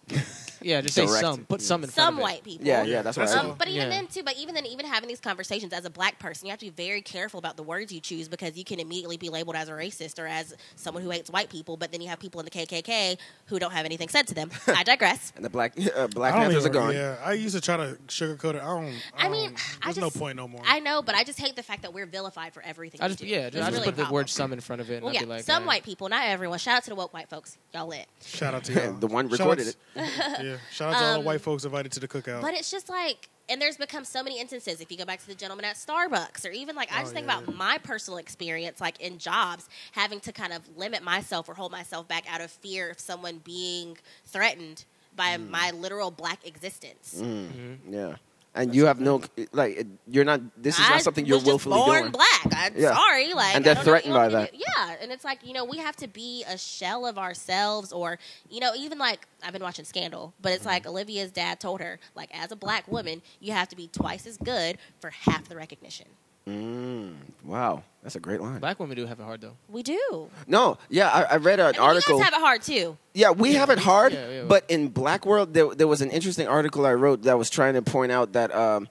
Speaker 4: Yeah, just say
Speaker 1: Direct.
Speaker 4: some. Put some in front
Speaker 3: Some
Speaker 4: of it.
Speaker 3: white people.
Speaker 1: Yeah, yeah, that's what
Speaker 2: That's
Speaker 1: I
Speaker 2: all.
Speaker 1: saw.
Speaker 3: Um, but even
Speaker 4: Yeah.
Speaker 3: then, too. But even then, even having these conversations as a black person, you have to be very careful about the words you choose because you can immediately be labeled as a racist or as someone who hates white people. But then you have people in the KKK who don't have anything said to them. I digress.
Speaker 1: And the black uh, Black
Speaker 2: I don't
Speaker 1: Panthers are
Speaker 2: even-
Speaker 1: gone.
Speaker 2: Yeah, I used to try to sugarcoat it. I don't.
Speaker 3: I mean,
Speaker 2: don't-
Speaker 3: I
Speaker 2: there's no
Speaker 3: just-
Speaker 2: point no more.
Speaker 3: I know, but I just hate the fact that we're vilified for everything.
Speaker 4: I
Speaker 3: we
Speaker 4: just
Speaker 3: do.
Speaker 4: yeah,
Speaker 3: It's
Speaker 4: dude, I just
Speaker 3: really
Speaker 4: put
Speaker 3: a
Speaker 4: the
Speaker 3: problem.
Speaker 4: word some in front of it. And
Speaker 3: Well,
Speaker 4: I'd
Speaker 3: yeah,
Speaker 4: be like,
Speaker 3: some
Speaker 4: eh.
Speaker 3: white people, not everyone. Shout out to the woke white folks, y'all lit.
Speaker 2: Shout out to y'all.
Speaker 1: The one
Speaker 2: Shout
Speaker 1: recorded
Speaker 2: outs- yeah, shout out to all the white folks invited to the cookout.
Speaker 3: But it's just like, and there's become so many instances. If you go back to the gentleman at Starbucks, or even like, I
Speaker 2: Oh,
Speaker 3: just think
Speaker 2: yeah,
Speaker 3: about
Speaker 2: yeah.
Speaker 3: my personal experience, like in jobs, having to kind of limit myself or hold myself back out of fear of someone being threatened by
Speaker 2: Mm.
Speaker 3: my literal black existence.
Speaker 4: Mm-hmm.
Speaker 1: Yeah. And you have no like it- you're not. This is
Speaker 3: I
Speaker 1: not something you're
Speaker 3: was just
Speaker 1: willfully
Speaker 3: born
Speaker 1: doing.
Speaker 3: black. I'm
Speaker 1: Yeah.
Speaker 3: sorry, like,
Speaker 1: And they're
Speaker 3: I don't know what
Speaker 1: threatened
Speaker 3: you want
Speaker 1: by
Speaker 3: me to do. Yeah, and it's like you know we have to be a shell of ourselves, or you know even like I've been watching Scandal, but it's like Olivia's dad told her like as a black woman you have to be twice as good for half the recognition.
Speaker 1: Mm, wow, that's a great line.
Speaker 4: Black women do have it hard though.
Speaker 3: We do.
Speaker 1: No, yeah, I, I read an
Speaker 3: And
Speaker 1: article.
Speaker 3: You guys have it hard too.
Speaker 1: yeah, we have it hard,
Speaker 4: Yeah, yeah.
Speaker 1: but in Black World, there, there was an interesting article I wrote that was trying to point out that um,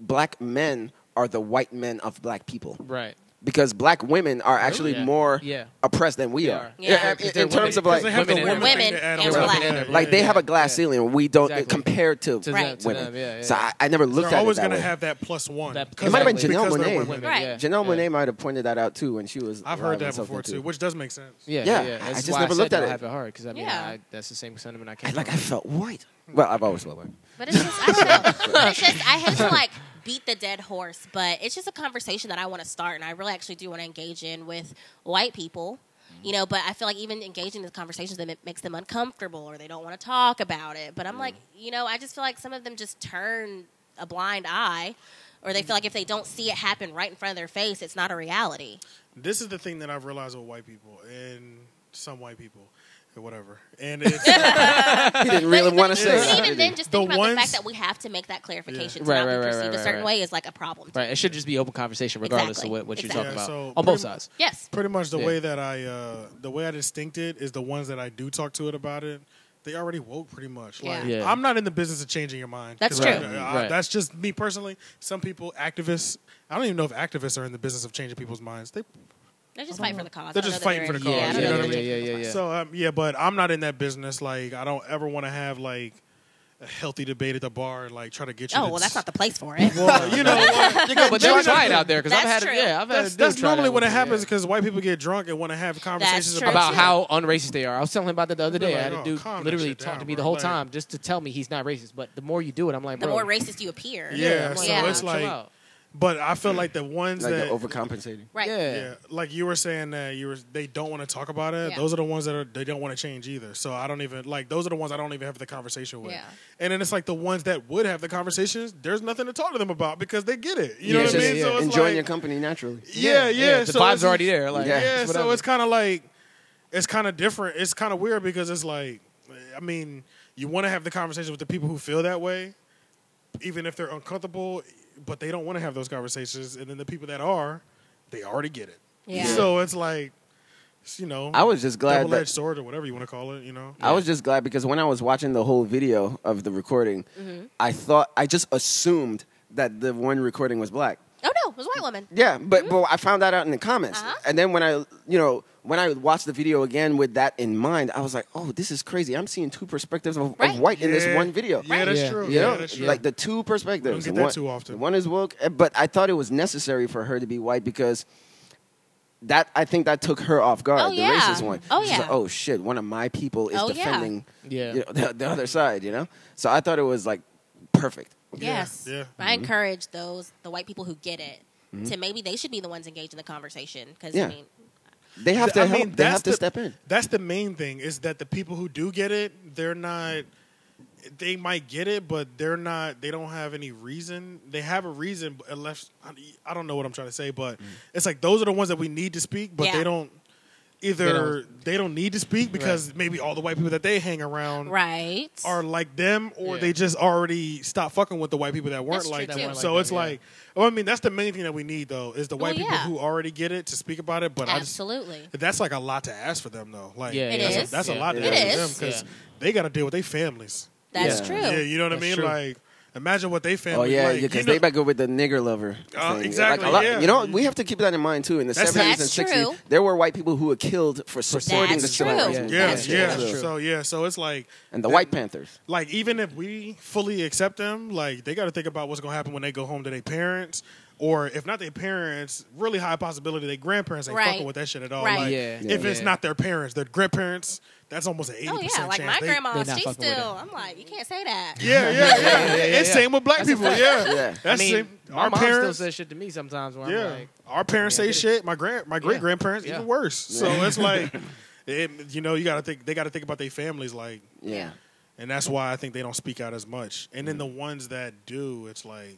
Speaker 1: black men are the white men of black people.
Speaker 4: Right.
Speaker 1: because black women are actually
Speaker 4: Yeah.
Speaker 1: more
Speaker 4: Yeah.
Speaker 1: oppressed than we are.
Speaker 3: Yeah. Yeah,
Speaker 1: In,
Speaker 4: because
Speaker 1: in
Speaker 4: they're
Speaker 1: terms of
Speaker 2: Because
Speaker 4: women.
Speaker 1: like,
Speaker 2: they have
Speaker 4: women
Speaker 2: the
Speaker 4: and
Speaker 2: women,
Speaker 3: women.
Speaker 2: thing to add
Speaker 3: Women
Speaker 2: on.
Speaker 3: and
Speaker 2: Yeah,
Speaker 3: black.
Speaker 2: yeah,
Speaker 1: like they
Speaker 2: yeah.
Speaker 1: have a glass
Speaker 4: Yeah.
Speaker 1: ceiling. We don't
Speaker 4: Exactly.
Speaker 1: compared to,
Speaker 4: To
Speaker 3: them, to
Speaker 1: women.
Speaker 4: them, yeah, yeah,
Speaker 1: So
Speaker 4: yeah.
Speaker 1: I, I never looked
Speaker 2: They're
Speaker 1: at it
Speaker 2: always
Speaker 1: that
Speaker 2: gonna
Speaker 1: way.
Speaker 2: have that plus one.
Speaker 4: That-
Speaker 1: it might have been
Speaker 4: Exactly.
Speaker 1: Janelle
Speaker 2: Because they're
Speaker 1: Monae.
Speaker 2: women.
Speaker 3: Right.
Speaker 4: Yeah.
Speaker 1: Janelle
Speaker 4: yeah.
Speaker 1: Monae might have pointed that out too when she was.
Speaker 2: I've
Speaker 1: alive
Speaker 2: heard
Speaker 1: and
Speaker 2: that
Speaker 1: stuff
Speaker 2: before too,
Speaker 1: too.
Speaker 2: which does make sense.
Speaker 4: Yeah,
Speaker 1: Yeah,
Speaker 4: yeah.
Speaker 1: I
Speaker 4: yeah. That's
Speaker 1: just
Speaker 4: why
Speaker 1: never
Speaker 4: I said
Speaker 1: looked at
Speaker 4: y'all
Speaker 1: it.
Speaker 4: have it hard because I mean,
Speaker 3: Yeah.
Speaker 4: I, that's the same sentiment I
Speaker 1: I,
Speaker 4: came
Speaker 1: like I
Speaker 4: from.
Speaker 1: felt white. Well, I've always felt white.
Speaker 3: But it's just, I don't know. But it's just, I hate to like beat the dead horse, but it's just a conversation that I want to start, and I really actually do want to engage in with white people. You know, but I feel like even engaging in these conversations that it makes them uncomfortable or they don't want to talk about it. But I'm like,
Speaker 4: Mm.
Speaker 3: you know, I just feel like some of them just turn a blind eye, or they feel like if they don't see it happen right in front of their face, it's not a reality.
Speaker 2: This is the thing that I've realized with white people and some white people, or whatever. And it's,
Speaker 1: He didn't really
Speaker 3: but,
Speaker 1: want to
Speaker 3: but
Speaker 1: say
Speaker 3: even-
Speaker 1: that.
Speaker 3: Even
Speaker 1: did he?
Speaker 3: then, just think
Speaker 2: The
Speaker 3: about the
Speaker 2: ones-
Speaker 3: fact that we have to make that clarification to
Speaker 4: Right,
Speaker 3: not
Speaker 4: right,
Speaker 3: be
Speaker 4: right,
Speaker 3: perceived
Speaker 4: right,
Speaker 3: a
Speaker 4: right,
Speaker 3: certain
Speaker 4: right.
Speaker 3: way is like a problem.
Speaker 4: Right. It should just be open conversation regardless
Speaker 3: Exactly.
Speaker 4: of what, what you're
Speaker 3: Exactly.
Speaker 4: talking about
Speaker 2: So
Speaker 4: on both
Speaker 2: pretty-
Speaker 4: sides.
Speaker 3: Yes.
Speaker 2: pretty much the
Speaker 4: Yeah.
Speaker 2: way that I, uh, the way I distinct it is the ones that I do talk to it about it They already woke pretty much.
Speaker 3: Yeah.
Speaker 2: Like,
Speaker 4: Yeah.
Speaker 2: I'm not in the business of changing your mind.
Speaker 3: That's
Speaker 2: 'Cause
Speaker 3: true.
Speaker 2: I- I-
Speaker 4: Right.
Speaker 2: That's just me personally. Some people, activists, I don't even know if activists are in the business of changing people's minds. They
Speaker 3: They're just fighting for the cause.
Speaker 2: They're
Speaker 3: I know
Speaker 2: just
Speaker 3: that
Speaker 2: fighting for
Speaker 3: in-
Speaker 2: the cause,
Speaker 3: Yeah, I
Speaker 2: you
Speaker 3: know
Speaker 2: know
Speaker 3: they're
Speaker 2: what I
Speaker 3: in-
Speaker 2: mean?
Speaker 4: yeah, yeah, yeah.
Speaker 2: So um, yeah, but I'm not in that business. Like I don't ever want to have like a healthy debate at the bar and like try to get you.
Speaker 3: Oh
Speaker 2: to
Speaker 3: well, that's not the place for it.
Speaker 2: Well, you know, like, you got-
Speaker 4: but they'll
Speaker 2: maybe
Speaker 4: try it
Speaker 2: that's-
Speaker 4: out there because I've
Speaker 3: That's
Speaker 4: had it.
Speaker 3: true.
Speaker 4: Yeah, I've had
Speaker 2: That's,
Speaker 4: a dude
Speaker 2: that's
Speaker 4: try that
Speaker 2: normally when it
Speaker 4: once,
Speaker 2: happens
Speaker 4: yeah.
Speaker 2: because white people get drunk and want to have conversations
Speaker 3: true.
Speaker 4: about
Speaker 3: too.
Speaker 4: how unracist they are. I was telling him about that the other day. I had
Speaker 2: like,
Speaker 4: a
Speaker 2: "Oh,
Speaker 4: dude
Speaker 2: calm that
Speaker 4: literally
Speaker 2: shit
Speaker 4: talk to
Speaker 2: down,
Speaker 4: me the
Speaker 2: bro."
Speaker 4: whole
Speaker 2: Like-
Speaker 4: time just to tell me he's not racist. But the more you do it, I'm like,
Speaker 3: The
Speaker 4: bro,
Speaker 3: more racist you appear.
Speaker 2: Yeah,
Speaker 4: I'm
Speaker 2: so
Speaker 3: Yeah.
Speaker 2: it's
Speaker 4: chill
Speaker 2: like,
Speaker 4: out.
Speaker 2: But I feel like the ones
Speaker 1: Like
Speaker 2: that
Speaker 1: the overcompensating.
Speaker 3: Right.
Speaker 4: yeah.
Speaker 2: yeah, like you were saying that you were they don't want to talk about it.
Speaker 3: Yeah.
Speaker 2: Those are the ones that are they don't want to change either. So I don't even like those are the ones I don't even have the conversation with.
Speaker 3: Yeah.
Speaker 2: And then it's like the ones that would have the conversations. There's nothing to talk to them about because they get it. You know
Speaker 4: Yeah,
Speaker 2: what I
Speaker 4: yeah,
Speaker 2: mean?
Speaker 4: yeah.
Speaker 2: So it's
Speaker 1: Enjoying
Speaker 2: like,
Speaker 1: your company naturally.
Speaker 2: yeah, yeah.
Speaker 4: The
Speaker 2: so
Speaker 4: vibe's
Speaker 2: it's-
Speaker 4: already there. Like,
Speaker 2: Yeah,
Speaker 1: Yeah,
Speaker 4: it's
Speaker 2: so
Speaker 4: whatever.
Speaker 2: it's kind of like it's kind of different. It's kind of weird because it's like I mean, you want to have the conversation with the people who feel that way, even if they're uncomfortable, but they don't want to have those conversations. And then the people that are, they already get it.
Speaker 3: Yeah.
Speaker 2: So it's like, it's, you know,
Speaker 1: I was just glad
Speaker 2: double-edged
Speaker 1: that
Speaker 2: sword or whatever you want to call it. You know,
Speaker 1: I was just glad because when I was watching the whole video of the recording, I thought I just assumed that the one recording was black.
Speaker 3: Oh no, it was a white woman.
Speaker 1: Yeah, but but I found that out in the comments,
Speaker 3: Mm-hmm. Uh-huh.
Speaker 1: and then when I you know when I watched the video again with that in mind, I was like, oh, this is crazy. I'm seeing two perspectives of, of
Speaker 3: Right.
Speaker 1: white in this
Speaker 2: Yeah.
Speaker 1: one video.
Speaker 2: Yeah, that's
Speaker 4: Yeah.
Speaker 2: true.
Speaker 1: You
Speaker 2: Yeah,
Speaker 1: know,
Speaker 2: that's true.
Speaker 1: like the two perspectives.
Speaker 2: We don't get
Speaker 1: The
Speaker 2: that
Speaker 1: one,
Speaker 2: too often.
Speaker 1: the One is woke, eh, but I thought it was necessary for her to be white because that I think that took her off guard.
Speaker 3: Oh,
Speaker 1: the
Speaker 3: yeah.
Speaker 1: racist one.
Speaker 3: Oh,
Speaker 1: She's
Speaker 3: yeah.
Speaker 1: like, oh shit, one of my people is
Speaker 3: Oh, yeah.
Speaker 1: defending
Speaker 4: Yeah.
Speaker 1: you know, the, the other side. You know, so I thought it was like perfect.
Speaker 3: Yes.
Speaker 2: yeah.
Speaker 3: I
Speaker 4: Mm-hmm.
Speaker 3: encourage those the white people who get it to maybe they should be the ones engaged in the conversation because
Speaker 1: Yeah.
Speaker 3: I mean,
Speaker 1: They have to
Speaker 2: Th- I
Speaker 1: help.
Speaker 2: mean,
Speaker 1: they
Speaker 2: that's
Speaker 1: have to
Speaker 2: the-
Speaker 1: step in.
Speaker 2: That's the main thing is that the people who do get it, they're not. They might get it, but they're not. They don't have any reason. They have a reason, but unless I- I don't know what I'm trying to say. But
Speaker 1: Mm.
Speaker 2: it's like those are the ones that we need to speak, but
Speaker 3: Yeah.
Speaker 2: they don't. Either they don't, need to speak because maybe all the white people that they hang around
Speaker 3: right?
Speaker 2: are like them, or
Speaker 4: Yeah.
Speaker 2: they just already stopped fucking with the white people that weren't
Speaker 3: That's true,
Speaker 2: like
Speaker 3: That
Speaker 2: them.
Speaker 3: weren't like
Speaker 2: so
Speaker 4: them,
Speaker 2: it's
Speaker 4: yeah.
Speaker 2: like, well, I mean, that's the main thing that we need though is the
Speaker 3: Well,
Speaker 2: white people
Speaker 3: yeah.
Speaker 2: who already get it to speak about it. But I just
Speaker 3: absolutely.
Speaker 2: that's like a lot to ask for them though. Like
Speaker 4: Yeah,
Speaker 3: It
Speaker 2: that's,
Speaker 3: is.
Speaker 2: A, that's a
Speaker 4: Yeah.
Speaker 2: lot to
Speaker 3: It
Speaker 2: ask for them
Speaker 3: is.
Speaker 2: because
Speaker 4: Yeah.
Speaker 2: they got to deal with their families.
Speaker 3: That's
Speaker 1: Yeah.
Speaker 3: true.
Speaker 2: Yeah, you know what
Speaker 4: That's
Speaker 2: I mean.
Speaker 4: true.
Speaker 2: Like imagine what they
Speaker 1: Oh
Speaker 2: family.
Speaker 1: yeah,
Speaker 2: like,
Speaker 1: because
Speaker 2: you know,
Speaker 1: they might go with the nigger lover.
Speaker 2: Oh,
Speaker 1: thing.
Speaker 2: exactly,
Speaker 1: Like a lot,
Speaker 2: yeah.
Speaker 1: You know, we have to keep that in mind too. In the
Speaker 2: That's-
Speaker 1: seventies and
Speaker 3: That's
Speaker 1: sixties,
Speaker 3: true.
Speaker 1: there were white people who were killed for supporting
Speaker 3: That's
Speaker 1: the civil
Speaker 3: true.
Speaker 1: rights
Speaker 4: Yeah.
Speaker 1: movement.
Speaker 2: yeah,
Speaker 3: That's true.
Speaker 2: yeah.
Speaker 4: That's true.
Speaker 2: So yeah, so it's like
Speaker 1: And the White Panthers.
Speaker 2: like even if we fully accept them, like they got to think about what's gonna happen when they go home to their parents, or if not their parents, really high possibility their grandparents ain't
Speaker 3: Right.
Speaker 2: fucking with that shit at all.
Speaker 3: Right.
Speaker 2: Like,
Speaker 4: Yeah.
Speaker 2: If
Speaker 4: Yeah.
Speaker 2: it's not their parents, their grandparents, that's almost an eighty
Speaker 3: Oh yeah,
Speaker 2: percent
Speaker 3: like
Speaker 2: chance.
Speaker 3: my
Speaker 2: they-
Speaker 3: grandma,
Speaker 4: not
Speaker 3: she
Speaker 4: fucking with
Speaker 3: still. I'm like, you can't say that.
Speaker 2: Yeah, yeah, yeah. It's
Speaker 4: yeah.
Speaker 2: same with black people. Yeah,
Speaker 1: Yeah.
Speaker 4: I
Speaker 2: That's
Speaker 4: mean,
Speaker 2: same.
Speaker 4: my
Speaker 2: Our
Speaker 4: mom
Speaker 2: parents
Speaker 4: still says shit to me sometimes where
Speaker 2: Yeah,
Speaker 4: I'm like,
Speaker 2: our parents
Speaker 4: Yeah, I
Speaker 2: say
Speaker 4: get it.
Speaker 2: shit. My grand, my great grandparents
Speaker 4: Yeah.
Speaker 2: even worse. So it's like, it, you know, you got to think. They got to think about their families, like,
Speaker 1: Yeah.
Speaker 2: and that's why I think they don't speak out as much. And then the ones that do, it's like,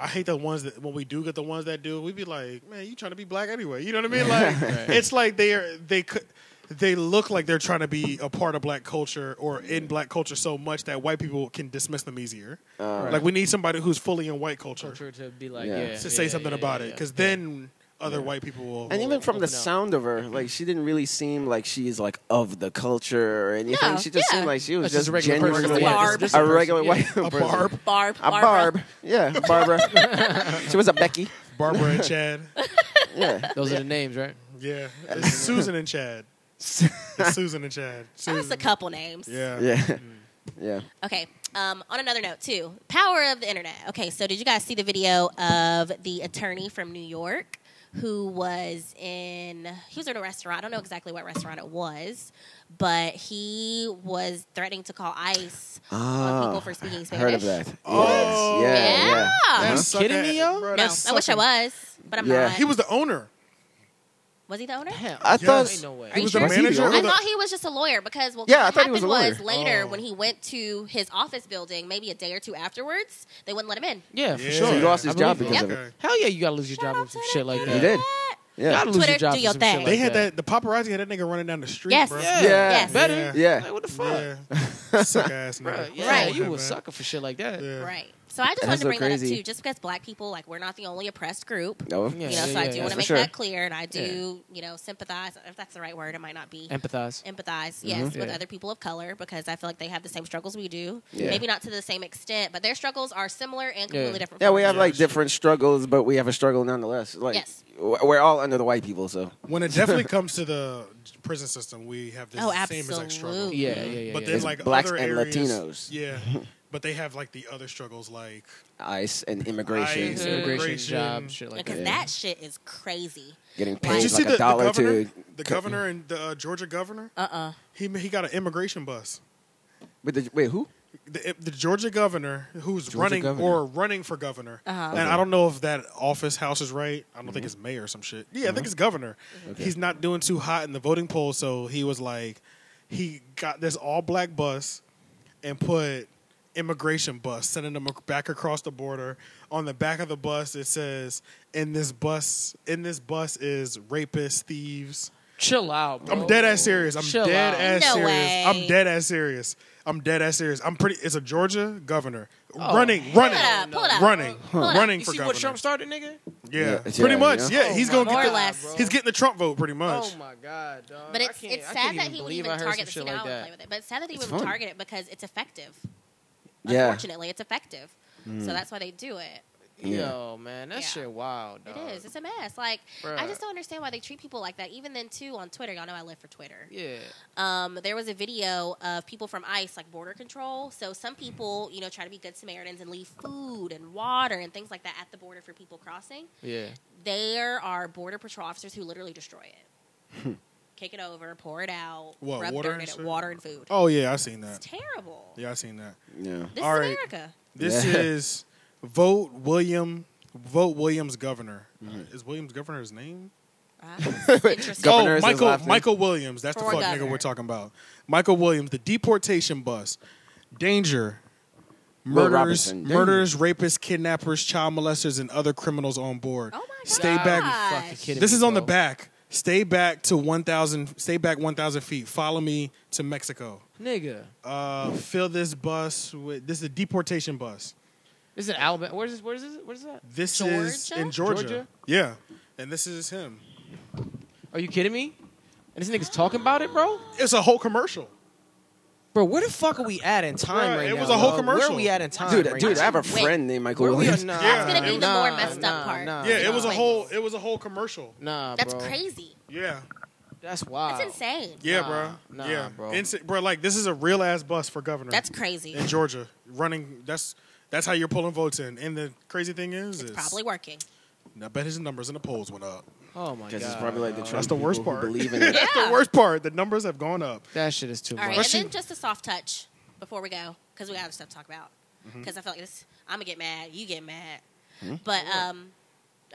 Speaker 2: I hate the ones that when we do get the ones that do, we be like, man, you trying to be black anyway? You know what I mean? Like, it's like they are they could. They look like they're trying to be a part of black culture or in black culture so much that white people can dismiss them easier.
Speaker 1: Uh,
Speaker 2: Like we need somebody who's fully in white culture
Speaker 4: culture to be like,
Speaker 1: Yeah.
Speaker 4: yeah,
Speaker 2: to say
Speaker 4: yeah,
Speaker 2: something
Speaker 4: yeah,
Speaker 2: about
Speaker 4: yeah,
Speaker 2: it
Speaker 4: yeah.
Speaker 2: because then other white people will.
Speaker 1: and even from the
Speaker 4: Open up.
Speaker 1: sound of her, like she didn't really seem like she's like of the culture or anything.
Speaker 3: No,
Speaker 1: she just
Speaker 3: yeah.
Speaker 1: seemed like she was
Speaker 4: That's just a
Speaker 1: just
Speaker 4: regular person.
Speaker 1: genuinely
Speaker 3: Yeah,
Speaker 1: white.
Speaker 3: just a
Speaker 1: Just
Speaker 4: person.
Speaker 1: a regular
Speaker 4: Yeah.
Speaker 1: white
Speaker 2: a
Speaker 1: person.
Speaker 2: Barb,
Speaker 3: Barb,
Speaker 1: A
Speaker 3: Barbara.
Speaker 1: Barb. Yeah, Barbara. she was a Becky.
Speaker 2: Barbara and Chad.
Speaker 1: Yeah.
Speaker 4: Those are the names, right?
Speaker 2: Yeah, it's Susan and Chad. It's Susan and Chad.
Speaker 3: Oh,
Speaker 2: Susan.
Speaker 3: that's a couple names.
Speaker 2: Yeah.
Speaker 1: Yeah. Yeah.
Speaker 3: Okay. Um, on another note, too, power of the internet. Okay, so did you guys see the video of the attorney from New York who was in? He was at a restaurant. I don't know exactly what restaurant it was, but he was threatening to call ICE on people
Speaker 1: Oh,
Speaker 3: for speaking
Speaker 1: I
Speaker 3: Spanish.
Speaker 1: heard of that.
Speaker 2: Oh.
Speaker 1: Yes. Yeah. Yeah.
Speaker 3: Yeah.
Speaker 2: That's
Speaker 4: You kidding
Speaker 2: sucking-
Speaker 4: me, yo?
Speaker 2: bro,
Speaker 3: No,
Speaker 2: that's
Speaker 3: I wish I
Speaker 2: sucking-
Speaker 3: was, but I'm
Speaker 1: Yeah.
Speaker 3: not.
Speaker 2: He was the owner.
Speaker 3: Was he the owner?
Speaker 4: Hell,
Speaker 1: I thought-
Speaker 4: ain't no way.
Speaker 3: Are
Speaker 2: He
Speaker 3: you
Speaker 2: was the
Speaker 3: sure?
Speaker 2: manager.
Speaker 1: I
Speaker 2: or
Speaker 3: I
Speaker 2: the-
Speaker 3: thought he was just a lawyer because well,
Speaker 1: Yeah, I
Speaker 3: what
Speaker 1: thought he was
Speaker 3: happened
Speaker 1: a
Speaker 3: was,
Speaker 1: lawyer.
Speaker 3: later
Speaker 2: Oh.
Speaker 3: when he went to his office building, maybe a day or two afterwards, they wouldn't let him in.
Speaker 4: Yeah, for
Speaker 2: Yeah.
Speaker 4: sure.
Speaker 1: So he lost
Speaker 4: I
Speaker 1: his
Speaker 4: believe
Speaker 1: job
Speaker 4: you.
Speaker 1: because
Speaker 3: Yep.
Speaker 1: of it.
Speaker 2: Okay.
Speaker 4: Hell yeah, you gotta lose your job
Speaker 3: Shout
Speaker 4: for
Speaker 3: out
Speaker 4: some
Speaker 3: to
Speaker 4: shit like
Speaker 1: He
Speaker 4: that.
Speaker 1: did.
Speaker 4: You
Speaker 1: Yeah.
Speaker 4: gotta lose your
Speaker 3: Twitter,
Speaker 4: job
Speaker 3: do
Speaker 4: for
Speaker 3: your
Speaker 4: some shit
Speaker 3: thing.
Speaker 4: like
Speaker 2: They had that.
Speaker 4: that.
Speaker 2: The paparazzi had that nigga running down the street.
Speaker 3: Yes.
Speaker 2: Bro.
Speaker 4: Yeah,
Speaker 1: Yes.
Speaker 4: better.
Speaker 1: Yeah.
Speaker 4: Like, what the fuck?
Speaker 2: Yeah. Suck ass
Speaker 4: Bro,
Speaker 2: nigga.
Speaker 4: yeah,
Speaker 3: Right.
Speaker 4: you
Speaker 2: Yeah,
Speaker 4: a
Speaker 2: man.
Speaker 4: sucker for shit like that.
Speaker 2: Yeah.
Speaker 3: Right. So I just
Speaker 1: That's
Speaker 3: wanted to
Speaker 1: so
Speaker 3: bring that
Speaker 1: crazy.
Speaker 3: up too, just because black people, like, we're not the only oppressed group.
Speaker 1: No.
Speaker 4: Yeah,
Speaker 3: you know,
Speaker 4: yeah,
Speaker 3: so I
Speaker 4: yeah,
Speaker 3: do
Speaker 4: yeah.
Speaker 3: want
Speaker 1: For
Speaker 3: to make
Speaker 1: sure.
Speaker 3: that clear, and I do, you know, sympathize. If that's the right word, it might not be
Speaker 4: Empathize.
Speaker 1: Mm-hmm.
Speaker 3: empathize, yes, with
Speaker 4: Yeah.
Speaker 3: other people of color because I feel like they have the same struggles we do.
Speaker 1: Yeah.
Speaker 3: Maybe not to the same extent, but their struggles are similar and completely
Speaker 4: Yeah.
Speaker 3: different.
Speaker 1: Yeah,
Speaker 3: from
Speaker 1: we have
Speaker 3: ours.
Speaker 1: like different struggles, but we have a struggle nonetheless. Like
Speaker 3: Yes.
Speaker 1: w- we're all under the white people, so
Speaker 2: When it definitely comes to the prison system, we have this
Speaker 3: Oh,
Speaker 2: same exact struggle.
Speaker 3: absolutely.
Speaker 4: Yeah, yeah, yeah.
Speaker 2: But
Speaker 4: yeah.
Speaker 2: then,
Speaker 1: It's
Speaker 2: like
Speaker 1: blacks
Speaker 2: other
Speaker 1: and
Speaker 2: areas,
Speaker 1: Latinos.
Speaker 2: yeah. But they have like the other struggles, like
Speaker 1: ICE and immigration,
Speaker 2: ICE.
Speaker 1: and
Speaker 4: immigration,
Speaker 2: immigration.
Speaker 4: jobs, shit like
Speaker 3: because
Speaker 4: that.
Speaker 1: Yeah.
Speaker 3: that shit is crazy.
Speaker 1: getting
Speaker 2: Did
Speaker 1: paid
Speaker 2: you
Speaker 1: like
Speaker 2: see
Speaker 1: a
Speaker 2: the, the
Speaker 1: dollar
Speaker 2: governor?
Speaker 1: to.
Speaker 2: The governor and the uh, Georgia governor.
Speaker 3: Uh uh
Speaker 2: He he got an immigration bus.
Speaker 1: But the, wait, who?
Speaker 2: The, the Georgia governor, who's
Speaker 1: Georgia
Speaker 2: running
Speaker 1: governor.
Speaker 2: or running for governor,
Speaker 3: Uh-huh.
Speaker 2: and I don't know if that office house is right. I don't
Speaker 1: Mm-hmm.
Speaker 2: think it's mayor or some shit. Yeah, I think it's governor. He's not doing too hot in the voting polls, so he was like, he got this all black bus and put immigration bus, sending them ac- back across the border. On the back of the bus, it says, "In this bus, in this bus is rapists, thieves."
Speaker 4: Chill out, bro.
Speaker 2: I'm dead ass serious. I'm
Speaker 4: Chill
Speaker 2: dead
Speaker 4: out.
Speaker 2: ass
Speaker 3: No
Speaker 2: serious.
Speaker 3: way.
Speaker 2: I'm dead ass serious. I'm dead ass serious. I'm pretty. It's a Georgia governor
Speaker 4: Oh,
Speaker 2: running,
Speaker 3: Pull
Speaker 2: running,
Speaker 3: it up. Pull it up.
Speaker 2: running,
Speaker 3: Pull it up.
Speaker 2: running
Speaker 4: You
Speaker 2: for
Speaker 4: see
Speaker 2: governor.
Speaker 4: what Trump started, nigga?
Speaker 2: yeah,
Speaker 1: Yeah,
Speaker 2: pretty
Speaker 1: yeah,
Speaker 2: much.
Speaker 1: yeah.
Speaker 2: Yeah, he's
Speaker 4: Oh
Speaker 2: gonna
Speaker 4: my
Speaker 2: get
Speaker 3: More
Speaker 2: the,
Speaker 3: or less.
Speaker 2: he's getting the Trump vote pretty much.
Speaker 4: Oh my god, dog.
Speaker 3: But
Speaker 4: I
Speaker 3: it's,
Speaker 4: can't-
Speaker 3: it's
Speaker 4: I
Speaker 3: sad
Speaker 4: can't
Speaker 3: that he would
Speaker 4: believe
Speaker 3: even
Speaker 4: I heard
Speaker 3: target the
Speaker 4: some
Speaker 3: See,
Speaker 4: shit
Speaker 3: now I
Speaker 4: like
Speaker 3: would play
Speaker 4: that.
Speaker 3: with it. But it's sad that he
Speaker 1: It's
Speaker 3: would even
Speaker 1: fun.
Speaker 3: target it because it's effective.
Speaker 1: Yeah. Mm.
Speaker 3: Unfortunately, it's effective. So that's why they do it.
Speaker 1: Yeah.
Speaker 4: Yo, man, that
Speaker 3: Yeah.
Speaker 4: shit wild,
Speaker 3: It
Speaker 4: dog.
Speaker 3: is. It's a mess. Like I
Speaker 4: Bruh.
Speaker 3: just don't understand why they treat people like that. Even then, too, on Twitter, y'all know I live for Twitter.
Speaker 4: Yeah.
Speaker 3: Um, there was a video of people from ICE, like border control. So some people, you know, try to be good Samaritans and leave food and water and things like that at the border for people crossing.
Speaker 4: Yeah.
Speaker 3: There are border patrol officers who literally destroy it, kick it over, pour it out,
Speaker 2: What,
Speaker 3: rub
Speaker 2: water
Speaker 3: dirt
Speaker 2: and
Speaker 3: in it,
Speaker 2: shit?
Speaker 3: water and food.
Speaker 2: Oh yeah, I seen
Speaker 3: It's
Speaker 2: that.
Speaker 3: terrible.
Speaker 2: Yeah, I seen that.
Speaker 1: yeah.
Speaker 3: This
Speaker 2: All
Speaker 3: is
Speaker 2: right.
Speaker 3: America.
Speaker 2: This
Speaker 1: Yeah.
Speaker 2: is vote William, vote Williams governor.
Speaker 1: Mm-hmm.
Speaker 2: Uh, is Williams governor's name?
Speaker 3: Ah, it's interesting.
Speaker 1: Go- Governor
Speaker 2: oh,
Speaker 1: is his
Speaker 2: Michael
Speaker 1: last name.
Speaker 2: Michael Williams. That's the
Speaker 3: For
Speaker 2: fuck
Speaker 3: governor.
Speaker 2: nigga we're talking about. Michael Williams, the deportation bus, danger,
Speaker 1: Will
Speaker 2: murders,
Speaker 1: Robinson, Danger.
Speaker 2: murders, rapists, kidnappers, child molesters, and other criminals on board.
Speaker 3: Oh my
Speaker 2: Stay
Speaker 3: God.
Speaker 2: back.
Speaker 4: Fucking kidding
Speaker 2: This
Speaker 4: me,
Speaker 2: is on the
Speaker 4: bro.
Speaker 2: back. Stay back to one thousand. Stay back one thousand feet. Follow me to Mexico.
Speaker 4: Nigga.
Speaker 2: Uh, fill this bus with. This is a deportation bus.
Speaker 4: This is in Alabama. Where's this? Where's this? Where's that?
Speaker 2: This is
Speaker 3: Georgia?
Speaker 2: in Georgia.
Speaker 4: Georgia?
Speaker 2: Yeah, and this is him.
Speaker 4: Are you kidding me? And this nigga's talking about it, bro?
Speaker 2: It's a whole commercial.
Speaker 4: Bro, where the fuck are we at in time
Speaker 2: Bruh,
Speaker 4: right
Speaker 2: it
Speaker 4: now?
Speaker 2: was a whole
Speaker 4: dog?
Speaker 2: commercial.
Speaker 4: Where are we at in time?
Speaker 1: Dude,
Speaker 4: right
Speaker 1: dude,
Speaker 4: now?
Speaker 1: I have a
Speaker 3: Wait.
Speaker 1: friend named Michael
Speaker 4: Where we are
Speaker 1: Williams.
Speaker 4: now?
Speaker 2: That's gonna be
Speaker 3: the more messed up part.
Speaker 4: Nah,
Speaker 2: Yeah, it was a
Speaker 4: nah.
Speaker 2: whole. It was a whole commercial.
Speaker 4: Nah,
Speaker 3: That's
Speaker 4: bro.
Speaker 3: crazy.
Speaker 2: Yeah.
Speaker 4: That's wild.
Speaker 3: That's insane.
Speaker 2: Yeah,
Speaker 4: Nah,
Speaker 2: bro.
Speaker 4: nah,
Speaker 2: yeah,
Speaker 4: bro.
Speaker 2: Inse- bro, like this is a real ass bus for governor.
Speaker 3: That's crazy.
Speaker 2: in Georgia running. That's that's how you're pulling votes in. And the crazy thing is,
Speaker 3: It's
Speaker 2: is-
Speaker 3: probably working.
Speaker 2: I bet his numbers in the polls went up.
Speaker 4: Oh my god.
Speaker 1: Because it's probably like the Trump
Speaker 2: That's the worst
Speaker 1: people who
Speaker 2: part.
Speaker 1: Believe in it.
Speaker 3: Yeah.
Speaker 2: That's the worst part. The numbers have gone up.
Speaker 4: That shit is too
Speaker 3: All right,
Speaker 4: much.
Speaker 3: and then just a soft touch before we go, because we got other stuff to talk about.
Speaker 4: Mm-hmm.
Speaker 3: Because I felt like this, I'm gonna get mad, you get mad, but um,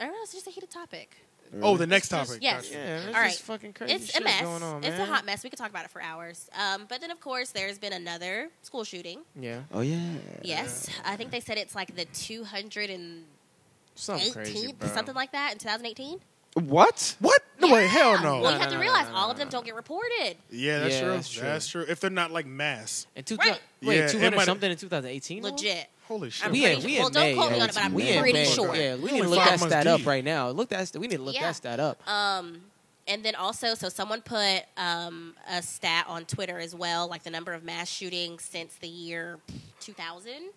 Speaker 3: I don't know. It's just a heated topic.
Speaker 2: Oh, the next
Speaker 4: just-
Speaker 2: topic.
Speaker 3: yes.
Speaker 2: Gotcha.
Speaker 4: Yeah, it's
Speaker 3: All right.
Speaker 4: just fucking crazy
Speaker 3: It's a
Speaker 4: shit
Speaker 3: mess.
Speaker 4: going on, man.
Speaker 3: it's a hot mess. We could talk about it for hours. Um, but then of course there's been another school shooting.
Speaker 4: Yeah,
Speaker 1: Oh yeah.
Speaker 3: Yes, I think they said it's like the 218th,
Speaker 4: something crazy, bro.
Speaker 3: something like that, in 2018.
Speaker 1: What?
Speaker 2: What? No way.
Speaker 3: Yeah.
Speaker 2: Hell no.
Speaker 3: Well,
Speaker 4: Oh, No,
Speaker 3: you have
Speaker 4: no,
Speaker 3: to
Speaker 4: no,
Speaker 3: realize
Speaker 4: no, no,
Speaker 3: all of
Speaker 4: no,
Speaker 3: them
Speaker 4: no.
Speaker 3: don't get reported.
Speaker 2: Yeah, that's
Speaker 4: Yeah,
Speaker 2: true.
Speaker 4: that's true.
Speaker 2: That's true. If they're not like mass.
Speaker 4: And two,
Speaker 3: Right.
Speaker 4: wait,
Speaker 2: Yeah, it
Speaker 4: two hundred
Speaker 2: might-
Speaker 4: something in 2018.
Speaker 3: Legit.
Speaker 2: Holy shit.
Speaker 3: I'm
Speaker 4: We
Speaker 3: pretty
Speaker 4: in,
Speaker 3: sure-
Speaker 4: we in
Speaker 3: well, don't
Speaker 4: May,
Speaker 3: quote me
Speaker 4: yo.
Speaker 3: on it, but I'm
Speaker 4: we in
Speaker 3: pretty
Speaker 4: May.
Speaker 3: sure.
Speaker 4: Yeah, we
Speaker 2: We
Speaker 4: need to
Speaker 2: only
Speaker 4: look
Speaker 2: five
Speaker 4: that
Speaker 2: months
Speaker 4: stat up
Speaker 2: deep.
Speaker 4: right now. Look that. st- We need to look
Speaker 3: Yeah.
Speaker 4: that stat up.
Speaker 3: Um, and then also, so someone put um, a stat on Twitter as well, like the number of mass shootings since the year 2000.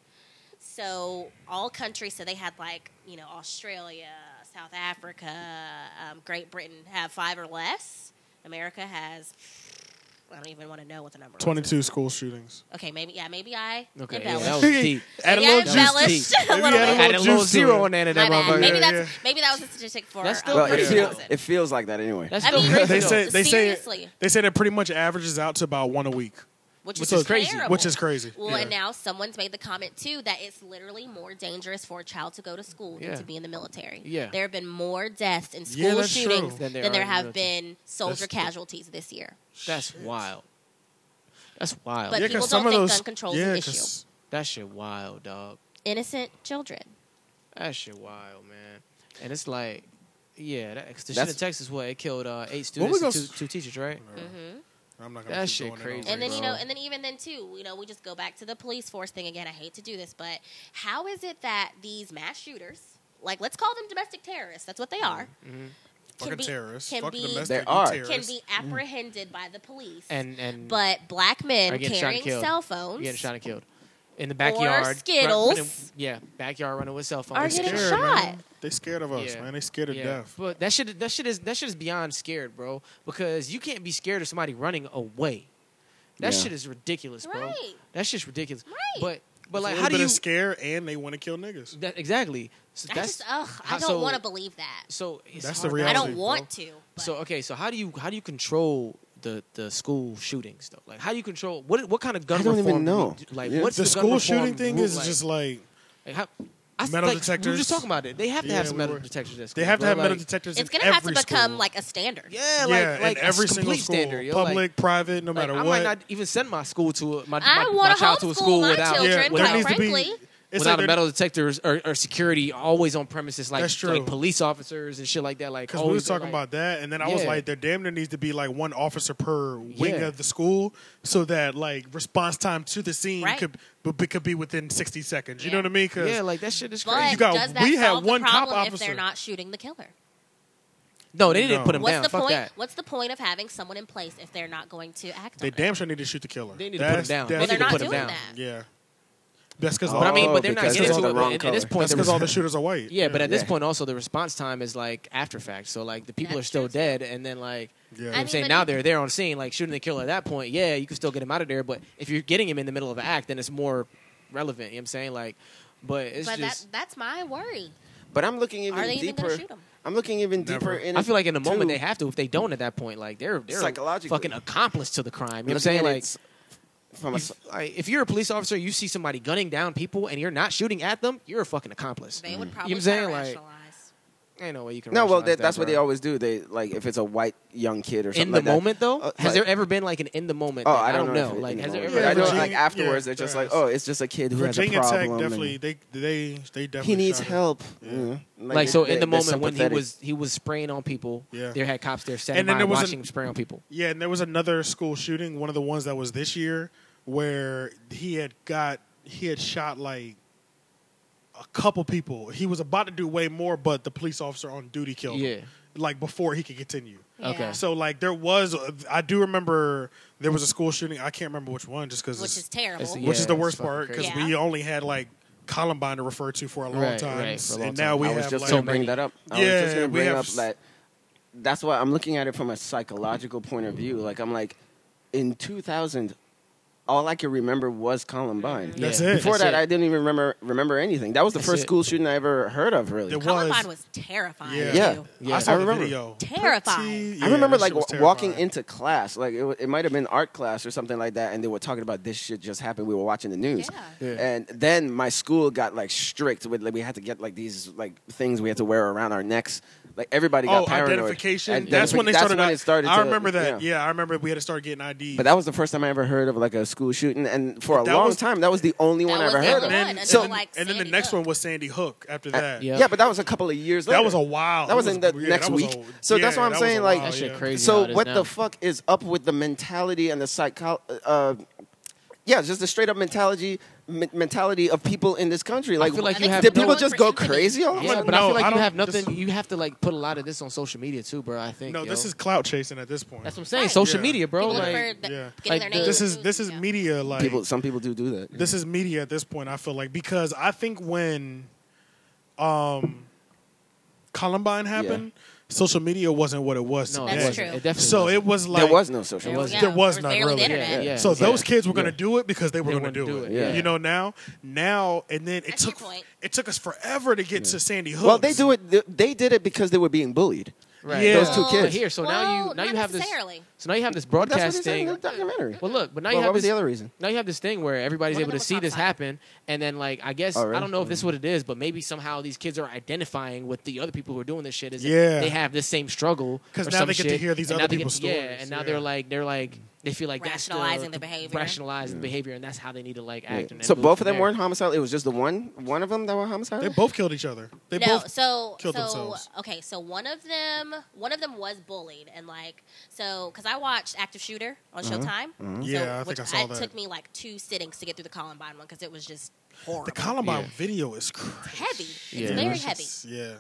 Speaker 3: So all countries, so they had like you know Australia, South Africa, um, Great Britain have five or less. America has. I don't even want to know what the number. was.
Speaker 2: Twenty-two school shootings.
Speaker 3: Okay, maybe yeah, maybe I
Speaker 4: Okay, yeah,
Speaker 3: embellished.
Speaker 4: that was deep.
Speaker 2: Add a
Speaker 3: Maybe I
Speaker 2: little juice.
Speaker 4: embellish.
Speaker 3: embellished a
Speaker 4: deep.
Speaker 2: Maybe
Speaker 3: little
Speaker 2: add
Speaker 3: bit.
Speaker 4: Add a little
Speaker 2: juice to it.
Speaker 4: zero on that.
Speaker 3: My bad. Maybe
Speaker 2: Yeah,
Speaker 3: that's
Speaker 2: yeah.
Speaker 3: maybe that was a statistic for.
Speaker 4: That's still
Speaker 3: um,
Speaker 1: Well, it,
Speaker 4: pretty
Speaker 1: feel,
Speaker 4: good.
Speaker 1: it feels like that anyway.
Speaker 4: That's
Speaker 3: I
Speaker 4: still
Speaker 3: mean,
Speaker 4: crazy.
Speaker 2: They
Speaker 4: though.
Speaker 2: say they say
Speaker 3: Seriously.
Speaker 2: they say that pretty much averages out to about one a week.
Speaker 3: which,
Speaker 4: Which
Speaker 3: is,
Speaker 4: is crazy.
Speaker 3: terrible.
Speaker 2: Which is crazy.
Speaker 3: Well,
Speaker 2: Yeah.
Speaker 3: and now someone's made the comment too that it's literally more dangerous for a child to go to school
Speaker 4: Yeah.
Speaker 3: than to be in the military.
Speaker 4: Yeah.
Speaker 3: there have been more deaths in
Speaker 2: Yeah,
Speaker 3: school
Speaker 2: that's
Speaker 3: shootings
Speaker 2: true.
Speaker 3: than there,
Speaker 4: Than there are in the
Speaker 3: have
Speaker 4: military.
Speaker 3: been soldier
Speaker 2: That's-
Speaker 3: casualties this year.
Speaker 4: that's wild. That's wild.
Speaker 3: But-
Speaker 2: Yeah,
Speaker 3: people
Speaker 2: because some
Speaker 3: don't
Speaker 2: of
Speaker 3: think
Speaker 2: those.
Speaker 3: gun control's an
Speaker 2: yeah,
Speaker 3: issue.
Speaker 2: 'cause-
Speaker 4: that shit wild, dog.
Speaker 3: Innocent children.
Speaker 4: That shit wild, man. And it's like, yeah, that, 'cause the shit
Speaker 1: That's-
Speaker 4: in Texas, what it killed uh, eight
Speaker 2: When we
Speaker 4: students, and
Speaker 2: gonna
Speaker 4: two, two teachers, right?
Speaker 2: I'm not gonna
Speaker 4: That
Speaker 2: keep
Speaker 4: shit
Speaker 2: going in
Speaker 4: crazy.
Speaker 2: on
Speaker 3: Mm-hmm. And then you
Speaker 2: racism.
Speaker 3: know, and then even then too, you know, we just go back to the police force thing again. I hate to do this, but how is it that these mass shooters, like let's call them domestic terrorists, that's what they
Speaker 4: Mm.
Speaker 3: are,
Speaker 2: fucking terrorists,
Speaker 3: can
Speaker 2: fuck
Speaker 3: be
Speaker 2: domestic,
Speaker 1: They
Speaker 2: you
Speaker 1: are.
Speaker 3: can
Speaker 2: terrorists.
Speaker 3: be apprehended by the police.
Speaker 4: Mm. and and
Speaker 3: but black
Speaker 4: are
Speaker 3: men
Speaker 4: getting shot and
Speaker 3: carrying
Speaker 4: killed.
Speaker 3: cell
Speaker 4: you
Speaker 3: phones
Speaker 4: getting shot and killed in the backyard. run-
Speaker 3: Skittles.
Speaker 4: running- yeah, backyard running with cell phones.
Speaker 3: are
Speaker 4: It's
Speaker 3: getting
Speaker 2: scared,
Speaker 3: shot.
Speaker 2: man. They scared of us,
Speaker 4: Yeah.
Speaker 2: man. They scared of
Speaker 4: Yeah,
Speaker 2: death.
Speaker 4: But that shit, that shit is that shit is beyond scared, bro. Because you can't be scared of somebody running away. That
Speaker 1: Yeah.
Speaker 4: shit is ridiculous, bro.
Speaker 3: Right.
Speaker 4: That shit's ridiculous.
Speaker 3: Right.
Speaker 4: But but
Speaker 2: It's
Speaker 4: like,
Speaker 2: a
Speaker 4: how
Speaker 2: little
Speaker 4: do
Speaker 2: bit
Speaker 4: you?
Speaker 2: of scare and they want to kill niggas?
Speaker 4: that, exactly. So
Speaker 3: I
Speaker 4: that's
Speaker 3: just ugh,
Speaker 4: how-
Speaker 3: I don't
Speaker 4: so-
Speaker 3: want to believe that.
Speaker 4: so. It's
Speaker 2: That's the
Speaker 4: hard.
Speaker 3: I
Speaker 2: reality.
Speaker 3: don't
Speaker 2: bro.
Speaker 3: want to. But
Speaker 4: So okay, so how do you how do you control the the school shootings though? Like how do you control what what kind of gun
Speaker 1: I don't even
Speaker 4: reform do you
Speaker 1: know.
Speaker 4: do? like
Speaker 1: Yeah.
Speaker 4: what's
Speaker 2: The
Speaker 4: gun
Speaker 2: school
Speaker 4: reform
Speaker 2: shooting thing
Speaker 4: rule
Speaker 2: is
Speaker 4: like?
Speaker 2: just like
Speaker 4: Like, how, I,
Speaker 2: Metal
Speaker 4: like, We were
Speaker 2: detectors.
Speaker 4: just talking about it. They have to
Speaker 2: Yeah,
Speaker 4: have some
Speaker 2: we
Speaker 4: metal
Speaker 2: were.
Speaker 4: detectors. At
Speaker 2: they
Speaker 4: school,
Speaker 2: have to
Speaker 4: bro.
Speaker 2: have metal
Speaker 4: Like,
Speaker 2: detectors.
Speaker 3: it's
Speaker 2: in
Speaker 3: gonna have to
Speaker 2: every
Speaker 3: become
Speaker 2: school.
Speaker 3: like a standard.
Speaker 4: Yeah,
Speaker 2: yeah,
Speaker 4: like like
Speaker 2: in every
Speaker 4: a
Speaker 2: single
Speaker 4: complete
Speaker 2: school,
Speaker 4: standard, yo.
Speaker 2: public,
Speaker 4: like,
Speaker 2: private, no
Speaker 4: like,
Speaker 2: matter
Speaker 4: I
Speaker 2: what.
Speaker 4: might not even send my school to a, my,
Speaker 3: I
Speaker 4: my, my
Speaker 3: wanna
Speaker 4: child to a
Speaker 3: homeschool
Speaker 4: school
Speaker 3: my
Speaker 4: without
Speaker 3: children,
Speaker 2: yeah,
Speaker 4: without,
Speaker 2: there
Speaker 3: quite
Speaker 2: needs to be.
Speaker 3: frankly.
Speaker 2: It's
Speaker 4: without
Speaker 2: like
Speaker 4: a
Speaker 2: there-
Speaker 4: metal detectors or, or security always on premises like
Speaker 2: That's true.
Speaker 4: like police officers and shit like that. Like
Speaker 2: Because we
Speaker 4: always
Speaker 2: was talking
Speaker 4: like,
Speaker 2: about that, and then I was
Speaker 4: Yeah.
Speaker 2: like, there damn near needs to be like one officer per wing
Speaker 4: Yeah.
Speaker 2: of the school, so that like response time to the scene
Speaker 3: Right.
Speaker 2: could b- could be within sixty seconds. You
Speaker 3: Yeah.
Speaker 2: know what I mean? 'Cause
Speaker 4: yeah, like that shit is
Speaker 3: But
Speaker 4: crazy.
Speaker 2: You got-
Speaker 3: does that
Speaker 2: we had
Speaker 3: solve
Speaker 2: one
Speaker 3: the
Speaker 2: cop
Speaker 3: problem if
Speaker 2: officer.
Speaker 3: they're not shooting the killer?
Speaker 4: no, they didn't
Speaker 2: No.
Speaker 4: put him
Speaker 3: What's
Speaker 4: down.
Speaker 3: the
Speaker 4: Fuck
Speaker 3: point?
Speaker 4: that.
Speaker 3: What's the point of having someone in place if they're not going to act?
Speaker 2: they
Speaker 3: on it?
Speaker 2: damn sure need to shoot the killer.
Speaker 4: They need to put him
Speaker 2: That's-
Speaker 4: down. They
Speaker 3: Well,
Speaker 2: that's-
Speaker 4: need
Speaker 3: they're
Speaker 4: to
Speaker 3: not
Speaker 4: put him
Speaker 3: doing
Speaker 4: down.
Speaker 3: that.
Speaker 2: yeah, that's because
Speaker 1: But
Speaker 4: But I
Speaker 1: Oh,
Speaker 4: mean, but they're not
Speaker 1: because
Speaker 4: getting
Speaker 1: it's
Speaker 4: into
Speaker 1: all
Speaker 4: it.
Speaker 1: the wrong
Speaker 4: At- At this
Speaker 1: color.
Speaker 4: point,
Speaker 2: that's
Speaker 4: the
Speaker 2: because all
Speaker 4: res-
Speaker 2: the shooters are white.
Speaker 4: Yeah, but at this
Speaker 1: Yeah.
Speaker 4: point also the response time is like after fact. So like the people
Speaker 3: That's
Speaker 4: are still
Speaker 3: true, too.
Speaker 4: dead, and then like you know what
Speaker 2: I
Speaker 4: I'm
Speaker 3: mean,
Speaker 4: saying
Speaker 3: but
Speaker 4: now
Speaker 3: you-
Speaker 4: they're there on scene, like shooting the killer at that point. Yeah, you can still get him out of there, but if you're getting him in the middle of an act, then it's more relevant. You know what I'm saying like, but it's
Speaker 3: But
Speaker 4: just
Speaker 3: that, that's my worry.
Speaker 1: But I'm looking even
Speaker 3: Are they even
Speaker 1: deeper.
Speaker 3: gonna shoot 'em?
Speaker 1: I'm looking even
Speaker 2: Never.
Speaker 1: deeper. In
Speaker 4: I feel like in the moment
Speaker 1: too.
Speaker 4: they have to. If they don't at that point, like they're they're
Speaker 1: Psychologically.
Speaker 4: fucking accomplice to the crime. You know what I'm
Speaker 1: Looking
Speaker 4: saying
Speaker 1: at
Speaker 4: like.
Speaker 1: it's from a,
Speaker 4: if- like, if you're a police officer, you see somebody gunning down people, and you're not shooting at them. You're a fucking accomplice.
Speaker 3: They would
Speaker 4: you
Speaker 3: probably
Speaker 4: know
Speaker 3: try
Speaker 4: what I'm
Speaker 3: to
Speaker 4: saying? Like,
Speaker 3: rationalize.
Speaker 4: ain't no way you can.
Speaker 1: no, well,
Speaker 4: rationalize
Speaker 1: that,
Speaker 4: that,
Speaker 1: that's what
Speaker 4: bro.
Speaker 1: they always do. They like if it's a white young kid or something
Speaker 4: in the
Speaker 1: like that,
Speaker 4: moment though
Speaker 1: uh,
Speaker 4: has
Speaker 1: like-
Speaker 4: there ever been like an in the moment
Speaker 1: Oh,
Speaker 4: thing?
Speaker 1: I don't, know. if it-
Speaker 4: like
Speaker 1: in
Speaker 4: has
Speaker 1: the
Speaker 4: there ever
Speaker 1: moment. But I
Speaker 4: been
Speaker 1: know,
Speaker 2: Yeah,
Speaker 1: like
Speaker 2: Virginia-
Speaker 1: afterwards,
Speaker 2: yeah,
Speaker 1: they're just
Speaker 2: there
Speaker 1: like,
Speaker 2: is.
Speaker 1: oh, it's just a kid who
Speaker 2: Virginia
Speaker 1: has a
Speaker 2: Tech
Speaker 1: problem.
Speaker 2: definitely
Speaker 1: and
Speaker 2: they they they definitely
Speaker 1: he needs
Speaker 2: shot it.
Speaker 1: help. you know? Like,
Speaker 4: like so
Speaker 1: they-
Speaker 4: in the
Speaker 1: they're
Speaker 4: moment when he
Speaker 1: sympathetic.
Speaker 4: was he was spraying on people
Speaker 2: Yeah.
Speaker 4: there had cops there standing
Speaker 2: And then
Speaker 4: by
Speaker 2: there was
Speaker 4: watching
Speaker 2: an-
Speaker 4: him spray on people
Speaker 2: Yeah, and there was another school shooting, one of the ones that was this year, where he had got he had shot like a couple people. He was about to do way more, but the police officer on duty killed
Speaker 4: Yeah.
Speaker 2: him. Like before he could continue.
Speaker 4: Okay.
Speaker 2: So like there was, I do remember there was a school shooting. I can't remember which one, just because
Speaker 3: which is terrible.
Speaker 4: It's-
Speaker 2: which is
Speaker 4: Yeah,
Speaker 2: the
Speaker 4: it's
Speaker 2: worst
Speaker 4: fucking
Speaker 2: part because
Speaker 3: crazy.
Speaker 2: we
Speaker 3: Yeah.
Speaker 2: only had like Columbine to refer to for a long
Speaker 4: Right,
Speaker 2: time,
Speaker 4: right, for a long
Speaker 2: and now
Speaker 4: time.
Speaker 2: we
Speaker 1: I was
Speaker 2: have
Speaker 1: just
Speaker 2: like,
Speaker 1: gonna bring that up. I was
Speaker 2: Yeah,
Speaker 1: just gonna
Speaker 2: we
Speaker 1: bring
Speaker 2: have
Speaker 1: up
Speaker 2: s-
Speaker 1: that. That's why I'm looking at it from a psychological point of view. Like I'm like, in 2000, all I could remember was Columbine.
Speaker 4: Yeah.
Speaker 2: That's it.
Speaker 1: Before
Speaker 4: That's
Speaker 1: that,
Speaker 4: it.
Speaker 1: I didn't even remember remember anything. That was the
Speaker 4: That's
Speaker 1: first
Speaker 4: it.
Speaker 1: school shooting I ever heard of. Really,
Speaker 2: There was-
Speaker 3: Columbine was terrifying.
Speaker 2: Yeah.
Speaker 1: Yeah.
Speaker 3: too.
Speaker 4: Yeah.
Speaker 2: I saw
Speaker 1: I
Speaker 2: the
Speaker 1: remember.
Speaker 2: video.
Speaker 3: Terrifying.
Speaker 2: Pretty-
Speaker 1: I remember
Speaker 2: yeah, that
Speaker 1: like
Speaker 2: shit was
Speaker 1: wa- walking
Speaker 2: terrifying.
Speaker 1: into class, like it, wa- it might have been art class or something like that, and they were talking about this shit just happened. We were watching the news,
Speaker 4: Yeah. Yeah.
Speaker 1: and then my school got like strict with like we had to get like these like things we had to wear around our necks. Like everybody got
Speaker 2: oh,
Speaker 1: paranoid.
Speaker 2: identification.
Speaker 1: And-
Speaker 2: that's when they
Speaker 1: that's
Speaker 2: started.
Speaker 1: when it started.
Speaker 2: I
Speaker 1: to-
Speaker 2: remember that. Yeah. I remember we had to start getting IDs.
Speaker 1: But that was the first time I ever heard of like a school shooting, and for a
Speaker 2: That
Speaker 1: long
Speaker 2: was-
Speaker 1: time, that was the only
Speaker 3: That
Speaker 1: one I
Speaker 3: was
Speaker 1: ever
Speaker 3: the
Speaker 1: heard
Speaker 3: only
Speaker 1: of.
Speaker 2: and then,
Speaker 3: one,
Speaker 2: and,
Speaker 3: until,
Speaker 2: then-
Speaker 3: like,
Speaker 2: and then the
Speaker 3: Sandy
Speaker 2: next
Speaker 3: Hook.
Speaker 2: one was Sandy Hook. After that,
Speaker 4: yeah.
Speaker 1: Yeah, but that was a couple of years.
Speaker 2: that
Speaker 1: later.
Speaker 2: was a while.
Speaker 1: That was in the
Speaker 2: yeah,
Speaker 1: next
Speaker 2: that was
Speaker 1: week.
Speaker 2: a-
Speaker 1: So that's
Speaker 2: yeah,
Speaker 1: what I'm
Speaker 2: that was
Speaker 1: saying,
Speaker 2: a
Speaker 1: like-
Speaker 2: while,
Speaker 4: that shit
Speaker 2: yeah.
Speaker 4: crazy how
Speaker 1: So
Speaker 4: it is
Speaker 1: what
Speaker 4: now.
Speaker 1: the fuck is up with the mentality and the psycho? Uh, yeah, just the straight up mentality men- mentality of people in this country. Like,
Speaker 4: feel like
Speaker 3: I think
Speaker 4: you have
Speaker 1: did
Speaker 3: no
Speaker 1: people
Speaker 3: one
Speaker 1: just
Speaker 3: for
Speaker 1: go
Speaker 3: empathy.
Speaker 1: crazy? All
Speaker 4: yeah
Speaker 2: like,
Speaker 4: but i
Speaker 2: no,
Speaker 4: feel like
Speaker 2: I
Speaker 4: you
Speaker 2: don't-
Speaker 4: have nothing
Speaker 2: this-
Speaker 4: you have to like put a lot of this on social media too bro i think
Speaker 2: No,
Speaker 4: yo.
Speaker 2: this is clout chasing at this point.
Speaker 4: that's what i'm saying
Speaker 3: Right.
Speaker 4: social
Speaker 2: Yeah.
Speaker 4: media bro
Speaker 3: People
Speaker 4: like
Speaker 3: were th-
Speaker 2: yeah.
Speaker 3: getting
Speaker 4: Like,
Speaker 3: their
Speaker 4: the-
Speaker 3: names
Speaker 2: This is
Speaker 3: removed,
Speaker 2: this is
Speaker 3: yeah.
Speaker 2: media. Like
Speaker 1: people, some people do do that.
Speaker 2: this is media at this point. I feel like because I think when um, Columbine happened, social media wasn't what it was.
Speaker 4: no
Speaker 2: today.
Speaker 4: it
Speaker 3: That's
Speaker 4: wasn't.
Speaker 3: true.
Speaker 4: it definitely
Speaker 2: So
Speaker 4: wasn't.
Speaker 2: it was like
Speaker 1: there was no social.
Speaker 4: There
Speaker 1: media.
Speaker 4: was-
Speaker 3: yeah,
Speaker 2: there was
Speaker 3: there
Speaker 2: not
Speaker 3: barely
Speaker 2: really.
Speaker 3: the internet.
Speaker 4: Yeah, yeah.
Speaker 2: So those kids were going to do it because they were
Speaker 4: They
Speaker 2: going to
Speaker 4: wanna
Speaker 2: do,
Speaker 4: do
Speaker 2: it.
Speaker 4: it, yeah.
Speaker 2: You know now, now and then it
Speaker 3: That's
Speaker 2: took
Speaker 3: your point.
Speaker 2: it took us forever to get to Sandy Hook.
Speaker 1: Well, they do it. they- They did it because they were being bullied.
Speaker 4: right.
Speaker 2: Yeah.
Speaker 1: Those two
Speaker 3: Well,
Speaker 4: But
Speaker 1: kids.
Speaker 4: here so now
Speaker 3: well,
Speaker 4: you now
Speaker 3: not
Speaker 4: you have this
Speaker 3: necessarily.
Speaker 4: so now you have this
Speaker 1: That's what they
Speaker 4: broadcast
Speaker 1: said in
Speaker 4: thing
Speaker 1: the documentary.
Speaker 4: Well, look, but now
Speaker 1: Well,
Speaker 4: you
Speaker 1: what
Speaker 4: have
Speaker 1: was
Speaker 4: this,
Speaker 1: the other reason?
Speaker 4: Now you have this thing where everybody's
Speaker 3: One of
Speaker 4: able
Speaker 3: them
Speaker 4: to
Speaker 3: was
Speaker 4: see this
Speaker 3: outside.
Speaker 4: happen, and then like I guess
Speaker 1: Oh, really?
Speaker 4: I don't know if this is what it is, but maybe somehow these kids are identifying with the other people who are doing this shit. Is that
Speaker 2: Yeah.
Speaker 4: they have this same struggle
Speaker 2: 'Cause
Speaker 4: or
Speaker 2: now
Speaker 4: some
Speaker 2: they get to
Speaker 4: shit,
Speaker 2: hear these
Speaker 4: and
Speaker 2: other
Speaker 4: now they get
Speaker 2: people's
Speaker 4: to- Yeah,
Speaker 2: stories,
Speaker 4: and now
Speaker 2: yeah.
Speaker 4: they're like they're like They feel like that's
Speaker 3: Rationalizing
Speaker 4: the,
Speaker 3: their behavior.
Speaker 4: rationalizing the behavior, and that's how they need to like act. and
Speaker 1: So
Speaker 4: then
Speaker 1: both
Speaker 4: move
Speaker 1: of them
Speaker 4: from
Speaker 1: weren't homicidal. It was just the one one of them that were homicidal.
Speaker 2: They both killed each other. They
Speaker 3: no,
Speaker 2: both.
Speaker 3: so
Speaker 2: killed
Speaker 3: so
Speaker 2: themselves.
Speaker 3: okay, so one of them one of them was bullied and like so because I watched Active Shooter on
Speaker 2: Mm-hmm.
Speaker 3: Showtime.
Speaker 2: Yeah,
Speaker 3: so,
Speaker 2: I think
Speaker 3: which
Speaker 2: I saw
Speaker 3: It
Speaker 2: that.
Speaker 3: took me like two sittings to get through the Columbine one because it was just horrible.
Speaker 2: the Columbine
Speaker 4: Yeah.
Speaker 2: video is crazy.
Speaker 3: heavy. It's
Speaker 4: Yeah.
Speaker 3: very
Speaker 2: It's
Speaker 3: heavy.
Speaker 2: just- Yeah.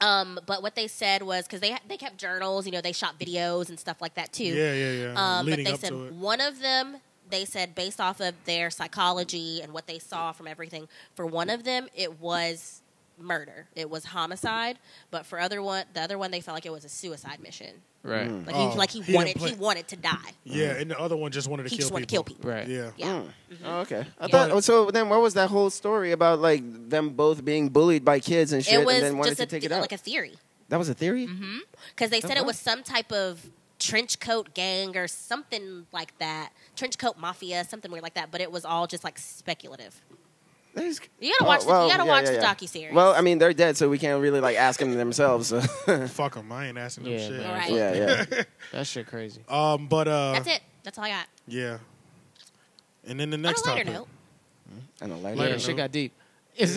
Speaker 3: Um, but what they said was because they they kept journals, you know, they shot videos and stuff like that too.
Speaker 2: Yeah, yeah, yeah.
Speaker 3: Um, but
Speaker 2: Mm-hmm. Leading
Speaker 3: they
Speaker 2: up
Speaker 3: said
Speaker 2: to it.
Speaker 3: one of them, they said based off of their psychology and what they saw from everything, for one of them it was murder, it was homicide, but for other one, the other one they felt like it was a suicide mission.
Speaker 4: there. right,
Speaker 3: Like
Speaker 2: Oh,
Speaker 3: he like he,
Speaker 2: he didn't
Speaker 3: wanted
Speaker 2: play-
Speaker 3: he wanted to die.
Speaker 2: Yeah, and the other one just wanted to
Speaker 3: He
Speaker 2: kill
Speaker 3: just wanted to kill
Speaker 2: people.
Speaker 3: people.
Speaker 4: right.
Speaker 2: Yeah.
Speaker 3: Yeah. Mm-hmm.
Speaker 1: Oh, okay. I
Speaker 3: Yeah.
Speaker 1: thought oh, so. Then what was that whole story about like them both being bullied by kids and shit,
Speaker 3: It was
Speaker 1: and then wanted
Speaker 3: just
Speaker 1: to
Speaker 3: a
Speaker 1: take
Speaker 3: th-
Speaker 1: it out?
Speaker 3: like a theory.
Speaker 1: that was a theory.
Speaker 3: because they said
Speaker 1: Uh-huh.
Speaker 3: it was some type of trench coat gang or something like that, trench coat mafia, something weird like that. But it was all just like speculative.
Speaker 1: That is- Oh,
Speaker 3: You gotta watch the- you gotta watch the docuseries.
Speaker 1: Well, I mean, they're dead, so we can't really like ask them themselves. so.
Speaker 2: Fuck them. I ain't asking them
Speaker 4: Yeah,
Speaker 2: shit.
Speaker 4: man.
Speaker 3: Right.
Speaker 1: yeah, yeah.
Speaker 4: That shit crazy.
Speaker 2: Um, but uh,
Speaker 3: That's it. That's all I got.
Speaker 2: Yeah. And then the next
Speaker 3: On a
Speaker 2: topic.
Speaker 3: lighter note,
Speaker 1: And a lighter
Speaker 4: Yeah,
Speaker 2: Later,
Speaker 1: note.
Speaker 4: shit
Speaker 2: man.
Speaker 4: got deep. Is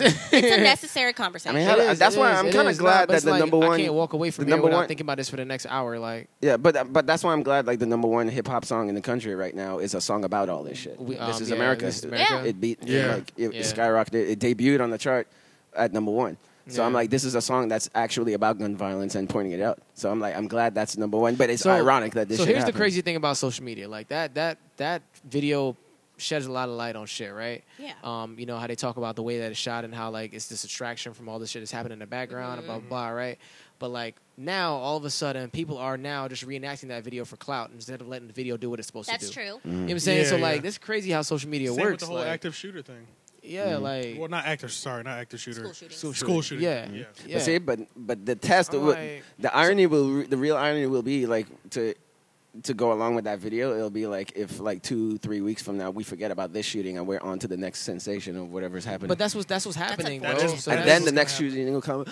Speaker 3: it's a necessary conversation.
Speaker 1: I mean, how-
Speaker 4: It is,
Speaker 1: that's
Speaker 4: it
Speaker 1: why
Speaker 4: is,
Speaker 1: I'm
Speaker 4: it
Speaker 1: kinda
Speaker 4: is,
Speaker 1: glad
Speaker 4: nah, but
Speaker 1: that
Speaker 4: it's
Speaker 1: the
Speaker 4: like,
Speaker 1: number
Speaker 4: I
Speaker 1: one-
Speaker 4: can't walk away from
Speaker 1: the
Speaker 4: here
Speaker 1: number
Speaker 4: without
Speaker 1: one-
Speaker 4: thinking about this for the next hour. Like,
Speaker 1: Yeah, but but that's why I'm glad like the number one hip hop song in the country right now is a song about all this shit.
Speaker 4: We-
Speaker 1: this
Speaker 4: um,
Speaker 1: is
Speaker 4: yeah,
Speaker 1: America.
Speaker 4: This Is
Speaker 1: It-
Speaker 4: America.
Speaker 1: It beat
Speaker 2: Yeah.
Speaker 1: like it
Speaker 4: Yeah.
Speaker 1: skyrocketed. It debuted on the chart at number one. So I'm
Speaker 4: Yeah.
Speaker 1: like, this is a song that's actually about gun violence and pointing it out. So I'm like, I'm glad that's number one. But it's
Speaker 4: So-
Speaker 1: ironic that this.
Speaker 4: so
Speaker 1: shit
Speaker 4: here's the
Speaker 1: happened.
Speaker 4: crazy thing about social media like that that that video sheds a lot of light on shit right
Speaker 3: Yeah.
Speaker 4: um you know how they talk about the way that it's shot and how like it's this distraction from all the shit that's happening in the background and blah
Speaker 1: Mm-hmm.
Speaker 4: blah blah right but like now all of a sudden people are now just reenacting that video for clout instead of letting the video do what it's supposed
Speaker 3: that's
Speaker 4: to do
Speaker 1: Mm.
Speaker 3: true.
Speaker 4: you know what i'm saying
Speaker 2: Yeah,
Speaker 4: so like
Speaker 2: yeah.
Speaker 4: this is crazy how social media
Speaker 2: Same
Speaker 4: works
Speaker 2: with the whole
Speaker 4: like,
Speaker 2: active shooter thing.
Speaker 4: yeah like
Speaker 2: Well, not active. Sorry, not active shooter.
Speaker 3: School shootings.
Speaker 4: School
Speaker 2: School
Speaker 4: shooting. Yeah.
Speaker 2: shooting,
Speaker 4: yeah.
Speaker 1: But see, but but the test,
Speaker 4: I'm
Speaker 1: will-
Speaker 4: like-
Speaker 1: the irony will, the real irony will be like to to go along with that video. It'll be like if like two, three weeks from now we forget about this shooting and we're on to the next sensation of whatever's happening.
Speaker 4: but that's what's that's what's happening
Speaker 2: That
Speaker 4: bro.
Speaker 2: is-
Speaker 4: so
Speaker 2: that
Speaker 1: and
Speaker 4: that's,
Speaker 1: then the
Speaker 2: what's
Speaker 1: next
Speaker 2: gonna
Speaker 1: shooting will come.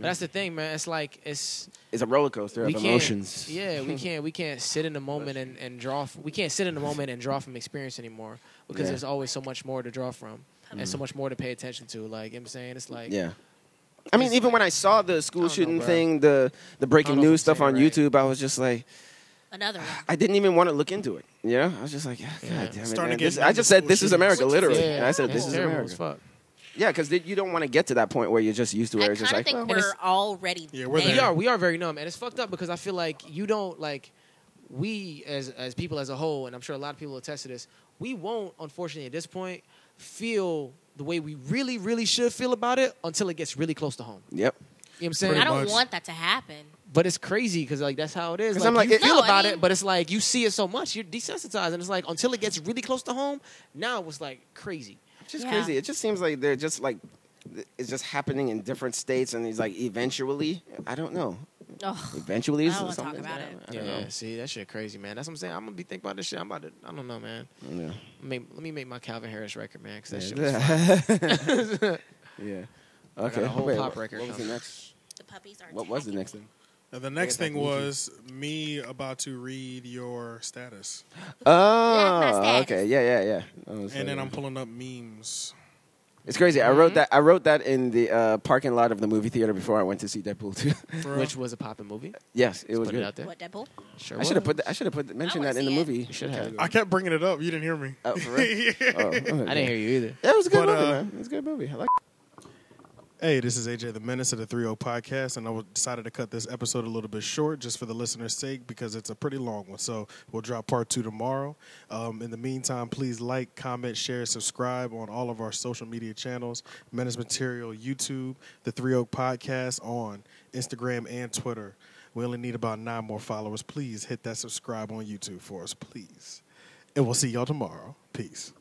Speaker 4: that's the thing man it's like it's
Speaker 1: It's a roller coaster of
Speaker 4: can't-
Speaker 1: emotions. Hmm.
Speaker 4: Yeah, we can't we can't sit in the moment and, and draw. F- we can't sit in the moment and draw from experience anymore because
Speaker 1: Yeah. Hmm.
Speaker 4: there's always so much more to draw from and so much more to pay attention to. Like you know what I'm saying, it's like
Speaker 1: Yeah. I mean, even when I saw the school
Speaker 4: know,
Speaker 1: shooting
Speaker 4: bro.
Speaker 1: thing, the the breaking
Speaker 4: know if I'm
Speaker 1: news stuff
Speaker 4: saying
Speaker 1: on
Speaker 4: it right.
Speaker 1: YouTube, I was just like,
Speaker 3: Another one.
Speaker 1: I didn't even want to look into it. You know, I was just like, God damn it!
Speaker 2: Starting to
Speaker 1: man.
Speaker 2: get
Speaker 1: This-
Speaker 2: into
Speaker 1: I just said,
Speaker 2: school
Speaker 1: "This is
Speaker 2: shootings.
Speaker 1: America,"
Speaker 3: Which is
Speaker 1: literally.
Speaker 4: yeah,
Speaker 1: I said,
Speaker 4: it's
Speaker 1: "This is
Speaker 4: terrible as fuck.
Speaker 1: America." Yeah, because you don't want to get to that point where you're just used to
Speaker 3: I
Speaker 1: where
Speaker 3: kind
Speaker 1: it's just
Speaker 3: of
Speaker 1: like,
Speaker 3: think
Speaker 1: well,
Speaker 3: we're already
Speaker 2: Yeah, we're
Speaker 4: We
Speaker 2: there.
Speaker 4: are we are very numb and it's fucked up because I feel like you don't like we as as people as a whole and I'm sure a lot of people will attest to this. We won't unfortunately at this point feel the way we really really should feel about it until it gets really close to home.
Speaker 1: yep.
Speaker 4: You know what I'm saying?
Speaker 3: I don't
Speaker 2: much.
Speaker 3: want that to happen.
Speaker 4: But it's crazy because like that's how it is.
Speaker 1: 'Cause
Speaker 4: Like,
Speaker 1: I'm like,
Speaker 4: you
Speaker 1: it-
Speaker 4: feel
Speaker 3: No, I
Speaker 4: about
Speaker 3: mean-
Speaker 4: it, but it's like you see it so much, you're desensitized, and it's like until it gets really close to home. Now it was like crazy.
Speaker 1: It's just
Speaker 3: Yeah.
Speaker 1: crazy. It just seems like they're just like th- it's just happening in different states, and he's like, eventually, I don't know.
Speaker 3: Oh,
Speaker 1: Eventually,
Speaker 3: I don't
Speaker 1: is
Speaker 3: wanna talk
Speaker 1: something.
Speaker 3: about
Speaker 1: I
Speaker 3: it.
Speaker 1: don't
Speaker 4: Yeah, see that shit crazy, man. That's what I'm saying. I'm gonna be thinking about this shit. I'm about to. I don't know, man.
Speaker 1: know. Yeah.
Speaker 4: Let me, let me make my Calvin Harris record, man. Because that shit. Was,
Speaker 1: yeah.
Speaker 4: got a
Speaker 1: Okay.
Speaker 4: whole
Speaker 1: Wait,
Speaker 4: pop
Speaker 1: what,
Speaker 4: record
Speaker 1: What was the
Speaker 4: coming.
Speaker 1: next?
Speaker 3: the puppies are.
Speaker 1: What was the
Speaker 3: attacking.
Speaker 1: next thing?
Speaker 2: And the next
Speaker 1: Yeah,
Speaker 2: thing
Speaker 1: back in
Speaker 2: was me about to read your status,
Speaker 1: Oh,
Speaker 3: status.
Speaker 1: okay. Yeah, yeah, yeah. That was
Speaker 2: and then
Speaker 1: funny.
Speaker 2: I'm pulling up memes.
Speaker 1: It's crazy. I wrote
Speaker 4: Mm-hmm.
Speaker 1: that. I wrote that in the uh, parking lot of the movie theater before I went to see Deadpool too.
Speaker 2: Bro.
Speaker 4: which was a poppin' movie.
Speaker 1: yes, it was
Speaker 4: Put
Speaker 1: good.
Speaker 4: it out there.
Speaker 3: What Deadpool?
Speaker 4: Sure.
Speaker 1: I should have
Speaker 4: was.
Speaker 1: put. That, I should have put mentioned
Speaker 3: wanna
Speaker 1: that in the
Speaker 3: see it.
Speaker 1: movie.
Speaker 4: You should have.
Speaker 2: I kept bringing it up. You didn't hear me.
Speaker 1: Oh, for real? Oh, okay.
Speaker 4: I didn't hear you either.
Speaker 1: That was a good
Speaker 2: But,
Speaker 1: movie,
Speaker 2: uh,
Speaker 1: man. It was a good movie. I like.
Speaker 2: Hey, this is AJ, the menace of the 30 podcast, and I w- decided to cut this episode a little bit short just for the listener's sake because it's a pretty long one. So we'll drop part two tomorrow. Um, in the meantime, please like, comment, share, subscribe on all of our social media channels Menace Material, YouTube, the 30 Oak Podcast on Instagram and Twitter. We only need about nine more followers. Please hit that subscribe on YouTube for us, please. And we'll see y'all tomorrow. Peace.